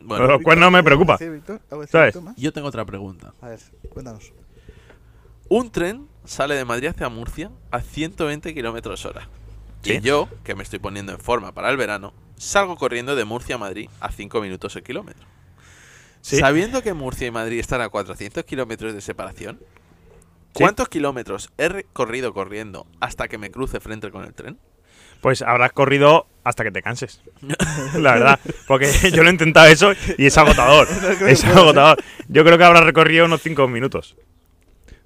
[SPEAKER 1] Bueno,
[SPEAKER 2] los cuernos Pues me
[SPEAKER 3] ¿Algo
[SPEAKER 2] preocupa.
[SPEAKER 3] decir, Víctor? ¿Algo decir,
[SPEAKER 2] ¿Sabes?
[SPEAKER 3] Víctor, más?
[SPEAKER 1] yo tengo otra pregunta.
[SPEAKER 3] A ver, cuéntanos.
[SPEAKER 1] Un tren sale de Madrid hacia Murcia a 120 kilómetros hora.
[SPEAKER 2] Sí.
[SPEAKER 1] Y yo, que me estoy poniendo en forma para el verano, salgo corriendo de Murcia a Madrid a 5 minutos el kilómetro.
[SPEAKER 2] Sí.
[SPEAKER 1] Sabiendo que Murcia y Madrid están a 400 kilómetros de separación,
[SPEAKER 2] Sí.
[SPEAKER 1] ¿cuántos kilómetros he recorrido corriendo hasta que me cruce frente con el tren?
[SPEAKER 2] Pues habrás corrido hasta que te canses. (laughs) La verdad. Porque (laughs) yo lo he intentado eso y es
[SPEAKER 3] (laughs)
[SPEAKER 2] agotador. Es agotador. Yo creo que habrás recorrido unos 5 minutos.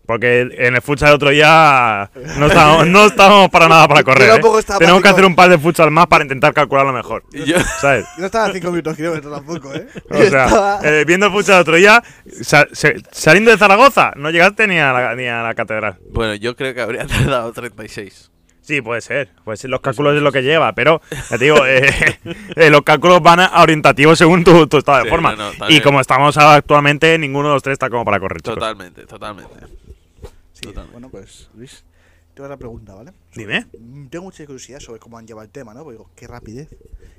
[SPEAKER 2] Porque en el futsal el otro día no estábamos, no estábamos para nada para correr.
[SPEAKER 3] Yo
[SPEAKER 2] ¿eh?
[SPEAKER 3] tampoco estaba
[SPEAKER 2] Tenemos que
[SPEAKER 3] para
[SPEAKER 2] hacer un par de futsal más para intentar calcularlo mejor.
[SPEAKER 1] Y yo,
[SPEAKER 2] ¿Sabes?
[SPEAKER 3] Yo no estaba a 5 minutos kilómetros tampoco, ¿eh?
[SPEAKER 2] (laughs) O sea, eh, viendo el futsal el otro día, sa- se- saliendo de Zaragoza, no llegaste ni a, la, ni a la catedral.
[SPEAKER 1] (laughs) bueno, yo creo que habría (laughs) tardado 36.
[SPEAKER 2] Sí, puede ser. Puede ser. Los cálculos es lo que lleva, pero ya te digo, eh, eh, los cálculos van a- orientativos según tu, tu estado de
[SPEAKER 1] Sí,
[SPEAKER 2] forma.
[SPEAKER 1] no, no,
[SPEAKER 2] y
[SPEAKER 1] también.
[SPEAKER 2] como estamos actualmente, ninguno de los tres está como para correr. chicos.
[SPEAKER 1] Totalmente, totalmente.
[SPEAKER 3] Sí,
[SPEAKER 1] Totalmente.
[SPEAKER 3] bueno, pues, Luis, tengo otra pregunta, ¿vale?
[SPEAKER 2] Dime.
[SPEAKER 3] Mm, Tengo mucha curiosidad sobre cómo han llevado el tema, ¿no? Porque digo, qué rapidez.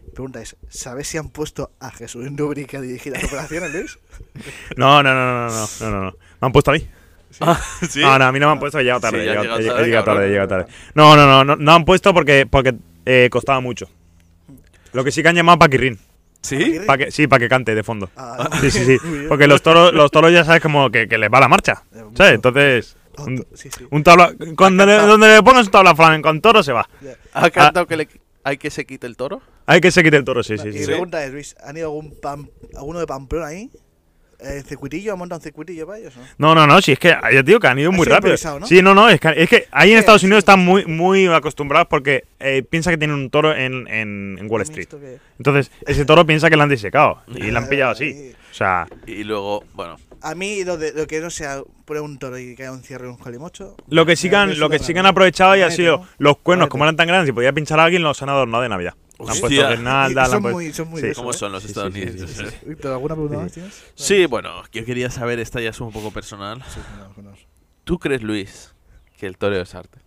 [SPEAKER 3] Mi Pregunta es, ¿sabes si han puesto a Jesús Dubrique a dirigir las operaciones, Luis?
[SPEAKER 2] No, no, no, no, no, no, no, no. Me han puesto a mí.
[SPEAKER 1] Ah, (laughs) ¿sí?
[SPEAKER 2] No, no, a mí no me han puesto, he llegado tarde.
[SPEAKER 1] Sí,
[SPEAKER 2] he
[SPEAKER 1] has llegado
[SPEAKER 2] llegado- he-
[SPEAKER 1] tarde,
[SPEAKER 2] he llegado tarde,
[SPEAKER 1] cabrón.
[SPEAKER 2] he llegado tarde. No, no, no, no, no han puesto porque, porque eh, costaba mucho. Lo que sí que han llamado a Paquirrín.
[SPEAKER 1] ¿Sí?
[SPEAKER 2] Pa' que- (laughs) sí, para que cante de fondo.
[SPEAKER 3] Ah,
[SPEAKER 2] Sí, sí, (laughs) sí.
[SPEAKER 3] (laughs) muy bien.
[SPEAKER 2] Porque los toros, los toros ya sabes como que, que les va la marcha. ¿Sabes? Entonces.
[SPEAKER 3] Ah,
[SPEAKER 2] un-
[SPEAKER 3] sí, sí.
[SPEAKER 2] Un tabla. Cuando le, donde le pones un tabla flamenco con toro se va. Ah.
[SPEAKER 1] ¿Ha cantado que le- hay que se quite el toro?
[SPEAKER 2] Hay que se quite el toro, sí, sí,
[SPEAKER 3] y
[SPEAKER 2] sí.
[SPEAKER 3] mi pregunta es, Luis, ¿han ido algún pam- alguno de Pamplona ahí? ¿El circuitillo? ¿Han montado un circuitillo para ellos? o ¿no?
[SPEAKER 2] No, no, no, sí, es que ya te digo que han ido
[SPEAKER 3] Ha
[SPEAKER 2] muy
[SPEAKER 3] sido
[SPEAKER 2] rápido.
[SPEAKER 3] improvisado, ¿no?
[SPEAKER 2] Sí, no, no, es que, es que ahí en
[SPEAKER 3] Sí,
[SPEAKER 2] Estados
[SPEAKER 3] sí,
[SPEAKER 2] Unidos
[SPEAKER 3] sí.
[SPEAKER 2] están muy, muy acostumbrados porque eh, piensa que tienen un toro en, en, en Wall
[SPEAKER 3] ¿Han
[SPEAKER 2] Street.
[SPEAKER 3] visto que-
[SPEAKER 2] Entonces, ese toro piensa que lo han disecado y
[SPEAKER 3] (laughs)
[SPEAKER 2] lo han pillado así. O sea,
[SPEAKER 1] Y luego, bueno,
[SPEAKER 3] A mí lo, de, lo que no sea poner un toro y que haya un cierre y un calimocho.
[SPEAKER 2] lo que sí que han, lo que sí que han aprovechado ya ha sido los cuernos, como eran tan grandes, si podía pinchar a alguien, los han adornado de Navidad. Le Han puesto
[SPEAKER 1] Hostia.
[SPEAKER 2] guirnaldas, le han
[SPEAKER 3] son,
[SPEAKER 2] puesto-
[SPEAKER 3] muy, son muy
[SPEAKER 2] sí.
[SPEAKER 3] de eso,
[SPEAKER 1] ¿cómo
[SPEAKER 3] ¿eh?
[SPEAKER 1] son los estadounidenses? Sí,
[SPEAKER 3] Víctor, ¿alguna pregunta más tienes?
[SPEAKER 1] bueno, yo quería saber, esta ya es un poco personal.
[SPEAKER 3] Sí, bueno, bueno.
[SPEAKER 1] ¿Tú crees, Luis, que el toreo es arte?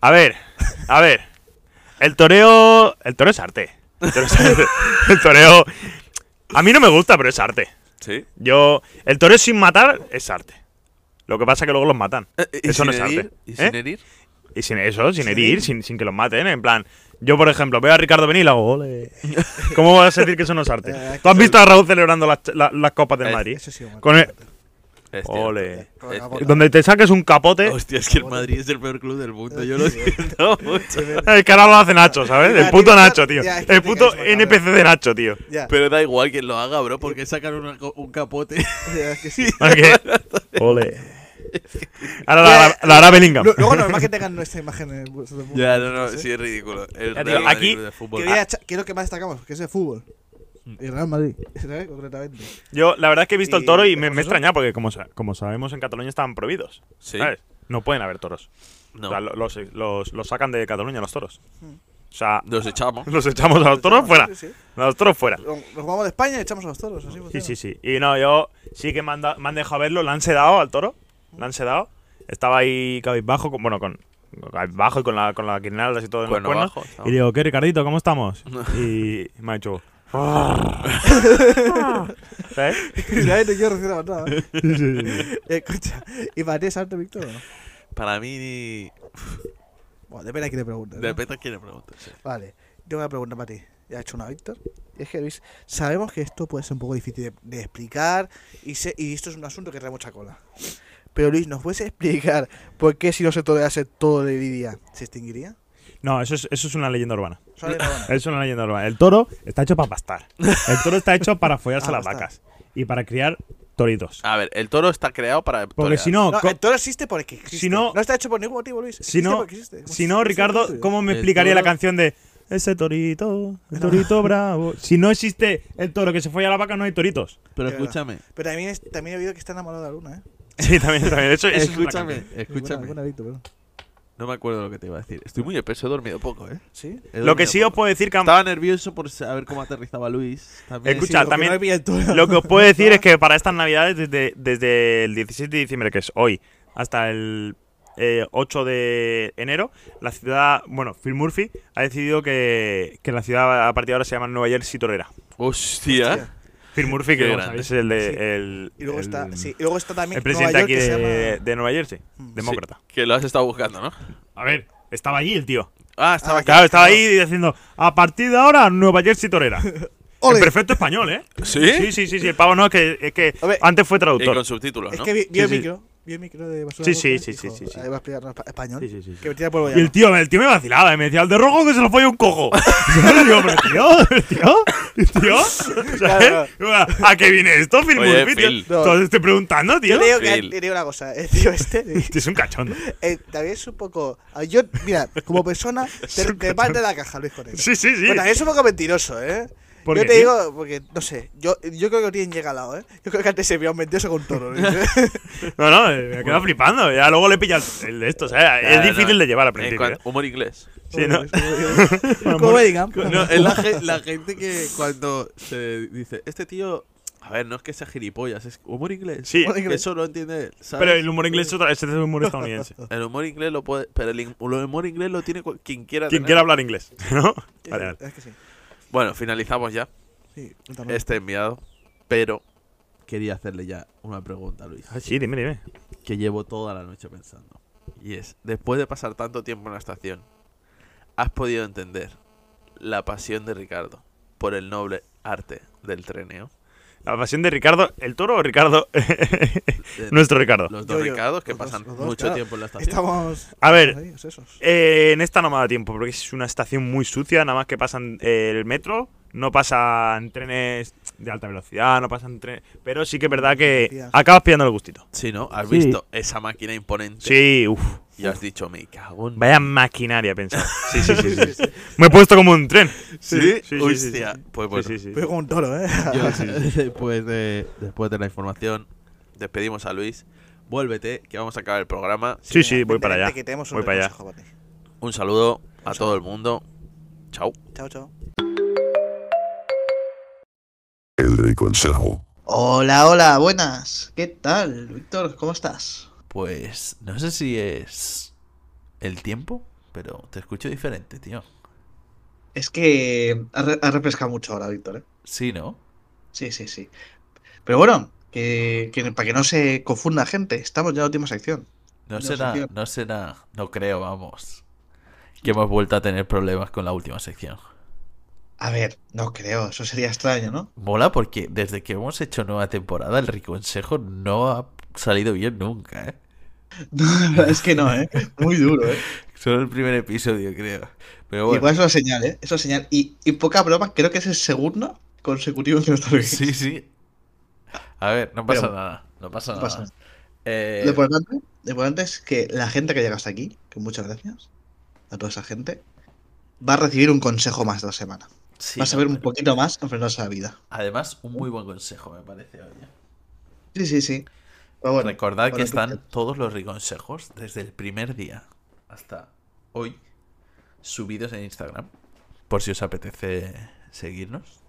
[SPEAKER 2] A ver, a ver. El toreo. El toreo es arte. El toreo. es
[SPEAKER 3] (laughs)
[SPEAKER 2] arte. El toreo- a mí no me gusta, pero es arte.
[SPEAKER 1] Sí.
[SPEAKER 2] Yo. El toreo sin matar es arte. Lo que pasa es que luego los matan. Eso no es arte.
[SPEAKER 1] ¿Y
[SPEAKER 2] ¿eh?
[SPEAKER 1] sin herir?
[SPEAKER 2] Y sin eso, sin herir, sin, sin que los maten. En plan, yo por ejemplo veo a Ricardo venir y le hago
[SPEAKER 3] (laughs)
[SPEAKER 2] "Ole". ¿Cómo vas a decir que eso no es arte?
[SPEAKER 3] Eh, es
[SPEAKER 2] ¿Tú has visto a Raúl celebrando las, la- las copas del
[SPEAKER 1] Eh,
[SPEAKER 2] Madrid?
[SPEAKER 3] Eso sí, bueno.
[SPEAKER 2] Con eh, el-
[SPEAKER 1] Es cierto.
[SPEAKER 2] Ole.
[SPEAKER 1] Es cierto.
[SPEAKER 2] Donde te saques un (laughs) capote.
[SPEAKER 1] Hostia, es que el Madrid es el peor club del mundo. Yo lo
[SPEAKER 2] (laughs)
[SPEAKER 1] siento mucho.
[SPEAKER 2] El que ahora lo hace Nacho, ¿sabes?
[SPEAKER 3] Ya,
[SPEAKER 2] El puto
[SPEAKER 3] tío, ya-
[SPEAKER 2] Nacho, tío.
[SPEAKER 3] ya, es que
[SPEAKER 2] El
[SPEAKER 3] te
[SPEAKER 2] puto
[SPEAKER 3] caes, macabrón.
[SPEAKER 2] NPC de Nacho, tío.
[SPEAKER 3] Ya,
[SPEAKER 1] Pero da igual quien lo haga, bro, porque sacan una co- un
[SPEAKER 2] (laughs)
[SPEAKER 1] capote.
[SPEAKER 3] (laughs)
[SPEAKER 1] (laughs)
[SPEAKER 3] ya, es que sí.
[SPEAKER 2] Ok. Ole. Ahora la, hará- la hará Bellingham.
[SPEAKER 3] Lu- Luego normal que tengan nuestra imagen en vuestros
[SPEAKER 1] ya,
[SPEAKER 3] puntos,
[SPEAKER 1] no, no,
[SPEAKER 3] ¿eh?
[SPEAKER 1] sí es ridículo. El
[SPEAKER 2] Ya,
[SPEAKER 1] Real
[SPEAKER 2] tío,
[SPEAKER 1] Madrid
[SPEAKER 2] aquí-
[SPEAKER 1] de fútbol. Ah,
[SPEAKER 2] ah.
[SPEAKER 3] Quería echa- ¿Qué es lo que más destacamos? Que es el fútbol.
[SPEAKER 2] Mm.
[SPEAKER 3] Y Real Madrid. ¿sabes? Concretamente.
[SPEAKER 2] Yo, la verdad es que he visto el
[SPEAKER 3] ¿Y
[SPEAKER 2] toro y me,
[SPEAKER 3] tenemos
[SPEAKER 2] me he
[SPEAKER 3] eso?
[SPEAKER 2] extrañado porque, como, sa- como sabemos, en Cataluña estaban prohibidos.
[SPEAKER 1] Ah, sí.
[SPEAKER 2] ¿sabes? No pueden haber toros.
[SPEAKER 1] No.
[SPEAKER 2] O sea, lo- los, los- los sacan de Cataluña los toros. O sea, (laughs)
[SPEAKER 1] Los echamos.
[SPEAKER 2] los echamos a los toros fuera.
[SPEAKER 3] Sí, sí.
[SPEAKER 2] A los toros fuera.
[SPEAKER 3] Nos nos vamos de España y echamos a los toros. Así
[SPEAKER 2] Sí,
[SPEAKER 3] funciona. (laughs)
[SPEAKER 2] sí, sí. Y no, yo sí que me han, da- me han dejado verlo. Le han sedado al toro. Le han sedado. Estaba ahí cabizbajo. con- bueno, con, bajo y con la, con la guirnaldas y todo en los
[SPEAKER 1] Cuerno
[SPEAKER 2] cuernos.
[SPEAKER 1] bajo, está
[SPEAKER 2] Y digo, ¿qué, Ricardito? ¿Cómo estamos? Y me ha (laughs) hecho... ¿Sabes?
[SPEAKER 3] Sinceramente, yo recién
[SPEAKER 2] (laughs)
[SPEAKER 3] abandonado.
[SPEAKER 2] Sí, sí, sí.
[SPEAKER 3] (laughs) Escucha, ¿y para ti es arte, Víctor? o no?
[SPEAKER 1] Para
[SPEAKER 2] ¿eh?
[SPEAKER 1] mí,
[SPEAKER 3] Bueno, depende a quién le preguntes. ¿no?
[SPEAKER 1] depende a quién le preguntes. sí.
[SPEAKER 3] Vale, yo voy a preguntar para ti. Ya he hecho una Víctor. Y es que, Luis, sabemos que esto puede ser un poco difícil de, de explicar y, se- y esto es un asunto que trae mucha cola. Pero, Luis, ¿nos puedes explicar por qué si no se tolerase todo el día se extinguiría?
[SPEAKER 2] No, eso es, eso es una leyenda urbana.
[SPEAKER 3] Solo hay una buena.
[SPEAKER 2] Es una leyenda urbana. El toro está hecho para pastar. El toro está hecho para follarse
[SPEAKER 3] Ah,
[SPEAKER 2] a las
[SPEAKER 3] pastar.
[SPEAKER 2] vacas y para criar toritos.
[SPEAKER 1] A ver, el toro está creado para.
[SPEAKER 2] Porque
[SPEAKER 1] torear.
[SPEAKER 2] si (laughs) no,
[SPEAKER 3] No,
[SPEAKER 2] co-
[SPEAKER 3] el toro existe porque existe.
[SPEAKER 2] si no-
[SPEAKER 3] no está hecho por ningún motivo, Luis.
[SPEAKER 2] si
[SPEAKER 3] Existe
[SPEAKER 2] no,
[SPEAKER 3] porque existe.
[SPEAKER 2] si no, Ricardo, ¿cómo me
[SPEAKER 1] El
[SPEAKER 2] explicaría la
[SPEAKER 1] toro-
[SPEAKER 2] canción de ese torito, el torito bravo? Si no existe el toro que se folla a la vaca, no hay toritos.
[SPEAKER 1] Pero
[SPEAKER 3] Es verdad.
[SPEAKER 1] escúchame,
[SPEAKER 3] Pero también, es- también he oído que está enamorado de la luna, ¿eh?
[SPEAKER 2] Sí, también, también. Eso, eso (laughs) es una
[SPEAKER 1] escúchame,
[SPEAKER 2] canción.
[SPEAKER 1] escúchame.
[SPEAKER 3] Buena, buena, Víctor, perdón.
[SPEAKER 1] No me acuerdo lo que te iba a decir. Estoy muy espeso, he dormido poco, ¿eh?
[SPEAKER 3] ¿Sí?
[SPEAKER 1] He
[SPEAKER 2] Lo que
[SPEAKER 1] dormido
[SPEAKER 2] sí os
[SPEAKER 1] poco.
[SPEAKER 2] puedo decir, que
[SPEAKER 1] Estaba nervioso por saber cómo aterrizaba Luis. También.
[SPEAKER 2] Escucha,
[SPEAKER 3] porque
[SPEAKER 2] también-
[SPEAKER 3] no he pillado el toro.
[SPEAKER 2] Lo que os puedo decir es que para estas navidades, desde, desde el 16 de diciembre, que es hoy, hasta el eh, 8 de enero, la ciudad, bueno, Phil Murphy ha decidido que, que la ciudad a partir de ahora se llama Nueva Jersey Torera.
[SPEAKER 1] Hostia.
[SPEAKER 2] Phil Murphy,
[SPEAKER 1] Qué
[SPEAKER 2] que como
[SPEAKER 1] grande.
[SPEAKER 2] sabéis, es el, de,
[SPEAKER 3] Sí.
[SPEAKER 2] el,
[SPEAKER 3] Y luego,
[SPEAKER 2] el-
[SPEAKER 3] está, sí, y luego está también
[SPEAKER 2] el presidente
[SPEAKER 3] Nueva
[SPEAKER 2] aquí
[SPEAKER 3] York, que se
[SPEAKER 2] de,
[SPEAKER 3] llama- Mm.
[SPEAKER 2] de Nueva Jersey, demócrata.
[SPEAKER 1] Sí, que lo has estado buscando, ¿no?
[SPEAKER 2] A ver, estaba allí el tío.
[SPEAKER 1] Ah, estaba
[SPEAKER 2] Claro, estaba ahí diciendo, a partir de ahora, Nueva Jersey Torera.
[SPEAKER 3] (laughs) ¡Ole!
[SPEAKER 2] En perfecto español, ¿eh?
[SPEAKER 1] ¿Sí?
[SPEAKER 2] Sí, sí, sí, sí, el pavo no, es que, es que
[SPEAKER 3] A ver,
[SPEAKER 2] antes fue
[SPEAKER 1] Y
[SPEAKER 2] traductor.
[SPEAKER 1] con subtítulos,
[SPEAKER 3] Es
[SPEAKER 1] ¿no?
[SPEAKER 3] que vi, vi el
[SPEAKER 2] Sí, sí.
[SPEAKER 3] micro, vi el micro de basura.
[SPEAKER 2] Sí,
[SPEAKER 3] Roja,
[SPEAKER 2] sí, sí,
[SPEAKER 3] dijo,
[SPEAKER 2] sí, sí, sí.
[SPEAKER 3] "Ah, va a explicar pa- español.
[SPEAKER 2] Sí, sí, sí, sí.
[SPEAKER 3] Que me tira polvo
[SPEAKER 2] Y el tío, el tío me vacilaba, y me decía, al de rojo que se lo folle un cojo. (laughs) Y yo le digo, pero tío, pero tío, tío,
[SPEAKER 3] (laughs)
[SPEAKER 2] ¿sabes? ¿A qué viene esto, Phil
[SPEAKER 1] Oye,
[SPEAKER 2] Murphy?
[SPEAKER 1] Phil.
[SPEAKER 2] Tío, Todo estoy preguntando, tío.
[SPEAKER 3] Yo te digo, que,
[SPEAKER 1] Phil.
[SPEAKER 3] te digo una cosa, el tío este (laughs)
[SPEAKER 2] Este Es un cachondo.
[SPEAKER 3] eh, también es un poco. ah, Yo, mira,
[SPEAKER 2] (laughs)
[SPEAKER 3] como persona, te, te parte la caja, Luis Correa.
[SPEAKER 2] Sí, sí, sí.
[SPEAKER 3] Pero también es un poco mentiroso, ¿eh?
[SPEAKER 2] ¿Por
[SPEAKER 3] yo
[SPEAKER 2] qué,
[SPEAKER 3] te
[SPEAKER 2] tío?
[SPEAKER 3] digo, porque no sé, yo, yo creo que lo tienen llegado, ¿eh? Yo creo que antes se veía un mentiroso con toro. Luis, ¿eh?
[SPEAKER 2] No, no, eh, me quedo flipando. Ya luego le pillas el de esto, o sea,
[SPEAKER 1] Claro,
[SPEAKER 2] es difícil
[SPEAKER 1] no.
[SPEAKER 2] de llevar al
[SPEAKER 1] En
[SPEAKER 2] principio.
[SPEAKER 1] cuanto- humor (laughs) inglés.
[SPEAKER 2] ¿eh? (laughs) Sí,
[SPEAKER 3] (laughs)
[SPEAKER 2] ¿no? (laughs)
[SPEAKER 3] Como me digan.
[SPEAKER 1] No, es la, (laughs) ge- la gente que cuando se dice, este tío. A ver, no es que sea gilipollas, es humor inglés.
[SPEAKER 2] Sí,
[SPEAKER 3] Humor inglés.
[SPEAKER 1] Eso no entiende él, ¿sabes?
[SPEAKER 2] pero el humor inglés es otra- este es el humor estadounidense.
[SPEAKER 1] El humor inglés lo puede. Pero el, in- el humor inglés lo tiene cual- quien quiera.
[SPEAKER 2] Quien
[SPEAKER 1] tener.
[SPEAKER 2] quiera hablar inglés, (laughs) ¿no? Vale, vale.
[SPEAKER 3] Es que sí.
[SPEAKER 1] Bueno, finalizamos ya
[SPEAKER 3] sí
[SPEAKER 2] Mm.
[SPEAKER 3] cuéntame.
[SPEAKER 1] este enviado. Pero quería hacerle ya una pregunta, Luis.
[SPEAKER 2] Ah, sí, dime, dime.
[SPEAKER 1] Que llevo toda la noche pensando. Y es: después de pasar tanto tiempo en la estación, ¿has podido entender la pasión de Ricardo por el noble arte del treneo?
[SPEAKER 2] La pasión de Ricardo, ¿el toro o Ricardo? (laughs) Nuestro Ricardo.
[SPEAKER 1] Los
[SPEAKER 3] Yo,
[SPEAKER 1] dos
[SPEAKER 3] yo,
[SPEAKER 1] Ricardos que
[SPEAKER 3] los dos,
[SPEAKER 1] pasan
[SPEAKER 3] los dos,
[SPEAKER 1] mucho
[SPEAKER 3] claro.
[SPEAKER 1] tiempo en la estación.
[SPEAKER 3] Estamos.
[SPEAKER 2] A ver,
[SPEAKER 3] ahí, es esos.
[SPEAKER 2] Eh, en esta no me ha dado tiempo, porque es una estación muy sucia, nada más que pasan eh, el metro, no pasan trenes de alta velocidad, no pasan trenes... Pero sí que es verdad que
[SPEAKER 3] Tías.
[SPEAKER 2] acabas pillando el gustito.
[SPEAKER 1] Sí, ¿no? Has
[SPEAKER 2] Sí.
[SPEAKER 1] visto esa máquina imponente.
[SPEAKER 2] Sí, uff.
[SPEAKER 1] Y has dicho, me cago en.
[SPEAKER 2] Vaya maquinaria, pensar. Sí, sí, (laughs) sí, sí. Me he puesto como un tren.
[SPEAKER 1] Sí,
[SPEAKER 2] Sí, sí, sí,
[SPEAKER 1] hostia. Pues bueno.
[SPEAKER 2] Sí, sí, sí.
[SPEAKER 3] Pero como un toro, ¿eh?
[SPEAKER 1] Yo, (laughs) después, de, después de la información, despedimos a Luis. Vuélvete, que vamos a acabar el programa.
[SPEAKER 2] Sí, sí, voy
[SPEAKER 3] Vente,
[SPEAKER 2] para
[SPEAKER 3] vente,
[SPEAKER 2] allá.
[SPEAKER 3] que tenemos un
[SPEAKER 2] Voy para allá.
[SPEAKER 3] consejo para ti.
[SPEAKER 1] Un saludo a todo el mundo. Chao.
[SPEAKER 3] Chao, chao.
[SPEAKER 5] El consejo.
[SPEAKER 9] Hola, hola, buenas. ¿Qué tal, Víctor? ¿Cómo estás?
[SPEAKER 1] Pues no sé si es el tiempo, pero te escucho diferente, tío.
[SPEAKER 9] Es que ha, re- ha refrescado mucho ahora, Víctor, ¿eh?
[SPEAKER 1] Sí, ¿no?
[SPEAKER 9] Sí, sí, sí. Pero bueno, que, que- para que no se confunda gente, estamos ya en la última sección.
[SPEAKER 1] No
[SPEAKER 9] No
[SPEAKER 1] será,
[SPEAKER 9] sé, tío.
[SPEAKER 1] no será, no creo, vamos. Que hemos vuelto a tener problemas con la última sección.
[SPEAKER 9] A ver, no creo, eso sería extraño, ¿no?
[SPEAKER 1] Mola porque desde que hemos hecho nueva temporada, el Riconsejo no ha salido bien nunca, ¿eh?
[SPEAKER 9] No, la verdad es que no, ¿eh? Muy duro, ¿eh?
[SPEAKER 1] Solo el primer episodio, creo. Pero bueno.
[SPEAKER 9] Igual es una señal, ¿eh? Es una señal. Y, y poca broma, creo que es el segundo consecutivo que no está
[SPEAKER 1] (laughs)
[SPEAKER 9] bien.
[SPEAKER 1] Sí, sí. A ver, no pasa
[SPEAKER 9] Pero-
[SPEAKER 1] nada. No pasa
[SPEAKER 9] No
[SPEAKER 1] nada.
[SPEAKER 9] pasa nada.
[SPEAKER 1] Eh,
[SPEAKER 9] Lo importante, lo importante es que la gente que llega hasta aquí, que muchas gracias a toda esa gente, va a recibir un consejo más de la semana.
[SPEAKER 1] sí,
[SPEAKER 9] va a saber un poquito más enfrentarse a la vida.
[SPEAKER 1] Además, un muy buen consejo, me parece. oye.
[SPEAKER 9] Sí, sí, sí. Pero bueno,
[SPEAKER 1] Recordad que
[SPEAKER 9] bueno,
[SPEAKER 1] están
[SPEAKER 9] pues-
[SPEAKER 1] todos los Riconsejos desde el primer día hasta hoy subidos en Instagram. Por si os apetece seguirnos.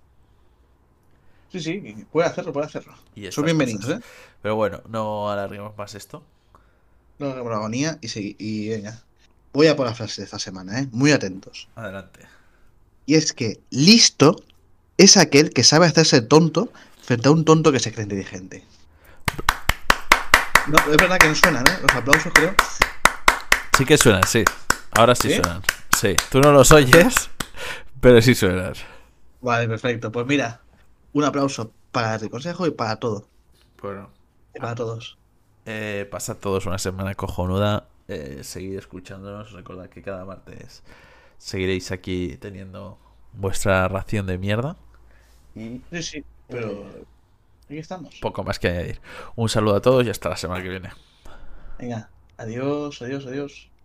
[SPEAKER 9] Sí, sí, puede hacerlo, puede hacerlo.
[SPEAKER 1] Y estas
[SPEAKER 9] Son bienvenidos,
[SPEAKER 1] cosas.
[SPEAKER 9] ¿eh?
[SPEAKER 1] Pero bueno, no alarguemos más esto.
[SPEAKER 9] No hagamos la agonía y, segui- y venga. Voy a por la frase de esta semana, ¿eh? Muy atentos.
[SPEAKER 1] Adelante.
[SPEAKER 9] Y es que listo es aquel que sabe hacerse tonto frente a un tonto que se cree inteligente. No, es verdad que no suenan, ¿eh? Los aplausos, creo.
[SPEAKER 1] Sí que suenan, sí. Ahora sí,
[SPEAKER 9] ¿Sí?
[SPEAKER 1] suenan. Sí. Tú no los oyes, pero sí suenan.
[SPEAKER 9] Vale, perfecto. Pues mira, un aplauso para el consejo y para todo.
[SPEAKER 1] Bueno.
[SPEAKER 9] Y para todos.
[SPEAKER 1] Eh, pasad todos una semana cojonuda. Eh, seguid escuchándonos. Recordad que cada martes seguiréis aquí teniendo vuestra ración de mierda.
[SPEAKER 9] Sí, sí, pero. Aquí estamos.
[SPEAKER 1] Poco más que añadir. Un saludo a todos y hasta la semana que viene.
[SPEAKER 9] Venga, adiós, adiós, adiós.